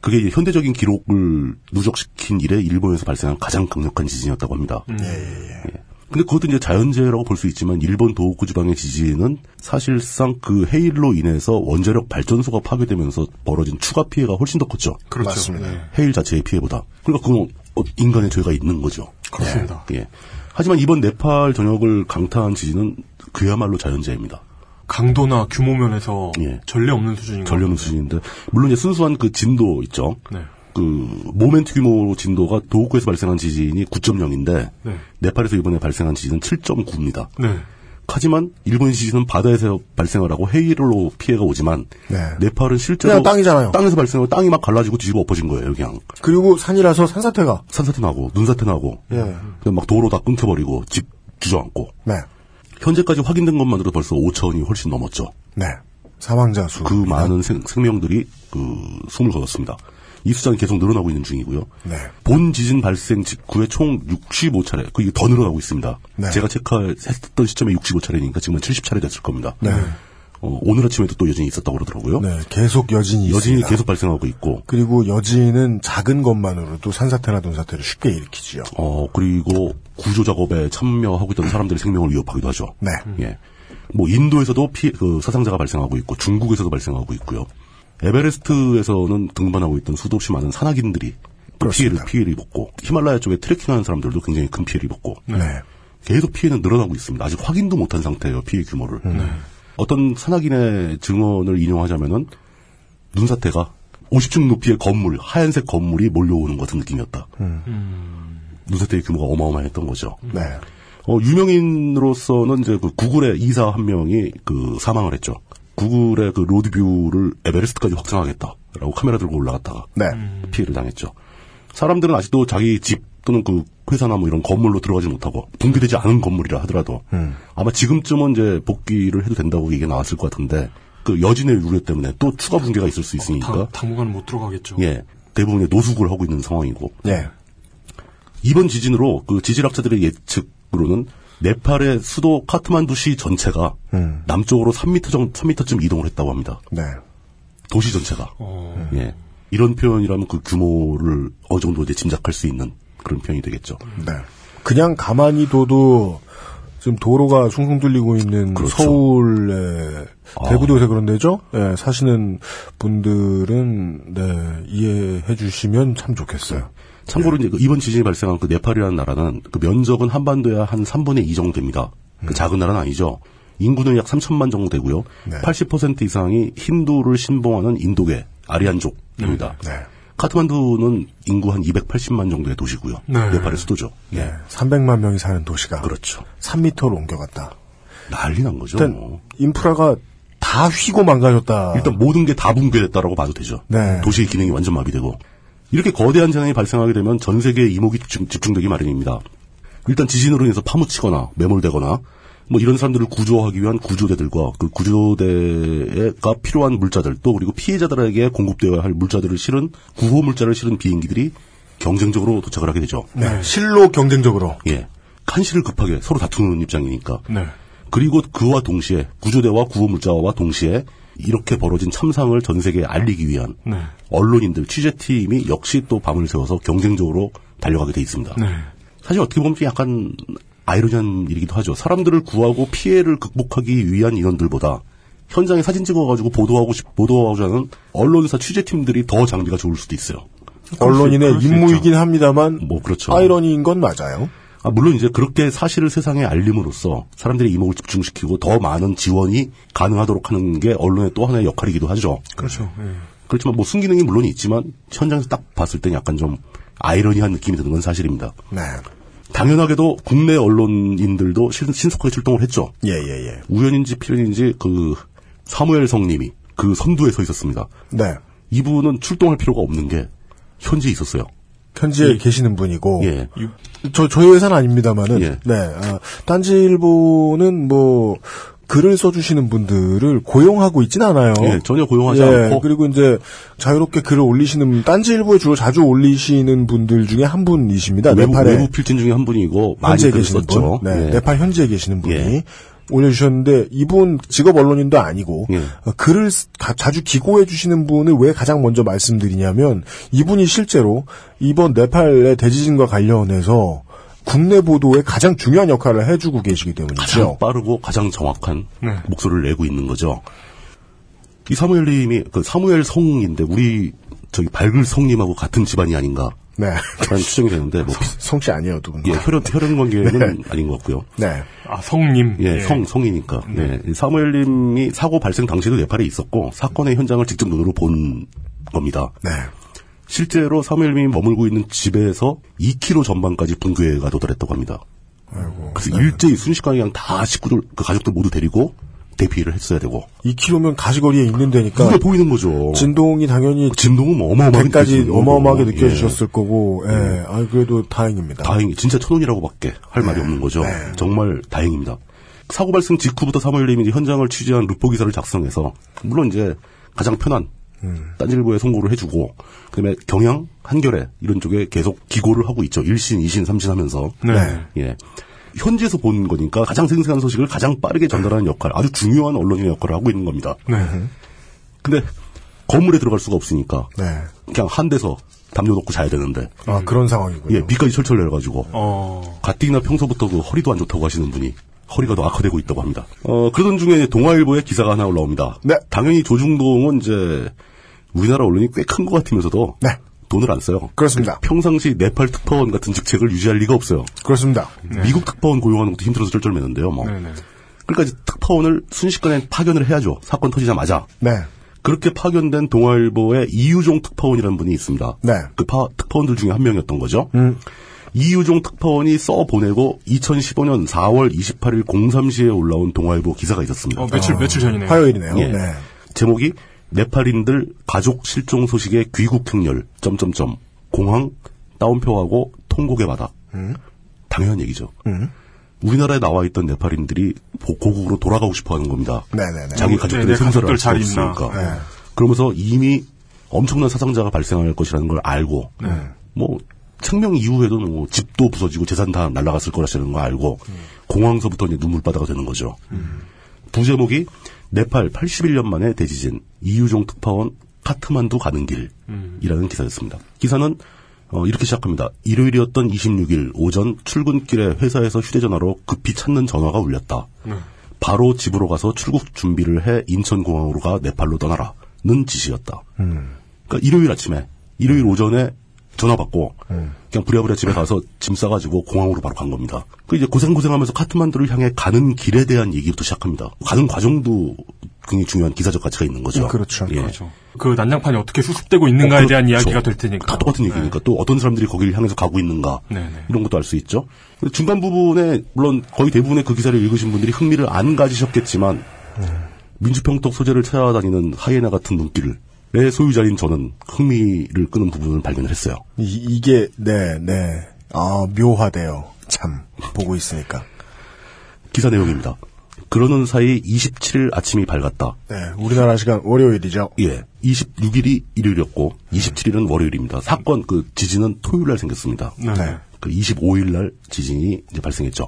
Speaker 4: 그게 이제 현대적인 기록을 누적시킨 이래 일본에서 발생한 가장 강력한 지진이었다고 합니다. 예. 근데 그것도 이제 자연재해라고 볼 수 있지만 일본 도호쿠 지방의 지진은 사실상 그 해일로 인해서 원자력 발전소가 파괴되면서 벌어진 추가 피해가 훨씬 더 컸죠.
Speaker 2: 그렇죠. 맞습니다. 네.
Speaker 4: 해일 자체의 피해보다. 그러니까 그건 어, 인간의 죄가 있는 거죠.
Speaker 3: 그렇습니다.
Speaker 4: 예. 예. 하지만 이번 네팔 전역을 강타한 지진은 그야말로 자연재해입니다.
Speaker 3: 강도나 규모 면에서
Speaker 4: 예.
Speaker 3: 전례 없는 수준인 것
Speaker 4: 전력 수준인데 물론 이제 순수한 그 진도 있죠.
Speaker 3: 네.
Speaker 4: 그 모멘트 규모 진도가 도호쿠에서 발생한 지진이 9.0인데
Speaker 3: 네.
Speaker 4: 네팔에서 이번에 발생한 지진은 7.9입니다.
Speaker 3: 네.
Speaker 4: 하지만 일본 지진은 바다에서 발생을 하고 해일로 피해가 오지만
Speaker 2: 네.
Speaker 4: 네팔은 실제로
Speaker 2: 그냥 땅이잖아요.
Speaker 4: 땅에서 발생하고 땅이 막 갈라지고 뒤집어 엎어진 거예요, 그냥.
Speaker 2: 그리고 산이라서 산사태가.
Speaker 4: 산사태 나고 눈사태 나고
Speaker 2: 예.
Speaker 4: 그냥 막 도로 다 끊겨버리고 집 주저앉고
Speaker 2: 네.
Speaker 4: 현재까지 확인된 것만으로 벌써 5천이 훨씬 넘었죠.
Speaker 2: 네. 사망자 수.
Speaker 4: 그 많은 생, 생명들이 그 숨을 거뒀습니다. 이 숫자는 계속 늘어나고 있는 중이고요.
Speaker 2: 네.
Speaker 4: 본 지진 발생 직후에 총 65차례, 그 이게 더 늘어나고 있습니다.
Speaker 2: 네.
Speaker 4: 제가 체크했던 시점에 65차례니까 지금은 70차례 됐을 겁니다.
Speaker 2: 네.
Speaker 4: 어, 오늘 아침에도 또 여진이 있었다고 그러더라고요.
Speaker 2: 네. 계속 여진이
Speaker 4: 여진이
Speaker 2: 있습니다.
Speaker 4: 계속 발생하고 있고,
Speaker 2: 그리고 여진은 작은 것만으로도 산사태나 돈사태를 쉽게 일으키지요.
Speaker 4: 어, 그리고 구조 작업에 참여하고 있던 사람들의 생명을 위협하기도 하죠.
Speaker 2: 네.
Speaker 4: 예. 뭐 인도에서도 피, 그 사상자가 발생하고 있고 중국에서도 발생하고 있고요. 에베레스트에서는 등반하고 있던 수도 없이 많은 산악인들이 또 피해를 피해를 입었고 히말라야 쪽에 트레킹하는 사람들도 굉장히 큰 피해를 입었고
Speaker 2: 네.
Speaker 4: 계속 피해는 늘어나고 있습니다. 아직 확인도 못한 상태예요 피해 규모를. 어떤 산악인의 증언을 인용하자면은 눈사태가 50층 높이의 건물 하얀색 건물이 몰려오는 것 같은 느낌이었다. 음. 눈사태의 규모가 어마어마했던 거죠.
Speaker 2: 네.
Speaker 4: 어, 유명인으로서는 이제 그 구글의 이사 한 명이 그 사망을 했죠. 구글의 그 로드뷰를 에베레스트까지 확장하겠다라고 카메라 들고 올라갔다가
Speaker 2: 네.
Speaker 4: 피해를 당했죠. 사람들은 아직도 자기 집 또는 그 회사나 뭐 이런 건물로 들어가지 못하고 붕괴되지 않은 건물이라 하더라도 아마 지금쯤은 이제 복귀를 해도 된다고 얘기 가 나왔을 것 같은데 그 여진의 우려 때문에 또 추가 붕괴가 있을 수 있으니까
Speaker 3: 당, 당분간 못 들어가겠죠.
Speaker 4: 예 대부분의 노숙을 하고 있는 상황이고
Speaker 2: 예.
Speaker 4: 이번 지진으로 그 지질학자들의 예측으로는 네팔의 수도 카트만두시 전체가
Speaker 2: 음.
Speaker 4: 남쪽으로 3m 정 3m쯤 이동을 했다고 합니다.
Speaker 2: 네.
Speaker 4: 도시 전체가
Speaker 3: 어,
Speaker 4: 예 이런 표현이라면 그 규모를 어느 정도 이제 짐작할 수 있는 그런 표현이 되겠죠.
Speaker 2: 네. 그냥 가만히 둬도 지금 도로가 숭숭 뚫리고 있는
Speaker 4: 그렇죠.
Speaker 2: 서울의
Speaker 4: 아.
Speaker 2: 대구도 요새 그런 데죠? 예, 사시는 분들은 네, 이해해 주시면 참 좋겠어요.
Speaker 4: 참고로
Speaker 2: 예.
Speaker 4: 이제 그 이번 지진이 발생한 그 네팔이라는 나라는 그 면적은 한반도의 한 3분의 2 정도 됩니다. 그 작은 나라는 아니죠. 인구는 약 3천만 정도 되고요.
Speaker 2: 음. 네.
Speaker 4: 80% 이상이 힌두를 신봉하는 인도계 아리안족입니다.
Speaker 2: 네.
Speaker 4: 카트만두는 인구 한 280만 정도의 도시고요.
Speaker 3: 네.
Speaker 4: 네팔의 수도죠.
Speaker 2: 네. 300만 명이 사는 도시가
Speaker 4: 그렇죠.
Speaker 2: 3m로 옮겨갔다.
Speaker 4: 난리 난 거죠.
Speaker 2: 일단
Speaker 4: 뭐.
Speaker 2: 인프라가 다 휘고 망가졌다.
Speaker 4: 일단 모든 게 다 붕괴됐다라고 봐도 되죠.
Speaker 2: 네.
Speaker 4: 도시의 기능이 완전 마비되고 이렇게 거대한 재난이 발생하게 되면 전 세계에 이목이 집중- 집중되기 마련입니다. 일단 지진으로 인해서 파묻히거나 매몰되거나 뭐 이런 사람들을 구조하기 위한 구조대들과 그 구조대가 필요한 물자들 또 그리고 피해자들에게 공급되어야 할 물자들을 실은 구호 물자를 실은 비행기들이 경쟁적으로 도착을 하게 되죠.
Speaker 2: 네. 실로 경쟁적으로.
Speaker 4: 예. 한시를 급하게 서로 다투는 입장이니까.
Speaker 3: 네.
Speaker 4: 그리고 그와 동시에 구조대와 구호물자와 동시에 이렇게 벌어진 참상을 전 세계에 알리기 위한
Speaker 3: 네.
Speaker 4: 언론인들 취재팀이 역시 또 밤을 새워서 경쟁적으로 달려가게 돼 있습니다.
Speaker 3: 네.
Speaker 4: 사실 어떻게 보면 좀 약간 아이러니한 일이기도 하죠. 사람들을 구하고 피해를 극복하기 위한 인원들보다 현장에 사진 찍어가지고 보도하고 싶, 보도하고자 하는 언론사 취재팀들이 더 장비가 좋을 수도 있어요.
Speaker 2: 언론인의
Speaker 3: 그럴 수
Speaker 2: 임무이긴 합니다만
Speaker 4: 뭐 그렇죠.
Speaker 2: 아이러니인 건 맞아요.
Speaker 4: 아, 물론 이제 그렇게 사실을 세상에 알림으로써 사람들의 이목을 집중시키고 더 많은 지원이 가능하도록 하는 게 언론의 또 하나의 역할이기도 하죠.
Speaker 3: 그렇죠.
Speaker 2: 네.
Speaker 3: 예.
Speaker 4: 그렇지만 뭐 순기능이 물론 있지만 현장에서 딱 봤을 땐 약간 좀 아이러니한 느낌이 드는 건 사실입니다.
Speaker 2: 네.
Speaker 4: 당연하게도 국내 언론인들도 신- 신속하게 출동을 했죠.
Speaker 2: 예, 예, 예.
Speaker 4: 우연인지 필연인지 그 사무엘성님이 그 선두에 서 있었습니다.
Speaker 2: 네.
Speaker 4: 이분은 출동할 필요가 없는 게 현지에 있었어요.
Speaker 2: 현지에
Speaker 4: 이-
Speaker 2: 계시는 분이고
Speaker 4: 예.
Speaker 2: 저 저희 회사는 아닙니다만은
Speaker 4: 예.
Speaker 2: 네 아, 딴지일보는 뭐 글을 써주시는 분들을 고용하고 있진 않아요.
Speaker 4: 예, 전혀 고용하지
Speaker 2: 예,
Speaker 4: 않고
Speaker 2: 그리고 이제 자유롭게 글을 올리시는 딴지일보에 주로 자주 올리시는 분들 중에 한 분이십니다.
Speaker 4: 외부,
Speaker 2: 아, 네팔에
Speaker 4: 외부 필진 중에 한 분이고 많이
Speaker 2: 현지에
Speaker 4: 글을
Speaker 2: 계시는 분,
Speaker 4: 썼죠.
Speaker 2: 네,
Speaker 4: 예.
Speaker 2: 네팔 현지에 계시는 분이
Speaker 4: 예.
Speaker 2: 올려주셨는데 이분 직업 언론인도 아니고
Speaker 4: 예.
Speaker 2: 어, 글을 쓰- 가- 자주 기고해 주시는 분을 왜 가장 먼저 말씀드리냐면 이분이 실제로 이번 네팔의 대지진과 관련해서 국내 보도에 가장 중요한 역할을 해주고 계시기
Speaker 4: 가장
Speaker 2: 때문이죠.
Speaker 4: 빠르고 가장 정확한
Speaker 3: 네.
Speaker 4: 목소리를 내고 있는 거죠. 이 사무엘님이 그 사무엘 성인데 우리 저기 밝을 성님하고 같은 집안이 아닌가
Speaker 2: 네,
Speaker 4: 라는 추정이 되는데 뭐
Speaker 2: 성씨 아니에요 두 분.
Speaker 4: 예, 혈연 혈연 관계는 아닌 것 같고요.
Speaker 2: 네,
Speaker 3: 아, 성님.
Speaker 4: 예, 성 성이니까. 네. 이 사무엘님이 사고 발생 당시에도 네팔에 있었고 사건의 현장을 직접 눈으로 본 겁니다.
Speaker 2: 네,
Speaker 4: 실제로 사무엘님이 머물고 있는 집에서 2km 전방까지 붕괴가 도달했다고 합니다. 그래서 일제히 순식간에 그냥 다 식구들 그 가족들 모두 데리고 대피를 했어야 되고
Speaker 2: 2km면 가시거리에 있는 데니까
Speaker 4: 눈에 보이는 거죠.
Speaker 2: 그러니까 진동이 당연히
Speaker 4: 진동은 뭐 어마어마하게
Speaker 2: 백까지
Speaker 4: 느껴지죠.
Speaker 2: 어마어마하게
Speaker 4: 예. 음.
Speaker 2: 느껴지셨을 거고, 예, 아 그래도 다행입니다.
Speaker 4: 다행히 진짜 천원이라고밖에 할
Speaker 2: 네.
Speaker 4: 말이 없는 거죠. 정말 다행입니다. 사고 발생 직후부터 사무엘님이 이제 현장을 취재한 루포 기사를 작성해서 물론 이제 가장 편한
Speaker 2: 음.
Speaker 4: 딴질보에 송고를 해주고 그다음에 경향 한겨레 이런 쪽에 계속 기고를 하고 있죠. 일신이신삼신 하면서
Speaker 3: 네.
Speaker 4: 예. 현지에서 본 거니까 가장 생생한 소식을 가장 빠르게 전달하는 역할, 아주 중요한 언론인의 역할을 하고 있는 겁니다.
Speaker 3: 네.
Speaker 4: 근데 건물에 들어갈 수가 없으니까
Speaker 2: 네,
Speaker 4: 그냥 한 대서 담요 놓고 자야 되는데
Speaker 2: 아 그런 상황이군요.
Speaker 4: 예, 비까지 철철 내려가지고
Speaker 3: 어,
Speaker 4: 가뜩이나 평소부터 그 허리도 안 좋다고 하시는 분이 허리가 더 악화되고 있다고 합니다. 어, 그러던 중에 동아일보에 기사가 하나 올라옵니다.
Speaker 2: 네.
Speaker 4: 당연히 조중동은 이제 우리나라 언론이 꽤 큰 것 같으면서도
Speaker 2: 네.
Speaker 4: 돈을 안 써요.
Speaker 2: 그렇습니다.
Speaker 4: 평상시 네팔 특파원 같은 직책을 유지할 리가 없어요.
Speaker 2: 그렇습니다.
Speaker 4: 미국 특파원 고용하는 것도 힘들어서 쩔쩔매는데요. 뭐.
Speaker 3: 네. 네네.
Speaker 4: 그러니까 이제 특파원을 순식간에 파견을 해야죠. 사건 터지자마자.
Speaker 2: 네,
Speaker 4: 그렇게 파견된 동아일보의 이유종 특파원이라는 분이 있습니다.
Speaker 2: 네. 음.
Speaker 4: 그 파- 특파원들 중에 한 명이었던 거죠. 이유종 특파원이 써 보내고 2015년 4월 28일 03시에 올라온 동아일보 기사가 있었습니다.
Speaker 3: 어, 며칠, 며칠 전이네요.
Speaker 2: 화요일이네요.
Speaker 4: 예.
Speaker 2: 네.
Speaker 4: 제목이 네팔인들 가족 실종 소식의 귀국 행렬 점점점 공항 따옴표하고 통곡의 바다.
Speaker 2: 음.
Speaker 4: 당연한 얘기죠. 우리나라에 나와 있던 네팔인들이 보- 고국으로 돌아가고 싶어하는 겁니다.
Speaker 2: 네네네.
Speaker 4: 자기
Speaker 3: 네,
Speaker 4: 가족들의
Speaker 3: 내
Speaker 4: 생사를
Speaker 3: 가족들
Speaker 4: 알수
Speaker 3: 잘 있나. 네.
Speaker 4: 없으니까. 그러면서 이미 엄청난 사상자가 발생할 것이라는 걸 알고
Speaker 3: 네.
Speaker 4: 뭐 생명 이후에도 뭐 집도 부서지고 재산 다 날라갔을 거라는 걸 알고 공항서부터 이제 눈물바다가 되는 거죠.
Speaker 3: 음.
Speaker 4: 부제목이 네팔 81년 만의 대지진 이유종 특파원 카트만두 가는 길이라는 기사였습니다. 기사는 어, 이렇게 시작합니다. 일요일이었던 26일 오전 출근길에 회사에서 휴대전화로 급히 찾는 전화가 울렸다. 바로 집으로 가서 출국 준비를 해 인천공항으로 가 네팔로 떠나라는 지시였다. 그러니까 일요일 아침에 일요일
Speaker 2: 음.
Speaker 4: 오전에 전화 받고
Speaker 2: 네.
Speaker 4: 그냥 부랴부랴 집에 가서 짐 싸가지고 공항으로 바로 간 겁니다. 그 이제 고생 고생하면서 카트만두를 향해 가는 길에 대한 얘기부터 시작합니다. 가는 과정도 굉장히 중요한 기사적 가치가 있는 거죠.
Speaker 2: 음, 그렇죠.
Speaker 4: 예.
Speaker 3: 그렇죠. 그 난장판이 어떻게 수습되고 있는가에
Speaker 4: 어,
Speaker 3: 그러니까 대한
Speaker 4: 그렇죠.
Speaker 3: 이야기가 될 테니까. 네.
Speaker 4: 다 똑같은 얘기니까 또 어떤 사람들이 거기를 향해서 가고 있는가
Speaker 3: 네네.
Speaker 4: 이런 것도 알 수 있죠. 근데 중간 부분에 물론 거의 대부분의 그 기사를 읽으신 분들이 흥미를 안 가지셨겠지만
Speaker 3: 네.
Speaker 4: 민주평통 소재를 찾아다니는 하이에나 같은 눈길을 내 소유자인 저는 흥미를 끄는 부분을 발견을 했어요.
Speaker 2: 이, 게 네, 네. 아, 묘하대요. 참, 보고 있으니까.
Speaker 4: 기사 내용입니다. 그러는 사이 27일 아침이 밝았다.
Speaker 2: 네, 우리나라 시간 월요일이죠.
Speaker 4: 예. 26일이 일요일이었고 27일은 월요일입니다. 사건 그 지진은 토요일 날 생겼습니다.
Speaker 2: 네.
Speaker 4: 그 25일 날 지진이 이제 발생했죠.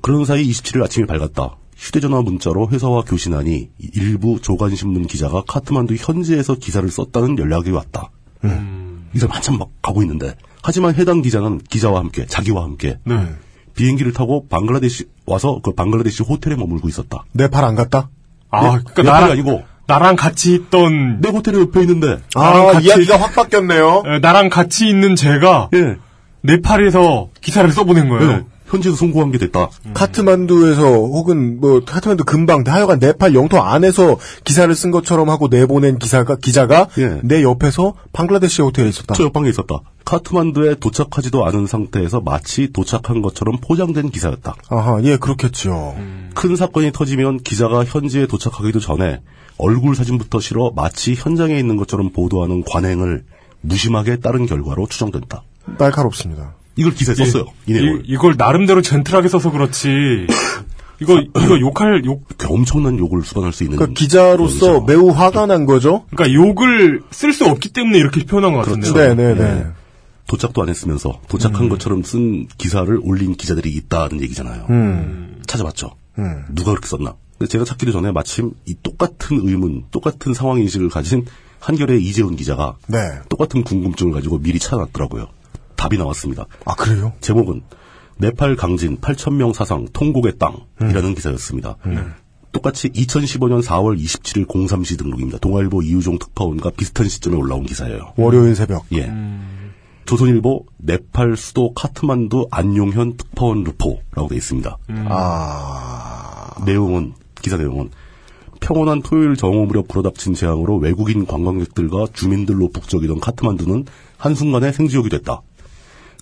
Speaker 4: 그런 사이 27일 아침이 밝았다. 휴대전화 문자로 회사와 교신하니 일부 조간신문 기자가 카트만두 현지에서 기사를 썼다는 연락이 왔다.
Speaker 2: 음.
Speaker 4: 이 사람 한참 막 가고 있는데. 하지만 해당 기자는 기자와 함께, 자기와 함께
Speaker 3: 네.
Speaker 4: 비행기를 타고 방글라데시 와서 그 방글라데시 호텔에 머물고 있었다.
Speaker 2: 네팔 안 갔다?
Speaker 3: 아,
Speaker 4: 네,
Speaker 3: 그러니까
Speaker 4: 내
Speaker 3: 나랑
Speaker 4: 팔이 아니고
Speaker 3: 나랑 같이 있던
Speaker 4: 내 호텔에 옆에 있는데
Speaker 2: 아,
Speaker 3: 나랑 같이-
Speaker 2: 이야기가 확 바뀌었네요.
Speaker 3: 에, 나랑 같이 있는 제가
Speaker 4: 예.
Speaker 3: 네팔에서 기사를 써보낸 거예요.
Speaker 4: 현지에서 송구한 게 됐다.
Speaker 2: 음. 카트만두에서 혹은 뭐 카트만두 근방 하여간 네팔 영토 안에서 기사를 쓴 것처럼 하고 내보낸 기사가 기자가 내 옆에서 방글라데시 호텔에 있었다.
Speaker 4: 저 옆방에 있었다. 카트만두에 도착하지도 않은 상태에서 마치 도착한 것처럼 포장된 기사였다.
Speaker 2: 아하, 예, 그렇겠죠.
Speaker 4: 큰 사건이 터지면 기자가 현지에 도착하기도 전에 얼굴 사진부터 실어 마치 현장에 있는 것처럼 보도하는 관행을 무심하게 따른 결과로 추정된다.
Speaker 2: 날카롭습니다.
Speaker 4: 이걸 기사에
Speaker 2: 예.
Speaker 4: 썼어요. 이 내용을.
Speaker 3: 이, 걸 나름대로 젠틀하게 써서 그렇지. 이거 이거 욕할 욕
Speaker 4: 엄청난 욕을 수반할 수 있는
Speaker 2: 그러니까 기자로서 매우 화가 난 거죠.
Speaker 3: 그러니까 욕을 쓸 수 없기 때문에 이렇게 표현한 것
Speaker 4: 그렇죠.
Speaker 3: 같은데요.
Speaker 2: 네.
Speaker 4: 도착도 안 했으면서 도착한 것처럼 쓴 기사를 올린 기자들이 있다는 얘기잖아요.
Speaker 2: 음.
Speaker 4: 찾아봤죠.
Speaker 2: 음.
Speaker 4: 누가 그렇게 썼나? 근데 제가 찾기도 전에 마침 이 똑같은 의문, 똑같은 상황 인식을 가진 한결의 이재훈 기자가
Speaker 2: 네.
Speaker 4: 똑같은 궁금증을 가지고 미리 찾아놨더라고요. 답이 나왔습니다.
Speaker 2: 아 그래요?
Speaker 4: 제목은 네팔 강진 8,000명 사상 통곡의
Speaker 2: 음.
Speaker 4: 땅이라는 기사였습니다.
Speaker 2: 네.
Speaker 4: 똑같이 2015년 4월 27일 03시 등록입니다. 동아일보 이우종 특파원과 비슷한 시점에 올라온 기사예요.
Speaker 2: 음. 월요일 새벽.
Speaker 4: 예. 조선일보 네팔 수도 카트만두 안용현 특파원 루포라고 돼 있습니다.
Speaker 2: 음.
Speaker 3: 음.
Speaker 2: 아.
Speaker 4: 내용은 기사 내용은 평온한 토요일 정오 무렵 불어닥친 재앙으로 외국인 관광객들과 주민들로 북적이던 카트만두는 한순간에 생지옥이 됐다.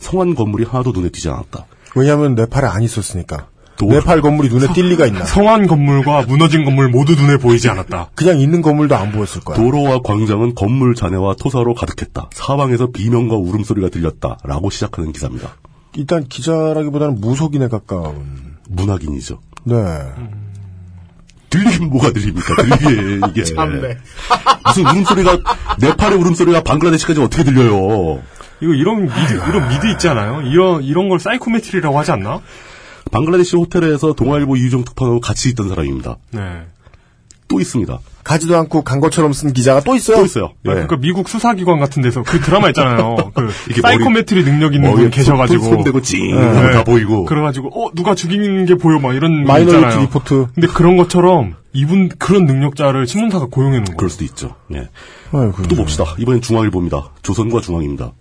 Speaker 4: 성한 건물이 하나도 눈에 띄지 않았다.
Speaker 2: 왜냐하면 네팔에 안 있었으니까. 네팔 건물이 눈에 띌 리가 있나?
Speaker 3: 성한 건물과 무너진 건물 모두 눈에 보이지 않았다.
Speaker 2: 그냥 있는 건물도 안 보였을 거야.
Speaker 4: 도로와 광장은 건물 잔해와 토사로 가득했다. 사방에서 비명과 울음소리가 들렸다. 라고 시작하는 기사입니다.
Speaker 2: 일단 기자라기보다는 무속인에
Speaker 3: 음.
Speaker 2: 가까운.
Speaker 4: 문학인이죠.
Speaker 2: 네.
Speaker 4: 들리긴 뭐가 들립니까? 들리게 이게.
Speaker 2: 참네.
Speaker 4: 무슨 울음소리가 네팔의 울음소리가 방글라데시까지 어떻게 들려요?
Speaker 3: 이거 이런 미드 이런 미드 있잖아요. 이런 이런 걸 사이코메트리라고 하지 않나?
Speaker 4: 방글라데시 호텔에서 동아일보 이유정 특파원하고 같이 있던 사람입니다.
Speaker 3: 네.
Speaker 4: 또 있습니다.
Speaker 2: 가지도 않고 간 것처럼 쓴 기자가 또 있어요.
Speaker 4: 또 있어요.
Speaker 3: 예,
Speaker 4: 예.
Speaker 3: 그러니까 미국 수사기관 같은 데서 그 드라마 있잖아요. 그
Speaker 4: 이게 머리-
Speaker 3: 사이코메트리 능력 있는
Speaker 4: 머리에
Speaker 3: 분 계셔가지고
Speaker 4: 어, 예. 손- 손 대고 찡
Speaker 3: 예.
Speaker 4: 하면 다 보이고.
Speaker 3: 그래가지고 어 누가 죽인 게 보여 막 이런 거
Speaker 2: 마이너리티
Speaker 3: 있잖아요.
Speaker 2: 리포트.
Speaker 3: 근데 그런 것처럼 이분 그런 능력자를 신문사가 고용해 놓은 거예요.
Speaker 4: 그럴 수도 있죠. 예.
Speaker 2: 아이고.
Speaker 4: 또 봅시다. 이번엔 중앙일보입니다. 조선과 중앙입니다.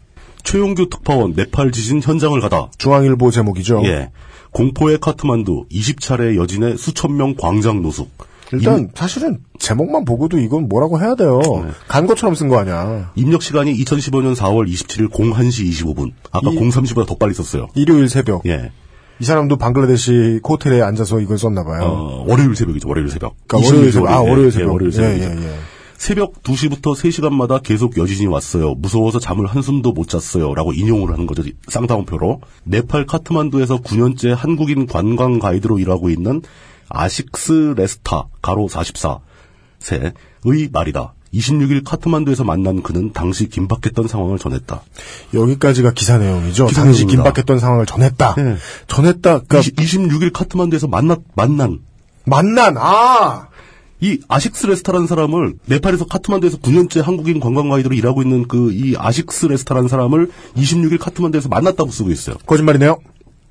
Speaker 4: 최용규 특파원 네팔 지진 현장을 가다.
Speaker 3: 어.
Speaker 2: 중앙일보 제목이죠.
Speaker 4: 예. 공포의 카트만두 20차례 여진의 수천 명 광장 노숙.
Speaker 2: 일단
Speaker 4: 임-
Speaker 2: 사실은 제목만 보고도 이건 뭐라고 해야 돼요.
Speaker 3: 음.
Speaker 2: 간 것처럼 쓴 거 아니야.
Speaker 4: 입력 시간이 2015년 4월 27일 01시 25분. 아까
Speaker 2: 이-
Speaker 4: 03시보다 더 빨리 썼어요.
Speaker 2: 일요일 새벽.
Speaker 4: 예.
Speaker 2: 이 사람도 방글라데시 그 호텔에 앉아서 이걸 썼나 봐요.
Speaker 4: 어, 월요일 새벽이죠. 월요일 새벽.
Speaker 2: 그러니까 월요일
Speaker 4: 26일,
Speaker 2: 새벽. 아,
Speaker 4: 예,
Speaker 2: 월요일
Speaker 4: 예,
Speaker 2: 새벽.
Speaker 4: 월요일 새벽이죠.
Speaker 2: 예, 예, 예.
Speaker 4: 새벽 2시부터 3시간마다 계속 여진이 왔어요. 무서워서 잠을 한숨도 못 잤어요. 라고 인용을 하는 거죠. 쌍다운표로. 네팔 카트만두에서 9년째 한국인 관광 가이드로 일하고 있는 아식스 레스타, 가로 44, 세의 말이다. 26일 카트만두에서 만난 그는 당시 긴박했던 상황을 전했다.
Speaker 2: 여기까지가 기사 내용이죠.
Speaker 4: 기사
Speaker 2: 당시
Speaker 4: 내용입니다.
Speaker 2: 긴박했던 상황을 전했다.
Speaker 4: 예.
Speaker 2: 전했다. 그러니까
Speaker 4: 26일 카트만두에서 만나, 만난
Speaker 2: 만난 아
Speaker 4: 이 아식스 레스타라는 사람을 네팔에서 카트만두에서 9년째 한국인 관광 가이드로 일하고 있는 그 이 아식스 레스타라는 사람을 26일 카트만두에서 만났다고 쓰고 있어요.
Speaker 2: 거짓말이네요.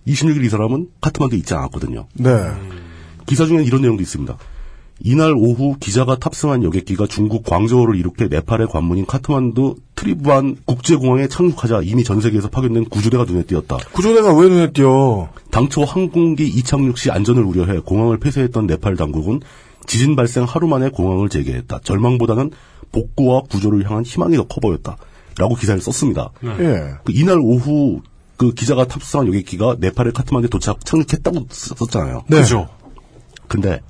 Speaker 4: 26일 이 사람은 카트만두에 있지 않았거든요.
Speaker 2: 네.
Speaker 4: 기사 중에는 이런 내용도 있습니다. 이날 오후 기자가 탑승한 여객기가 중국 광저우를 이륙해 네팔의 관문인 카트만두 트리부안 국제공항에 착륙하자 이미 전 세계에서 파견된 구조대가 눈에 띄었다.
Speaker 2: 구조대가 왜 눈에 띄어?
Speaker 4: 당초 항공기 이착륙 시 안전을 우려해 공항을 폐쇄했던 네팔 당국은 지진 발생 하루 만에 공항을 재개했다. 절망보다는 복구와 구조를 향한 희망이 더 커 보였다. 라고 기사를 썼습니다.
Speaker 2: 예.
Speaker 4: 그 이날 오후 그 기자가 탑승한 여객기가 네팔의 카트만두에 도착 착륙했다고 쓰- 썼잖아요.
Speaker 2: 네.
Speaker 3: 그죠?
Speaker 4: 근데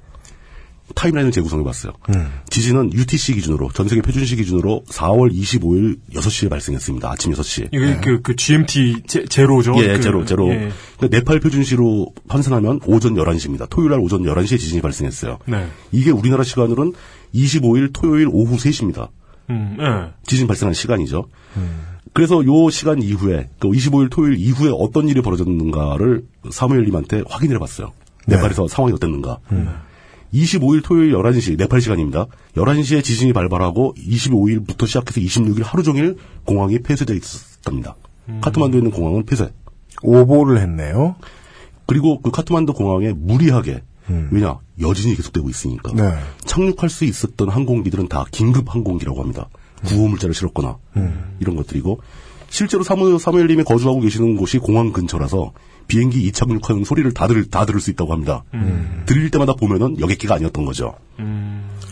Speaker 4: 타임라인을 재구성해 봤어요.
Speaker 2: 네.
Speaker 4: 지진은 UTC 기준으로 전 세계 표준시 기준으로 4월 25일 6시에 발생했습니다. 아침 6시.
Speaker 3: 이게 그, 그 GMT 제, 제로죠?
Speaker 4: 네. 예,
Speaker 3: 그-
Speaker 4: 제로, 제로.
Speaker 3: 예.
Speaker 4: 그러니까 네팔 표준시로 환산하면 오전 11시입니다. 토요일 날 오전 11시에 지진이 발생했어요.
Speaker 3: 네.
Speaker 4: 이게 우리나라 시간으로는 25일 토요일 오후 3시입니다.
Speaker 3: 음, 예.
Speaker 4: 지진 발생한 시간이죠.
Speaker 3: 음.
Speaker 4: 그래서 요 시간 이후에, 그 25일 토요일 이후에 어떤 일이 벌어졌는가를 사무엘님한테 확인해 봤어요. 네팔에서 상황이 어땠는가.
Speaker 3: 음.
Speaker 4: 25일 토요일 11시, 네팔 시간입니다. 11시에 지진이 발발하고 25일부터 시작해서 26일 하루 종일 공항이 폐쇄되어 있었답니다.
Speaker 3: 음.
Speaker 4: 카트만두에 있는 공항은 폐쇄.
Speaker 2: 오보를 했네요.
Speaker 4: 그리고 그 카트만두 공항에 무리하게 왜냐 여진이 계속되고 있으니까
Speaker 2: 네.
Speaker 4: 착륙할 수 있었던 항공기들은 다 긴급 항공기라고 합니다. 구호물자를 실었거나 이런 것들이고 실제로 사무, 사무엘님이 거주하고 계시는 곳이 공항 근처라서 비행기 이착륙하는 소리를 다 들을, 다 들을 수 있다고 합니다. 들릴 때마다 보면은 여객기가 아니었던 거죠.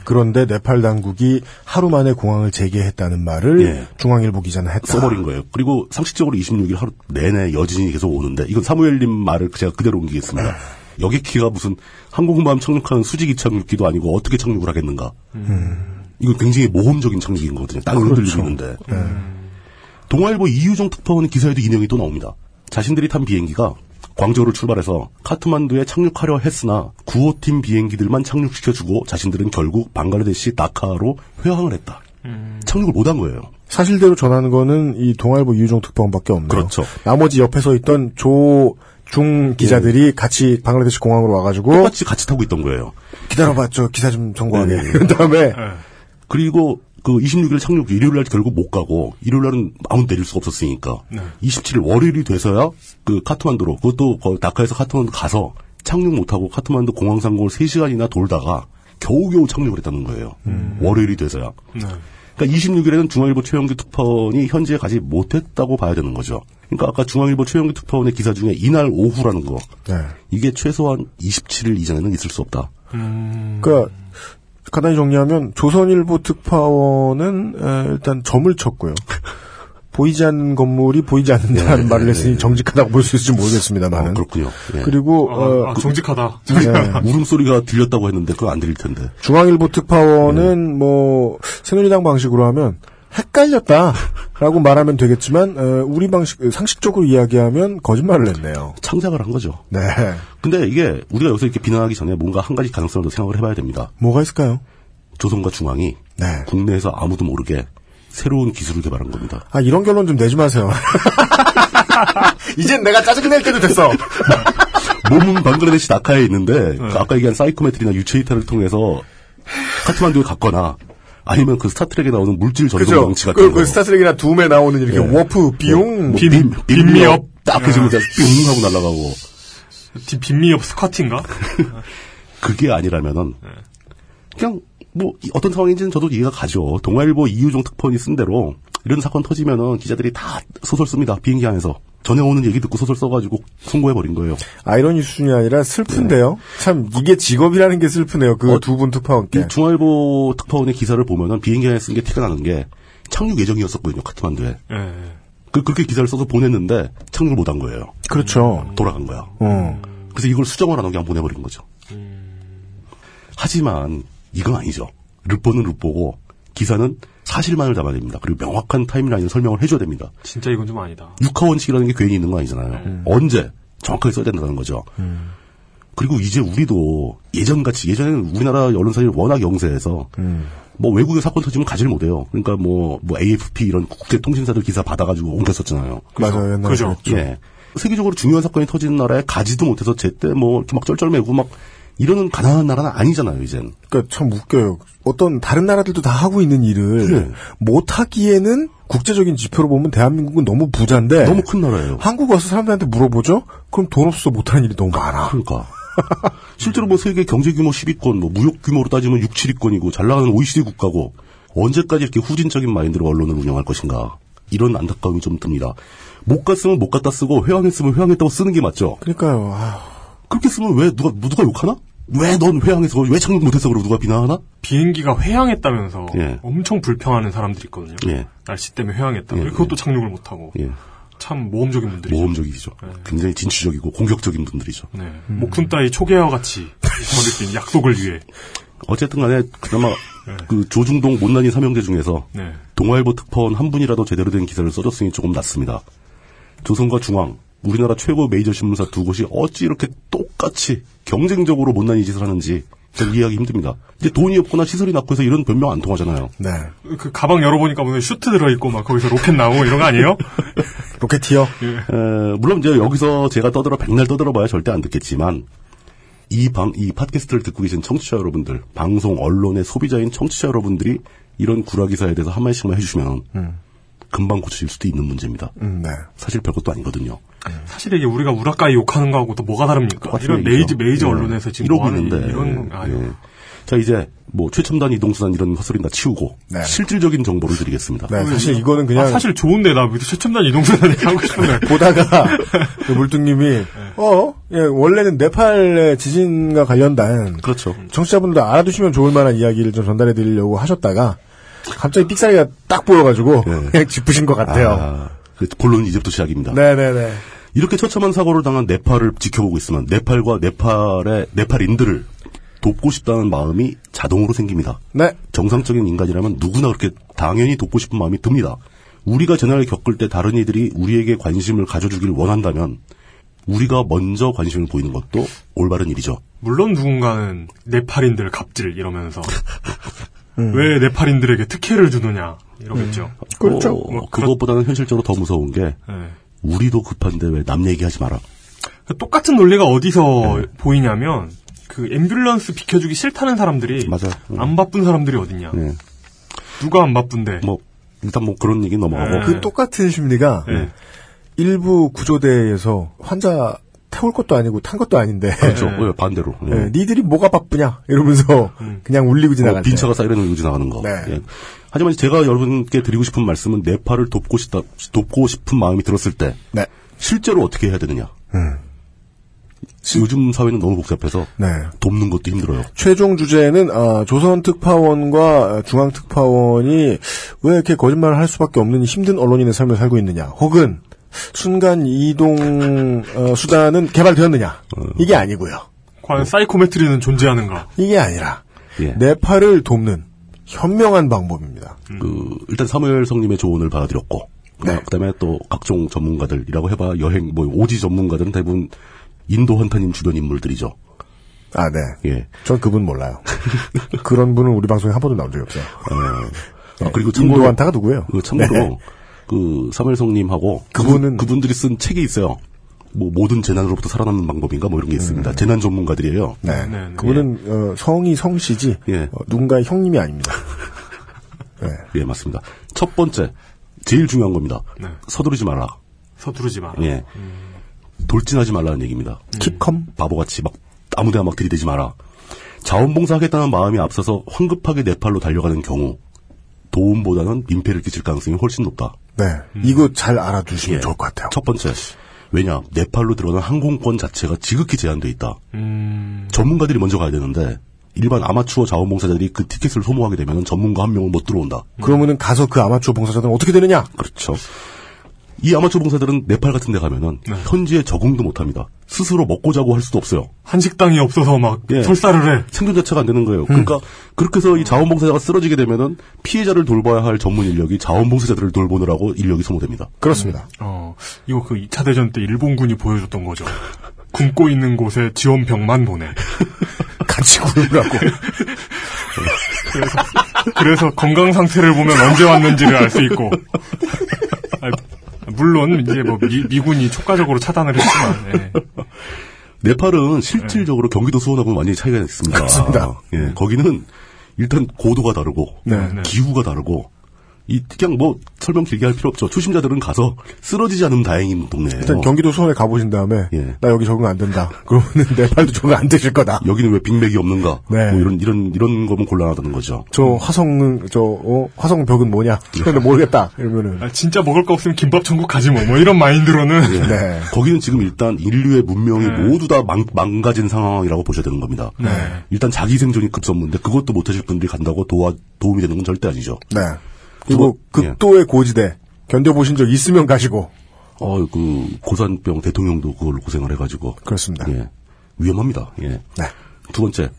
Speaker 2: 그런데 네팔 당국이 하루 만에 공항을 재개했다는 말을
Speaker 4: 예.
Speaker 2: 중앙일보 기자는 했다.
Speaker 4: 써버린 거예요. 그리고 상식적으로 26일 하루 내내 여진이 계속 오는데 이건 사무엘님 말을 제가 그대로 옮기겠습니다. 여객기가 무슨 항공모함 착륙하는 수직이 착륙기도 아니고 어떻게 착륙을 하겠는가. 이건 굉장히 모험적인 착륙인 거거든요. 땅을
Speaker 2: 음. 그렇죠.
Speaker 4: 흔들리고 있는데. 동아일보 이유정 특파원 기사에도 인용이 또 나옵니다. 자신들이 탄 비행기가 광저우를 출발해서 카트만두에 착륙하려 했으나 구호팀 비행기들만 착륙시켜주고 자신들은 결국 방글라데시 다카로 회항을 했다. 착륙을 못 한 거예요.
Speaker 2: 사실대로 전하는 거는 이 동아일보 이유종 특파원밖에 없네요.
Speaker 4: 그렇죠.
Speaker 2: 나머지 옆에서 있던 조중 기자들이 같이 방글라데시 공항으로 와가지고
Speaker 4: 예. 똑같이 같이 타고 있던 거예요.
Speaker 2: 기다려봐, 저 기사 좀 정보하게.
Speaker 4: 네.
Speaker 2: 이런 다음에
Speaker 4: 그리고 그 26일 착륙 일요일 날 결국 못 가고 일요일 날은 아무 내릴 수가 없었으니까 27일 월요일이 돼서야 그 카트만두로 그것도 거- 다카에서 카트만두 가서 착륙 못 하고 카트만두 공항 상공을 3시간이나 돌다가 겨우겨우 착륙을 했다는 거예요. 월요일이 돼서야. 그러니까 26일에는 중앙일보 최영규 특파원이 현지에 가지 못했다고 봐야 되는 거죠. 그러니까 아까 중앙일보 최영규 특파원의 기사 중에 이날 오후라는 거 이게 최소한 27일 이전에는 있을 수 없다. 어,
Speaker 2: 그러니까 간단히 정리하면 조선일보 특파원은 에, 일단 점을 쳤고요. 보이지 않는 건물이 보이지 않는다는 말을 했으니 정직하다고 볼 수 있을지 모르겠습니다만. 는
Speaker 4: 그렇군요. 예.
Speaker 2: 그리고
Speaker 3: 아,
Speaker 2: 어, 그-
Speaker 3: 정직하다.
Speaker 4: 네.
Speaker 2: 네.
Speaker 4: 울음소리가 들렸다고 했는데 그건 안 들릴 텐데.
Speaker 2: 중앙일보 특파원은 뭐 새누리당 방식으로 하면 헷갈렸다라고 말하면 되겠지만 어, 우리 방식 상식적으로 이야기하면 거짓말을 했네요.
Speaker 4: 창작을 한 거죠.
Speaker 2: 네.
Speaker 4: 근데 이게 우리가 여기서 이렇게 비난하기 전에 뭔가 한 가지 가능성을 더 생각을 해봐야 됩니다.
Speaker 2: 뭐가 있을까요?
Speaker 4: 조선과 중앙이
Speaker 2: 네.
Speaker 4: 국내에서 아무도 모르게 새로운 기술을 개발한 겁니다.
Speaker 2: 아 이런 결론 좀 내지 마세요. 이젠 내가 짜증낼 때도 됐어.
Speaker 4: 몸은 방글라데시 낙하에
Speaker 2: 네.
Speaker 4: 있는데 그 아까 얘기한 사이코메트리나 유체이탈을 통해서 카트만두에 갔거나 아니면 그 스타트랙에 나오는 물질 전송
Speaker 2: 그죠?
Speaker 4: 장치 같은
Speaker 2: 그,
Speaker 4: 거.
Speaker 2: 그 스타트랙이나 둠에 나오는 이렇게
Speaker 4: 예.
Speaker 2: 워프 비용
Speaker 4: 뭐
Speaker 2: 빔-
Speaker 4: 빔, 빔미업 딱 해주면
Speaker 2: 예.
Speaker 4: 뿅 하고 날아가고
Speaker 3: 빈미업 스쿼트인가?
Speaker 4: 그게 아니라면은 그냥 뭐 이- 어떤 상황인지는 저도 이해가 가죠. 동아일보 이유종 특파원이 쓴 대로 이런 사건 터지면은 기자들이 다 소설 씁니다. 비행기 안에서 전에 오는 얘기 듣고 소설 써가지고 송고해 버린 거예요.
Speaker 2: 아이러니 수준이 아니라 슬픈데요. 참 이게 직업이라는 게 슬프네요. 그 두 분 특파원께.
Speaker 4: 이 중화일보 특파원의 기사를 보면은 비행기 안에 쓴 게 티가 나는 게 착륙 예정이었었거든요 카트만두에. 그 그렇게 기사를 써서 보냈는데 착륙을 못 한 거예요.
Speaker 2: 그렇죠.
Speaker 4: 돌아간 거야.
Speaker 2: 어.
Speaker 4: 그래서 이걸 수정을 안 하고 그냥 보내버린 거죠. 하지만 이건 아니죠. 르포는 르포고 기사는 사실만을 담아야 됩니다. 그리고 명확한 타임라인을 설명을 해줘야 됩니다.
Speaker 3: 진짜 이건 좀 아니다.
Speaker 4: 육하원칙이라는 게 괜히 있는 거 아니잖아요. 언제 정확하게 써야 된다는 거죠. 그리고 이제 우리도 예전같이 예전에는 우리나라 언론사들이 워낙 영세해서 뭐 외국에 사건 터지면 가지를 못해요. 그러니까 뭐, 뭐 AFP 이런 국제통신사들 기사 받아가지고 옮겼었잖아요.
Speaker 2: 맞아요. 옛날에
Speaker 3: 그죠.
Speaker 2: 그랬죠.
Speaker 4: 예. 세계적으로 중요한 사건이 터지는 나라에 가지도 못해서 제때 뭐 이렇게 막 쩔쩔매고 막 이러는 가난한 나라는 아니잖아요, 이젠.
Speaker 2: 그러니까 참 웃겨요. 어떤 다른 나라들도 다 하고 있는 일을 못 하기에는 국제적인 지표로 보면 대한민국은 너무 부자인데
Speaker 4: 너무 큰 나라예요.
Speaker 2: 한국 와서 사람들한테 물어보죠. 그럼 돈 없어서 못하는 일이 너무 많아.
Speaker 4: 그러니까. 실제로 뭐 세계 경제 규모 10위권, 뭐 무역 규모로 따지면 6, 7위권이고 잘 나가는 OECD 국가고 언제까지 이렇게 후진적인 마인드로 언론을 운영할 것인가. 이런 안타까움이 좀 듭니다. 못 갔으면 못 갔다 쓰고 회항했으면 회항했다고 쓰는 게 맞죠.
Speaker 2: 그러니까요. 아휴.
Speaker 4: 그렇게 쓰면 왜 누가 누가 욕하나? 왜 넌 회항해서 왜 착륙 못해서 그러고 누가 비난하나?
Speaker 3: 비행기가 회항했다면서
Speaker 4: 예.
Speaker 3: 엄청 불평하는 사람들이 있거든요.
Speaker 4: 예.
Speaker 3: 날씨 때문에 회항했다. 그것도 착륙을 못하고.
Speaker 4: 예.
Speaker 3: 참 모험적인 분들이죠.
Speaker 4: 모험적이죠. 굉장히 진취적이고 공격적인 분들이죠.
Speaker 3: 네. 목숨 따위 초계와 같이 버릴 수 있는 약속을 위해.
Speaker 4: 어쨌든 간에 그나마 그 조중동 못난이 삼형제 중에서
Speaker 3: 네.
Speaker 4: 동아일보 특파원 한 분이라도 제대로 된 기사를 써줬으니 조금 낫습니다. 조선과 중앙, 우리나라 최고 메이저 신문사 두 곳이 어찌 이렇게 똑같이 경쟁적으로 못난이 짓을 하는지 잘 이해하기 힘듭니다. 이제 돈이 없거나 시설이 낮고 해서 이런 변명 안 통하잖아요.
Speaker 2: 네.
Speaker 3: 그 가방 열어보니까 무슨 슈트 들어있고 막 거기서 로켓 나오고 이런 거 아니에요?
Speaker 2: 로켓이요?
Speaker 4: 에, 물론 이제 여기서 제가 떠들어 백날 떠들어봐야 절대 안 듣겠지만 이 방, 이 팟캐스트를 듣고 계신 청취자 여러분들, 방송 언론의 소비자인 청취자 여러분들이 이런 구라 기사에 대해서 한 마디씩만 해주시면
Speaker 3: 음.
Speaker 4: 금방 고쳐질 수도 있는 문제입니다.
Speaker 2: 음, 네.
Speaker 4: 사실 별것도 아니거든요.
Speaker 3: 사실 이게 우리가 아, 우라카이 욕하는 거하고 또 뭐가 다릅니까? 이런
Speaker 4: 똑같은
Speaker 3: 메이지
Speaker 4: 얘기죠.
Speaker 3: 메이저
Speaker 4: 예.
Speaker 3: 언론에서 지금
Speaker 4: 이러고
Speaker 3: 뭐 하는
Speaker 4: 있는데
Speaker 3: 이런 거 아니에요.
Speaker 4: 예. 자 이제 뭐 최첨단 이동수단 이런 헛소리는 다 치우고
Speaker 3: 네.
Speaker 4: 실질적인 정보를 드리겠습니다.
Speaker 2: 네, 사실 이거는 그냥
Speaker 3: 아, 사실 좋은데 나 최첨단 이동수단이 하고 싶은데
Speaker 2: 보다가 그 물뚱님이
Speaker 4: 네.
Speaker 2: 어, 예, 원래는 네팔의 지진과 관련된
Speaker 4: 그렇죠.
Speaker 2: 청취자분들도 알아두시면 좋을 만한 이야기를 좀 전달해 드리려고 하셨다가 갑자기 삑사리가 딱 보여가지고 그냥 짚으신 것 같아요.
Speaker 4: 네. 아, 그 본론이 이제부터 시작입니다.
Speaker 2: 네네네.
Speaker 4: 이렇게 처참한 사고를 당한 네팔을 지켜보고 있으면 네팔과 네팔의 네팔인들을 돕고 싶다는 마음이 자동으로 생깁니다.
Speaker 2: 네.
Speaker 4: 정상적인 인간이라면 누구나 그렇게 당연히 돕고 싶은 마음이 듭니다. 우리가 재난을 겪을 때 다른 이들이 우리에게 관심을 가져주길 원한다면 우리가 먼저 관심을 보이는 것도 올바른 일이죠.
Speaker 3: 물론 누군가는 네팔인들 갑질 이러면서
Speaker 4: 음.
Speaker 3: 왜 네팔인들에게 특혜를 주느냐 이러겠죠.
Speaker 4: 그렇죠. 그것보다는 현실적으로 더 무서운 게
Speaker 3: 네.
Speaker 4: 우리도 급한데 왜 남 얘기하지 마라.
Speaker 3: 그 똑같은 논리가 어디서 보이냐면 그 앰뷸런스 비켜주기 싫다는 사람들이 안 바쁜 사람들이 어딨냐.
Speaker 4: 음. 네.
Speaker 3: 누가 안 바쁜데?
Speaker 4: 뭐 일단 뭐 그런 얘기 넘어가고
Speaker 2: 그 똑같은 심리가
Speaker 4: 네.
Speaker 2: 일부 구조대에서 환자 태울 것도 아니고 탄 것도 아닌데
Speaker 4: 그렇죠. 예, 반대로. 예.
Speaker 2: 예, 니들이 뭐가 바쁘냐 이러면서 그냥 울리고 지나가는
Speaker 4: 어, 빈차가 사이렌 울고 지나가는
Speaker 2: 네.
Speaker 4: 거. 예. 하지만 제가 여러분께 드리고 싶은 말씀은 네팔을 돕고 싶다, 돕고 싶은 마음이 들었을 때
Speaker 2: 네.
Speaker 4: 실제로 어떻게 해야 되느냐. 요즘 사회는 너무 복잡해서
Speaker 2: 네.
Speaker 4: 돕는 것도 힘들어요.
Speaker 2: 최종 주제는 아, 조선 특파원과 중앙 특파원이 왜 이렇게 거짓말을 할 수밖에 없는 이 힘든 언론인의 삶을 살고 있느냐, 혹은 순간 이동 어, 수단은 개발되었느냐
Speaker 4: 음.
Speaker 2: 이게 아니고요.
Speaker 4: 뭐.
Speaker 3: 과연 사이코메트리는 존재하는가?
Speaker 2: 이게 아니라
Speaker 4: 예.
Speaker 2: 네팔을 돕는 현명한 방법입니다.
Speaker 4: 그 일단 사무엘성님의 조언을 받아들였고
Speaker 2: 네.
Speaker 4: 그다- 그다음에 또 각종 전문가들이라고 해봐 여행 뭐 오지 전문가들은 대부분 인도 환타님 주변 인물들이죠.
Speaker 2: 아, 네.
Speaker 4: 예.
Speaker 2: 전 그분 몰라요. 그런 분은 우리 방송에 한 번도 나온 적이 없어요.
Speaker 4: 아, 그리고 참고로-
Speaker 2: 인도 한타가 누구예요?
Speaker 4: 그 참고로
Speaker 2: 네.
Speaker 4: 그 사무엘성님하고 그분은 그분들이 쓴 책이 있어요. 뭐 모든 재난으로부터 살아남는 방법인가 뭐 이런 게 있습니다. 재난 전문가들이에요.
Speaker 2: 네. 그분은 어, 성이 성씨지 어, 누군가의 형님이 아닙니다. 네.
Speaker 4: 예, 맞습니다. 첫 번째, 제일 중요한 겁니다.
Speaker 3: 네.
Speaker 4: 서두르지 마라.
Speaker 3: 서두르지 마라.
Speaker 4: 예. 돌진하지 말라는 얘기입니다.
Speaker 2: 킵컴?
Speaker 4: 바보같이 막 아무데나 막 들이대지 마라. 자원봉사 하겠다는 마음이 앞서서 황급하게 네팔로 달려가는 경우 도움보다는 민폐를 끼칠 가능성이 훨씬 높다.
Speaker 2: 네. 이거 잘 알아두시면 좋을 것 같아요.
Speaker 4: 첫 번째. 왜냐, 네팔로 들어가는 항공권 자체가 지극히 제한돼 있다.
Speaker 3: 음,
Speaker 4: 전문가들이 먼저 가야 되는데 일반 아마추어 자원봉사자들이 그 티켓을 소모하게 되면 전문가 한 명은 못 들어온다.
Speaker 2: 그러면은 가서 그 아마추어 봉사자들은 어떻게 되느냐?
Speaker 4: 그렇죠. 이 아마추어 봉사들은 네팔 같은 데 가면은 현지에 적응도 못 합니다. 스스로 먹고 자고 할 수도 없어요.
Speaker 3: 한식당이 없어서 막
Speaker 4: 예.
Speaker 3: 설사를 해.
Speaker 4: 생존 자체가 안 되는 거예요. 그러니까 그렇게 해서 이 자원봉사자가 쓰러지게 되면은 피해자를 돌봐야 할 전문 인력이 자원봉사자들을 돌보느라고 인력이 소모됩니다.
Speaker 2: 그렇습니다.
Speaker 3: 어, 이거 그 2차 대전 때 일본군이 보여줬던 거죠. 굶고 있는 곳에 지원병만 보내.
Speaker 2: 같이 굶으라고.
Speaker 3: 그래서, 그래서 건강 상태를 보면 언제 왔는지를 알 수 있고. 아, 물론 이제 뭐 미, 군이 촉가적으로 차단을 했지만. 예.
Speaker 4: 네팔은 실질적으로 경기도 수원하고는 완전히 차이가 있습니다.
Speaker 2: 그렇습니다.
Speaker 4: 예, 거기는 일단 고도가 다르고
Speaker 2: 네, 네.
Speaker 4: 기후가 다르고 이 그냥 뭐 설명 길게 할 필요 없죠. 초심자들은 가서 쓰러지지 않으면 다행인 동네예요.
Speaker 2: 일단 경기도 수원에 가보신 다음에 나 여기 적응 안 된다. 그러면은 네팔도 적응 안 되실 거다.
Speaker 4: 여기는 왜 빅맥이 없는가?
Speaker 2: 네.
Speaker 4: 뭐 이런 이런 이런 거면 곤란하다는 거죠.
Speaker 2: 저 화성은 저 어, 화성 벽은 뭐냐? 근데 모르겠다. 이러면은
Speaker 3: 아, 진짜 먹을 거 없으면 김밥 천국 가지 뭐. 뭐 이런 마인드로는.
Speaker 4: 예.
Speaker 2: 네.
Speaker 4: 거기는 지금 일단 인류의 문명이 모두 다 망, 망가진 상황이라고 보셔야 되는 겁니다.
Speaker 2: 네.
Speaker 4: 일단 자기 생존이 급선무인데 그것도 못하실 분들이 간다고 도와 도움이 되는 건 절대 아니죠.
Speaker 2: 네. 그리고 극도의 고지대 견뎌보신 적 있으면 가시고
Speaker 4: 어, 그 고산병 대통령도 그걸로 고생을 해가지고
Speaker 2: 그렇습니다. 네.
Speaker 4: 예. 위험합니다. 예. 두 번째,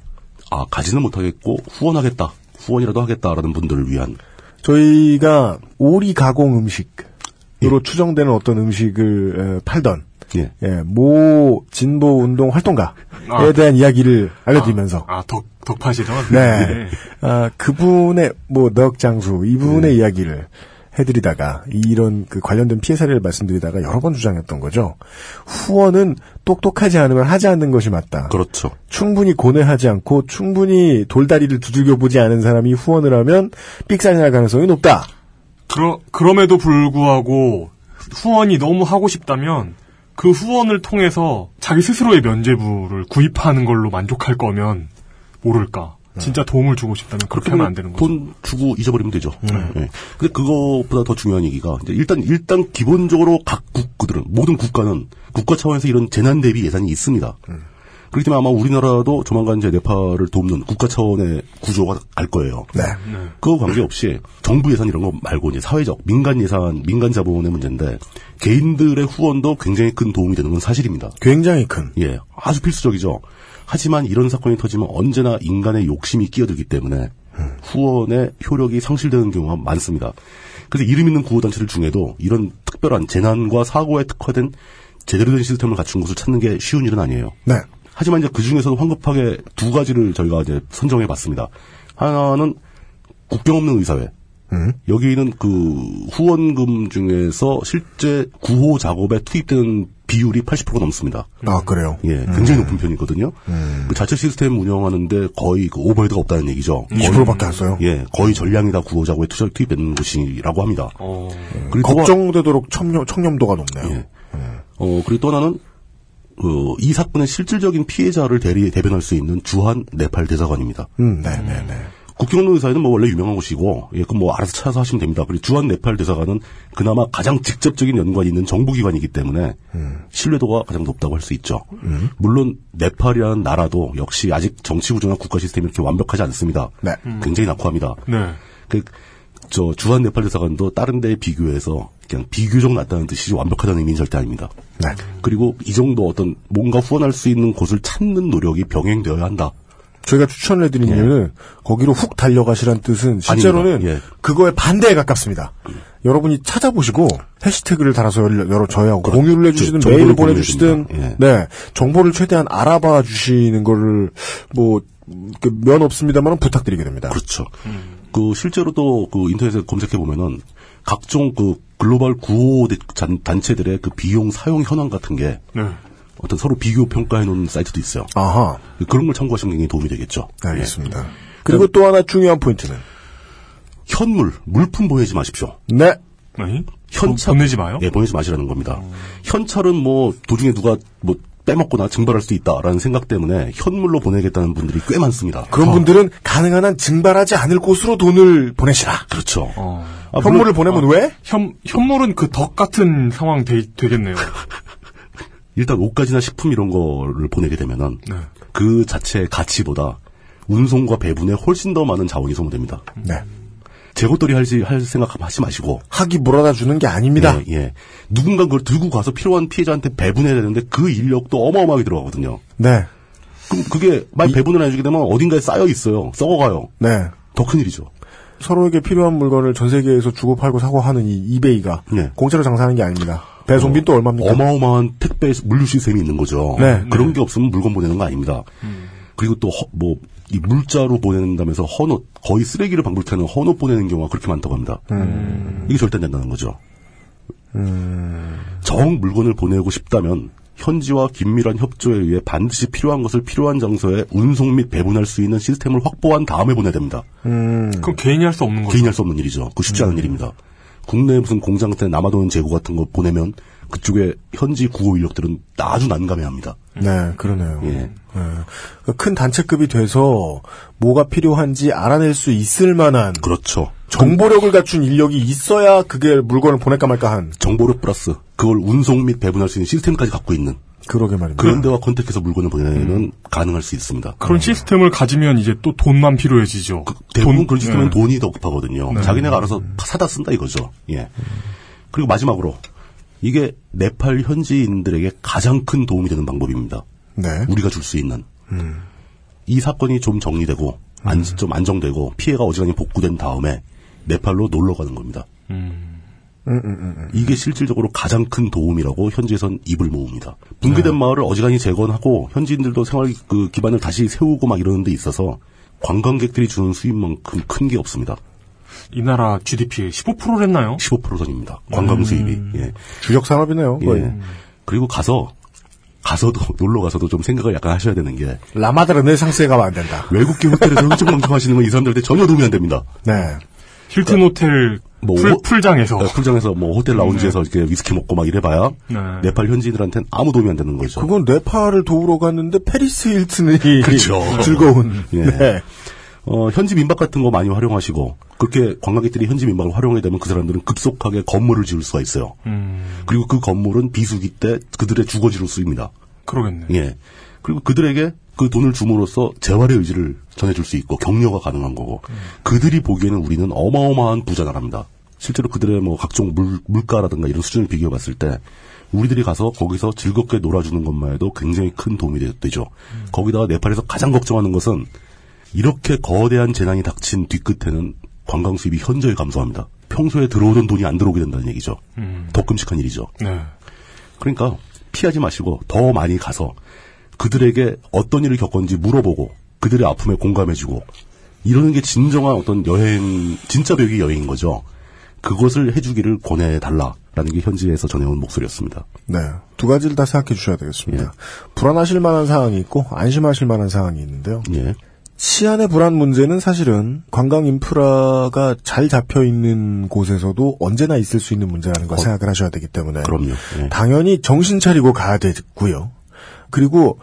Speaker 4: 아 가지는 못하겠고 후원하겠다, 후원이라도 하겠다라는 분들을 위한
Speaker 2: 저희가 오리 가공 음식으로 추정되는 어떤 음식을 에, 팔던
Speaker 4: 예.
Speaker 2: 모 진보 운동 활동가에
Speaker 3: 아.
Speaker 2: 대한 이야기를 알려드리면서
Speaker 3: 아, 덕, 덕파시던?
Speaker 4: 그
Speaker 2: 네. 아, 그분의 뭐 넉장수 이분의
Speaker 4: 네.
Speaker 2: 이야기를 해드리다가 이런 그 관련된 피해 사례를 말씀드리다가 여러 번 주장했던 거죠. 후원은 똑똑하지 않으면 하지 않는 것이 맞다.
Speaker 4: 그렇죠.
Speaker 2: 충분히 고뇌하지 않고 충분히 돌다리를 두들겨 보지 않은 사람이 후원을 하면 삑사리 날 가능성이 높다.
Speaker 3: 그러, 그럼에도 불구하고 후원이 너무 하고 싶다면 그 후원을 통해서 자기 스스로의 면죄부를 구입하는 걸로 만족할 거면 모를까. 진짜 도움을 주고 싶다면 그렇게 하면 안 되는 거죠.
Speaker 4: 돈 주고 잊어버리면 되죠. 예. 근데 그거보다 더 중요한 얘기가 이제 일단 일단 기본적으로 각 국가들은 모든 국가는 국가 차원에서 이런 재난 대비 예산이 있습니다. 그렇기 때문에 아마 우리나라도 조만간 이제 네팔을 돕는 국가 차원의 구조가 갈 거예요.
Speaker 2: 네.
Speaker 4: 그거 관계없이 정부 예산 이런 거 말고 이제 사회적 민간 예산, 민간 자본의 문제인데 개인들의 후원도 굉장히 큰 도움이 되는 건 사실입니다.
Speaker 2: 굉장히 큰.
Speaker 4: 예, 아주 필수적이죠. 하지만 이런 사건이 터지면 언제나 인간의 욕심이 끼어들기 때문에 후원의 효력이 상실되는 경우가 많습니다. 그래서 이름 있는 구호단체들 중에도 이런 특별한 재난과 사고에 특화된 제대로 된 시스템을 갖춘 곳을 찾는 게 쉬운 일은 아니에요.
Speaker 2: 네.
Speaker 4: 하지만 이제 그 중에서도 황급하게 두 가지를 저희가 이제 선정해 봤습니다. 하나는 국경 없는 의사회. 여기는 그 후원금 중에서 실제 구호 작업에 투입되는 비율이 80%가 넘습니다.
Speaker 2: 아, 그래요?
Speaker 4: 예, 굉장히 높은 편이거든요. 그 자체 시스템 운영하는데 거의 그 오버헤드가 없다는 얘기죠.
Speaker 2: 음. 20%밖에 안 써요?
Speaker 4: 예, 거의 전량이 다 구호 작업에 투자 투입되는 곳이라고 합니다. 그리고
Speaker 2: 걱정되도록 청렴, 청렴도가 높네요.
Speaker 4: 어, 그리고 또 하나는, 어, 이 사건의 실질적인 피해자를 대리, 대변할 수 있는 주한 네팔 대사관입니다.
Speaker 2: 음, 네, 네, 네.
Speaker 4: 국경로 의사회는 뭐 원래 유명한 곳이고, 예, 그럼 뭐 알아서 찾아서 하시면 됩니다. 그리고 주한 네팔 대사관은 그나마 가장 직접적인 연관이 있는 정부기관이기 때문에 신뢰도가 가장 높다고 할 수 있죠. 물론 네팔이라는 나라도 역시 아직 정치 구조나 국가 시스템이 이렇게 완벽하지 않습니다.
Speaker 2: 네.
Speaker 4: 굉장히 낙후합니다.
Speaker 3: 네.
Speaker 4: 그, 저, 주한 네팔 대사관도 다른 데에 비교해서 그냥 비교적 낫다는 뜻이지 완벽하다는 의미는 절대 아닙니다.
Speaker 2: 네.
Speaker 4: 그리고 이 정도 어떤 뭔가 후원할 수 있는 곳을 찾는 노력이 병행되어야 한다.
Speaker 2: 저희가 추천을 해드린 이유는 거기로 훅 달려가시란 뜻은 실제로는
Speaker 4: 예. 아닙니다. 예.
Speaker 2: 그거에 반대에 가깝습니다. 여러분이 찾아보시고 해시태그를 달아서 열- 여러 저희하고 공유를 해주시든
Speaker 4: 그렇죠. 저-
Speaker 2: 메일을
Speaker 4: 정보를
Speaker 2: 보내주시든
Speaker 4: 공유해 줍니다. 예.
Speaker 2: 네 정보를 최대한 알아봐 주시는 거를 뭐, 그 뭐면 없습니다만 부탁드리게 됩니다.
Speaker 4: 그렇죠.
Speaker 3: 음.
Speaker 4: 그 실제로도 그 인터넷에 검색해 보면은 각종 그 글로벌 구호 대- 잔- 단체들의 그 비용 사용 현황 같은 게
Speaker 3: 네.
Speaker 4: 어떤 서로 비교 평가해 놓은 사이트도 있어요.
Speaker 2: 아하
Speaker 4: 그런 걸 참고하시면 굉장히 도움이 되겠죠.
Speaker 2: 알겠습니다.
Speaker 4: 네.
Speaker 2: 그리고 또 하나 중요한 포인트는
Speaker 4: 현물 물품 보내지 마십시오.
Speaker 2: 네
Speaker 3: 네.
Speaker 4: 현찰
Speaker 3: 보내지 마요? 음.
Speaker 4: 예, 보내지 마시라는 겁니다. 현찰은 뭐 도중에 누가 뭐 빼먹거나 증발할 수도 있다라는 생각 때문에 현물로 보내겠다는 분들이 꽤 많습니다.
Speaker 2: 그런 분들은 가능한 한 증발하지 않을 곳으로 돈을 보내시라.
Speaker 4: 그렇죠.
Speaker 3: 어.
Speaker 4: 아, 물론-
Speaker 2: 현물을 보내면 왜?
Speaker 3: 현, 현물은 그 덕 같은 상황 되, 되겠네요.
Speaker 4: 일단 옷까지나 식품 이런 거를 보내게 되면은
Speaker 3: 네.
Speaker 4: 그 자체의 가치보다 운송과 배분에 훨씬 더 많은 자원이 소모됩니다.
Speaker 2: 네.
Speaker 4: 재고떨이 할지 할 생각 하지 마시고
Speaker 2: 학이 물어다 주는 게 아닙니다.
Speaker 4: 예, 예. 누군가 그걸 들고 가서 필요한 피해자한테 배분해야 되는데 그 인력도 어마어마하게 들어가거든요.
Speaker 2: 네.
Speaker 4: 그럼 그게 만 배분을 안 해주게 되면 어딘가에 쌓여 있어요. 썩어가요.
Speaker 2: 네.
Speaker 4: 더 큰 일이죠.
Speaker 2: 서로에게 필요한 물건을 전 세계에서 주고 팔고 사고 하는 이 이베이가
Speaker 4: 네.
Speaker 2: 공짜로 장사하는 게 아닙니다. 배송비 또 얼마입니까?
Speaker 4: 어마어마한 택배 물류 시스템이 있는 거죠.
Speaker 2: 네. 음.
Speaker 4: 그런 게 없으면 물건 보내는 거 아닙니다. 그리고 또 뭐 이 물자로 보낸다면서 헌옷 거의 쓰레기를 방불케하는 헌옷 보내는 경우가 그렇게 많다고 합니다.
Speaker 2: 음.
Speaker 4: 이게 절대 안 된다는 거죠. 정 물건을 보내고 싶다면 현지와 긴밀한 협조에 의해 반드시 필요한 것을 필요한 장소에 운송 및 배분할 수 있는 시스템을 확보한 다음에 보내야 됩니다. 음.
Speaker 3: 그럼 개인이 할 수 없는 거죠.
Speaker 4: 개인이 할 수 없는 일이죠. 그 쉽지 않은 일입니다. 국내 무슨 공장 같은 데 남아도는 재고 같은 거 보내면 그쪽에 현지 구호 인력들은 아주 난감해합니다.
Speaker 2: 네, 그러네요.
Speaker 4: 예.
Speaker 2: 네. 큰 단체급이 돼서 뭐가 필요한지 알아낼 수 있을 만한
Speaker 4: 그렇죠.
Speaker 2: 정보력을 갖춘 인력이 있어야 그게 물건을 보낼까 말까 한
Speaker 4: 정보력 플러스 그걸 운송 및 배분할 수 있는 시스템까지 갖고 있는
Speaker 2: 그러게 말입니다.
Speaker 4: 그런 데와 컨택해서 물건을 보내는 가능할 수 있습니다. 네.
Speaker 3: 그런 시스템을 가지면 이제 또 돈만 필요해지죠.
Speaker 4: 음. 그 대부분 그런 시스템은
Speaker 3: 네.
Speaker 4: 돈이 더 급하거든요. 자기네가 음. 알아서 다 사다 쓴다 이거죠. 예. 그리고 마지막으로 이게 네팔 현지인들에게 가장 큰 도움이 되는 방법입니다.
Speaker 2: 네.
Speaker 4: 우리가 줄 수 있는 이 사건이 좀 정리되고 안, 좀 안정되고 피해가 어지간히 복구된 다음에 네팔로 놀러 가는 겁니다. 이게 실질적으로 가장 큰 도움이라고 현지에선 입을 모읍니다. 붕괴된 마을을 어지간히 재건하고 현지인들도 생활 그 기반을 다시 세우고 막 이러는 데 있어서 관광객들이 주는 수입만큼 큰 게 없습니다.
Speaker 3: 이 나라 GDP 15%랬나요?
Speaker 4: 15% 선입니다. 관광 수입이. 예.
Speaker 2: 주력 산업이네요.
Speaker 4: 예.
Speaker 2: 거의.
Speaker 4: 그리고 가서 가서도 놀러 가서도 좀 생각을 약간 하셔야 되는 게
Speaker 2: 라마다르네 상세에 가면 안 된다.
Speaker 4: 외국계 호텔에서 흥청망청 하시는 건 이 사람들한테 전혀 도움이 안 됩니다.
Speaker 2: 네.
Speaker 3: 힐튼 호텔
Speaker 4: 뭐
Speaker 3: 풀,
Speaker 4: 호-
Speaker 3: 풀장에서.
Speaker 4: 어, 풀장에서 뭐 호텔 라운지에서 이렇게 위스키 먹고 막 이래봐야
Speaker 3: 네.
Speaker 4: 네팔 현지인들한테는 아무 도움이 안 되는 거죠.
Speaker 2: 그건 네팔을 도우러 갔는데 페리스 힐튼이
Speaker 4: 그렇죠.
Speaker 2: 즐거운.
Speaker 4: 예.
Speaker 2: 네.
Speaker 4: 어, 현지 민박 같은 거 많이 활용하시고 그렇게 관광객들이 현지 민박을 활용하게 되면 그 사람들은 급속하게 건물을 지을 수가 있어요. 그리고 그 건물은 비수기 때 그들의 주거지로 쓰입니다.
Speaker 3: 그러겠네.
Speaker 4: 예. 그리고 그들에게 그 돈을 줌으로써 재활의 의지를 전해줄 수 있고 격려가 가능한 거고 그들이 보기에는 우리는 어마어마한 부자 나라입니다. 실제로 그들의 뭐 각종 물, 물가라든가 이런 수준을 비교해 봤을 때 우리들이 가서 거기서 즐겁게 놀아주는 것만 해도 굉장히 큰 도움이 되- 되죠. 거기다가 네팔에서 가장 걱정하는 것은 이렇게 거대한 재난이 닥친 뒤끝에는 관광 수입이 현저히 감소합니다. 평소에 들어오던 돈이 안 들어오게 된다는 얘기죠.
Speaker 3: 음.
Speaker 4: 더 끔찍한 일이죠.
Speaker 3: 네.
Speaker 4: 그러니까 피하지 마시고 더 많이 가서 그들에게 어떤 일을 겪었는지 물어보고 그들의 아픔에 공감해주고 이러는 게 진정한 어떤 여행 진짜 벽이 여행인 거죠. 그것을 해주기를 권해달라라는 게 현지에서 전해온 목소리였습니다.
Speaker 2: 네. 두 가지를 다 생각해 주셔야
Speaker 4: 예.
Speaker 2: 되겠습니다. 불안하실 만한 상황이 있고 안심하실 만한 상황이 있는데요.
Speaker 4: 예,
Speaker 2: 치안의 불안 문제는 사실은 관광 인프라가 잘 잡혀 있는 곳에서도 언제나 있을 수 있는 문제라는 걸 생각을 하셔야 되기 때문에
Speaker 4: 어. 그럼요. 예,
Speaker 2: 당연히 정신 차리고 가야 되고요. 그리고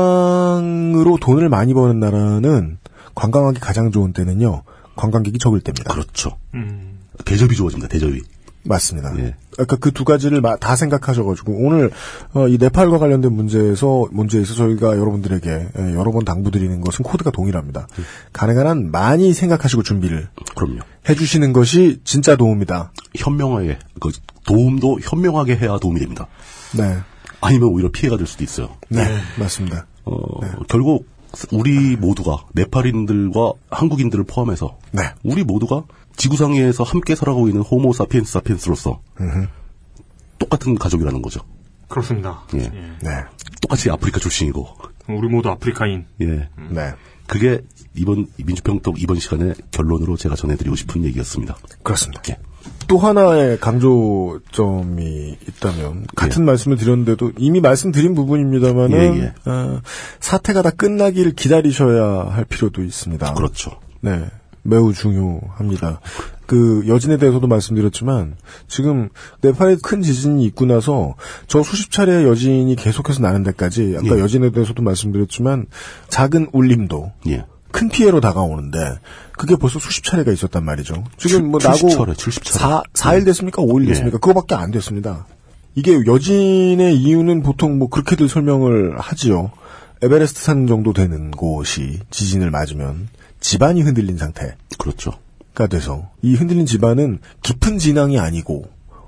Speaker 2: 관광으로 돈을 많이 버는 나라는 관광하기 가장 좋은 때는요. 관광객이 적을 때입니다.
Speaker 4: 그렇죠.
Speaker 3: 음,
Speaker 4: 대접이 좋아집니다. 대접이.
Speaker 2: 맞습니다.
Speaker 4: 예.
Speaker 2: 아까 그 두 가지를 마- 다 생각하셔가지고 오늘 어, 이 네팔과 관련된 문제에서 문제에서 저희가 여러분들에게 예, 여러 번 당부드리는 것은 코드가 동일합니다.
Speaker 4: 예.
Speaker 2: 가능한 한 많이 생각하시고 준비를
Speaker 4: 그럼요.
Speaker 2: 해주시는 것이 진짜 도움이다.
Speaker 4: 현명하게 그 도움도 현명하게 해야 도움이 됩니다.
Speaker 2: 네,
Speaker 4: 아니면 오히려 피해가 될 수도 있어요.
Speaker 2: 네,
Speaker 4: 예.
Speaker 2: 맞습니다.
Speaker 4: 어, 결국 우리 모두가 네팔인들과 한국인들을 포함해서 우리 모두가 지구상에서 함께 살아가고 있는 호모 사피엔스 사피엔스로서 똑같은 가족이라는 거죠.
Speaker 3: 그렇습니다.
Speaker 4: 예.
Speaker 2: 네.
Speaker 4: 똑같이 아프리카 출신이고.
Speaker 3: 우리 모두 아프리카인.
Speaker 4: 예.
Speaker 2: 네.
Speaker 4: 그게 이번 민주평통 이번 시간의 결론으로 제가 전해드리고 싶은 얘기였습니다.
Speaker 2: 그렇습니다.
Speaker 4: 예.
Speaker 2: 또 하나의 강조점이 있다면 같은 말씀을 드렸는데도 이미 말씀드린 부분입니다만은
Speaker 4: 예, 예.
Speaker 2: 사태가 다 끝나기를 기다리셔야 할 필요도 있습니다.
Speaker 4: 그렇죠.
Speaker 2: 네, 매우 중요합니다. 그 여진에 대해서도 말씀드렸지만 지금 네팔에 큰 지진이 있고 나서 저 수십 차례의 여진이 계속해서 나는 데까지 아까 여진에 대해서도 말씀드렸지만 작은 울림도
Speaker 4: 예.
Speaker 2: 큰 피해로 다가오는데 그게 벌써 수십 차례가 있었단 말이죠. 지금 뭐 나고
Speaker 4: 70차례, 70차례. 네. 예.
Speaker 2: 4, 4일 됐습니까? 5일 됐습니까? 그거밖에 안 됐습니다. 이게 여진의 이유는 보통 뭐 그렇게들 설명을 하지요. 에베레스트 산 정도 되는 곳이 지진을 맞으면 지반이 흔들린 상태.
Speaker 4: 그렇죠.
Speaker 2: 가 돼서 이 흔들린 지반은 깊은 진앙이 아니고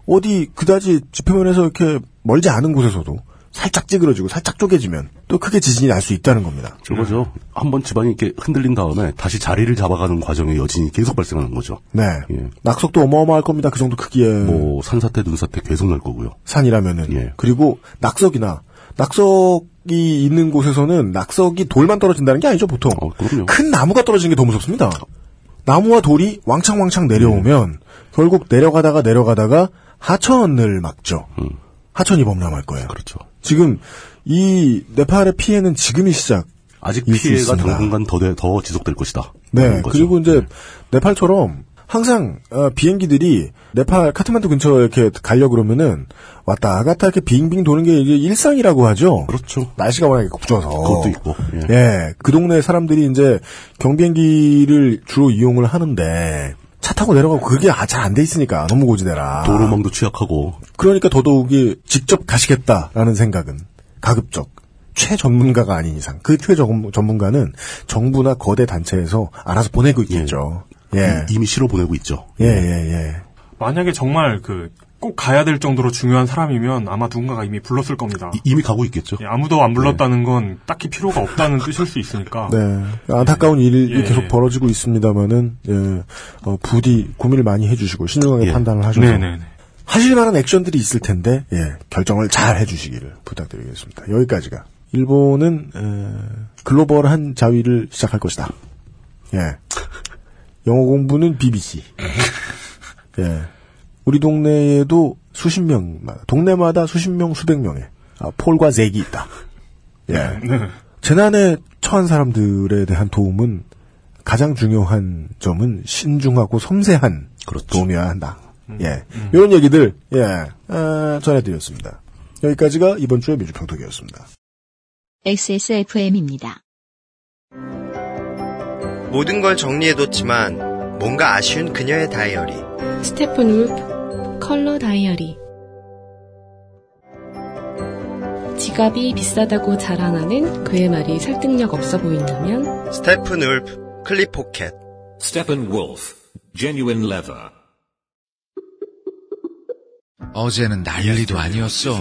Speaker 2: 어디 그다지 지표면에서 이렇게 멀지 않은 곳에서도 살짝 찌그러지고 살짝 쪼개지면 또 크게 지진이 날 수 있다는 겁니다.
Speaker 4: 저거죠. 한번 지방이 이렇게 흔들린 다음에 다시 자리를 잡아가는 과정에 여진이 계속 발생하는 거죠.
Speaker 2: 네.
Speaker 4: 예.
Speaker 2: 낙석도 어마어마할 겁니다. 그 정도 크기에
Speaker 4: 뭐 예. 산사태, 눈사태 계속 날 거고요.
Speaker 2: 산이라면은 그리고 낙석이나 낙석이 있는 곳에서는 낙석이 돌만 떨어진다는 게 아니죠 보통 큰 나무가 떨어지는 게 더 무섭습니다. 나무와 돌이 왕창왕창 내려오면
Speaker 4: 예.
Speaker 2: 결국 내려가다가 내려가다가 하천을 막죠. 하천이 범람할 거예요.
Speaker 4: 음. 그렇죠.
Speaker 2: 지금 이 네팔의 피해는 지금이 시작.
Speaker 4: 아직
Speaker 2: 일수
Speaker 4: 피해가
Speaker 2: 있습니다.
Speaker 4: 당분간 더, 돼- 더 지속될 것이다.
Speaker 2: 네,
Speaker 4: 라는 거죠.
Speaker 2: 그리고 이제 네팔처럼 항상 어, 비행기들이 네팔 카트만두 근처에 이렇게 가려 그러면은 왔다 갔다 이렇게 빙빙 도는 게 이제 일상이라고 하죠.
Speaker 4: 그렇죠.
Speaker 2: 날씨가 워낙에 굽져서
Speaker 4: 그것도 있고. 예.
Speaker 2: 예, 그 동네 사람들이 이제 경비행기를 주로 이용을 하는데 차 타고 내려가고 그게 아, 잘 안 돼 있으니까 너무 고지대라.
Speaker 4: 도로망도 취약하고
Speaker 2: 그러니까 더더욱이 직접 가시겠다라는 생각은 가급적 최전문가가 아닌 이상 그 최전문가는 정부나 거대 단체에서 알아서 보내고 있겠죠. 예.
Speaker 4: 이미 실어 보내고 있죠.
Speaker 2: 예,
Speaker 3: 네.
Speaker 2: 예, 예.
Speaker 3: 만약에 정말 그 꼭 가야 될 정도로 중요한 사람이면 아마 누군가가 이미 불렀을 겁니다.
Speaker 4: 이미 네. 가고 있겠죠.
Speaker 3: 예, 아무도 안 불렀다는 건 딱히 필요가 없다는 뜻일 수 있으니까.
Speaker 2: 네. 안타까운 일이
Speaker 3: 예.
Speaker 2: 계속 벌어지고 있습니다만은, 예, 어, 부디 고민을 많이 해주시고, 신중하게 판단을 하셔서.
Speaker 3: 예. 네네네.
Speaker 2: 하실 만한 액션들이 있을 텐데, 예, 결정을 잘 해주시기를 부탁드리겠습니다. 여기까지가. 일본은, 에, 글로벌한 자위를 시작할 것이다. 예. 영어 공부는 BBC. 예. 우리 동네에도 수십 명마다, 동네마다 수십 명, 수백 명의, 아, 폴과 잭이 있다. 예.
Speaker 3: 네.
Speaker 2: 재난에 처한 사람들에 대한 도움은 가장 중요한 점은 신중하고 섬세한 도움이어야 한다. 예. 이런 얘기들, 예, 아, 전해드렸습니다. 여기까지가 이번 주의 민주평통이었습니다.
Speaker 1: XSFM입니다.
Speaker 7: 모든 걸 정리해뒀지만 뭔가 아쉬운 그녀의 다이어리.
Speaker 8: 스테픈 울프 컬러 다이어리 지갑이 비싸다고 자랑하는 그의 말이 설득력 없어 보인다면
Speaker 7: 스테픈 울프 클립 포켓.
Speaker 14: Steppenwolf, genuine leather.
Speaker 15: 어제는 난리도 아니었어.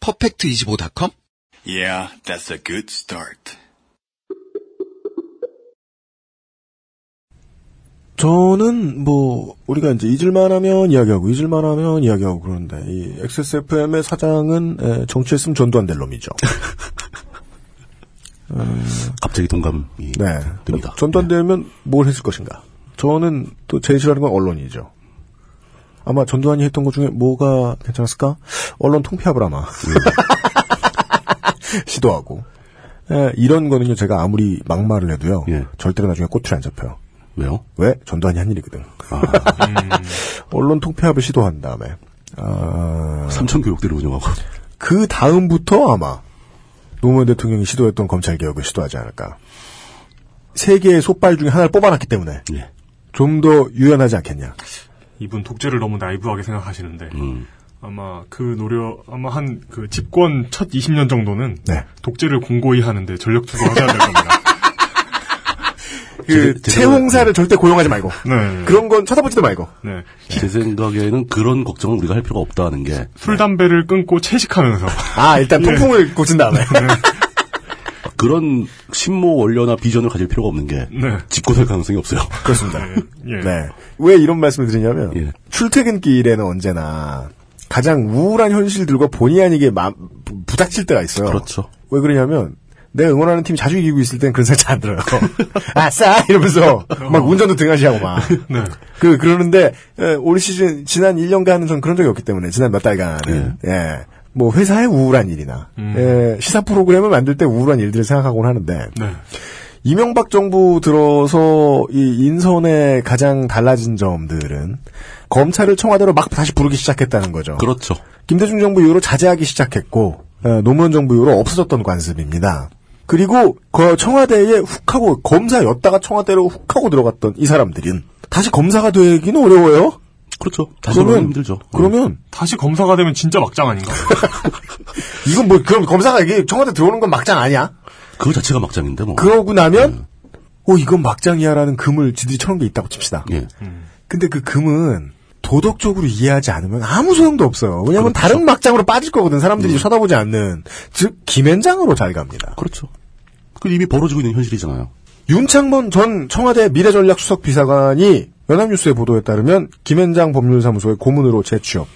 Speaker 15: 퍼펙트25.com?
Speaker 12: Yeah, that's a good start.
Speaker 2: 저는 뭐 우리가 이제 잊을만하면 이야기하고 잊을만하면 이야기하고 그러는데 이 XSFM의 사장은 에, 정치했으면 전두환 될 놈이죠.
Speaker 4: 갑자기 동감이
Speaker 2: 네.
Speaker 4: 듭니다.
Speaker 2: 전두환 되면 뭘 했을 것인가? 저는 또 제일 싫어하는 건 언론이죠. 아마 전두환이 했던 것 중에 뭐가 괜찮았을까? 언론 통폐합을 아마
Speaker 4: 예.
Speaker 2: 시도하고 예, 이런 거는요 제가 아무리 막말을 해도요
Speaker 4: 예.
Speaker 2: 절대로 나중에 꼬투리 안 잡혀요.
Speaker 4: 왜요? 아,
Speaker 2: 왜? 전두환이 한 일이거든. 언론 통폐합을 시도한 다음에 아...
Speaker 4: 삼천 교육대를 운영하고
Speaker 2: 그 다음부터 아마 노무현 대통령이 시도했던 검찰 개혁을 시도하지 않을까. 세 개의 솥발 중에 하나를 뽑아놨기 때문에 좀 더 유연하지 않겠냐.
Speaker 3: 이분 독재를 너무 나이브하게 생각하시는데 아마 그 노력 아마 한 그 집권 첫 20년 정도는 독재를 공고히 하는데 전력 투구하셔야 될 겁니다.
Speaker 2: 그 채홍사를 절대 고용하지 말고
Speaker 3: 네.
Speaker 2: 그런 건 쳐다보지도 말고
Speaker 3: 네.
Speaker 2: 예.
Speaker 4: 제 생각에는 그런 걱정은 우리가 할 필요가 없다는 게
Speaker 3: 술 담배를 끊고 채식하면서
Speaker 2: 아 일단
Speaker 3: 예.
Speaker 2: 통풍을 고친 다음에
Speaker 4: 그런 신모 원료나 비전을 가질 필요가 없는 게
Speaker 3: 네.
Speaker 4: 짚고 살 가능성이 없어요.
Speaker 2: 그렇습니다.
Speaker 3: 예.
Speaker 2: 네. 왜 이런 말씀을 드리냐면 출퇴근길에는 언제나 가장 우울한 현실들과 본의 아니게 마- 부- 부닥칠 때가 있어요. 그렇죠. 왜 그러냐면 내가 응원하는 팀이 자주 이기고 있을 땐 그런 생각 잘 안 들어요. 아싸 이러면서 막 운전도 등하시하고 막.
Speaker 3: 네.
Speaker 2: 그 그러는데 예, 올 시즌 지난 1년간은 전 그런 적이 없기 때문에 지난 몇 달간은 예. 뭐 회사의 우울한 일이나 예, 시사 프로그램을 만들 때 우울한 일들을 생각하곤 하는데
Speaker 3: 네.
Speaker 2: 이명박 정부 들어서 이 인선의 가장 달라진 점들은 검찰을 청와대로 막 다시 부르기 시작했다는 거죠.
Speaker 4: 그렇죠.
Speaker 2: 김대중 정부 이후로 자제하기 시작했고 에, 노무현 정부 이후로 없어졌던 관습입니다. 그리고 그 청와대에 훅하고 검사였다가 청와대로 훅하고 들어갔던 이 사람들은 다시 검사가 되기는 어려워요.
Speaker 4: 그렇죠. 예.
Speaker 3: 다시
Speaker 2: 그러면
Speaker 3: 올라가기 힘들죠. 네.
Speaker 2: 그러면
Speaker 3: 다시 검사가 되면 진짜 막장 아닌가?
Speaker 2: 이건 뭐 그럼 검사가 이게 청와대 들어오는 건 막장 아니야?
Speaker 4: 그거 자체가 막장인데 뭐.
Speaker 2: 그러고 나면 어 이건 막장이야라는 금을 지들이 쳐놓은 게 있다고 칩시다.
Speaker 4: 예.
Speaker 2: 근데 그 금은 도덕적으로 이해하지 않으면 아무 소용도 없어요. 왜냐하면
Speaker 3: 그렇죠.
Speaker 2: 다른 막장으로 빠질 거거든. 사람들이
Speaker 3: 네.
Speaker 2: 쳐다보지 않는 즉 김현장으로 잘 갑니다.
Speaker 4: 그렇죠. 그 이미 벌어지고 있는 현실이잖아요.
Speaker 2: 윤창본 전 청와대 미래전략 수석 비서관이 연합뉴스의 보도에 따르면 김현장 법률사무소의 고문으로 재취업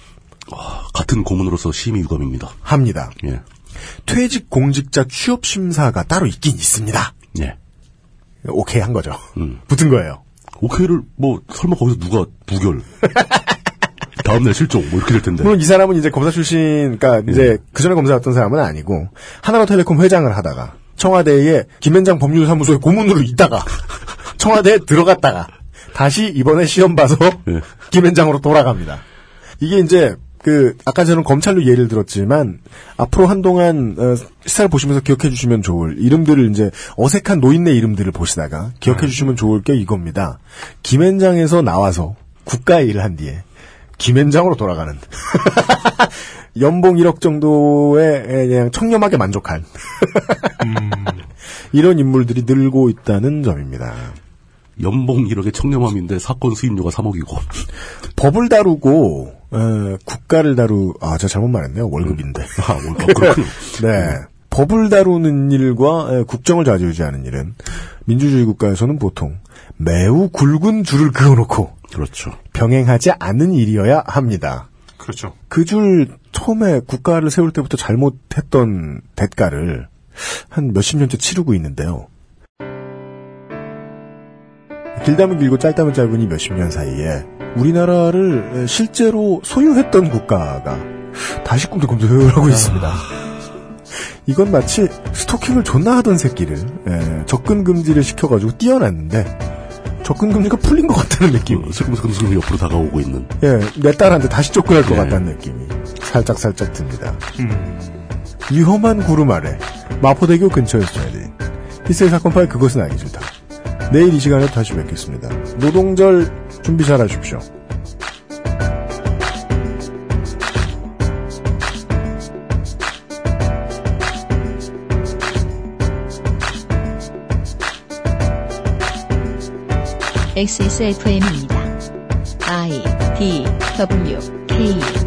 Speaker 4: 같은 고문으로서 심의 유감입니다.
Speaker 2: 합니다.
Speaker 4: 예.
Speaker 2: 퇴직 공직자 취업 심사가 따로 있긴 있습니다.
Speaker 4: 예.
Speaker 2: 오케이 한 거죠. 붙은 거예요.
Speaker 4: 오케이를 뭐 설마 거기서 누가 부결? 다음날 실종 뭐 이렇게 될 텐데.
Speaker 2: 물론 이 사람은 이제 검사 출신, 그러니까 이제 그 전에 검사였던 사람은 아니고 하나로텔레콤 회장을 하다가 청와대에 김현장 법률사무소의 고문으로 있다가 청와대에 들어갔다가 다시 이번에 시험 봐서 김현장으로 돌아갑니다. 이게 이제 그 아까 저는 검찰로 예를 들었지만 앞으로 한동안 어, 시사를 보시면서 기억해 주시면 좋을 이름들을 이제 어색한 노인네 이름들을 보시다가 기억해 주시면 좋을 게 이겁니다. 김현장에서 나와서 국가 일을 한 뒤에 김현장으로 돌아가는 연봉 1억 정도에 그냥 청렴하게 만족한 이런 인물들이 늘고 있다는 점입니다.
Speaker 4: 연봉 1억의 청렴함인데 사건 수임료가 3억이고. 아,
Speaker 2: 법을 다루고 에, 국가를 다루 아 제가 잘못 말했네요 월급인데
Speaker 4: 아, 월급. 그렇군요.
Speaker 2: 네 법을 다루는 일과 에, 국정을 좌지우지하는 일은 민주주의 국가에서는 보통 매우 굵은 줄을 그어놓고
Speaker 4: 그렇죠
Speaker 2: 병행하지 않은 일이어야 합니다.
Speaker 3: 그렇죠.
Speaker 2: 그 줄 처음에 국가를 세울 때부터 잘못했던 대가를 한 몇십 년째 치르고 있는데요. 길다면 길고 짧다면 짧은 이 몇십 년 사이에 우리나라를 실제로 소유했던 국가가 다시 꿈틀꿈틀 소유하고 있습니다. 이건 마치 스토킹을 존나 하던 새끼를 예, 접근 금지를 시켜가지고 뛰어났는데 접근 금지가 풀린 것 같다는 느낌.
Speaker 4: 슬금슬금 옆으로 다가오고 있는.
Speaker 2: 예, 내 딸한테 다시 쫓겨날 것 같다는 느낌이 살짝 살짝 듭니다. 위험한 구름 아래 마포대교 근처에서 열린 히스의 사건 파일 그것은 알기 싫다. 내일 이 시간에 다시 뵙겠습니다. 노동절 준비 잘 하십시오.
Speaker 1: XSFM입니다. I D W K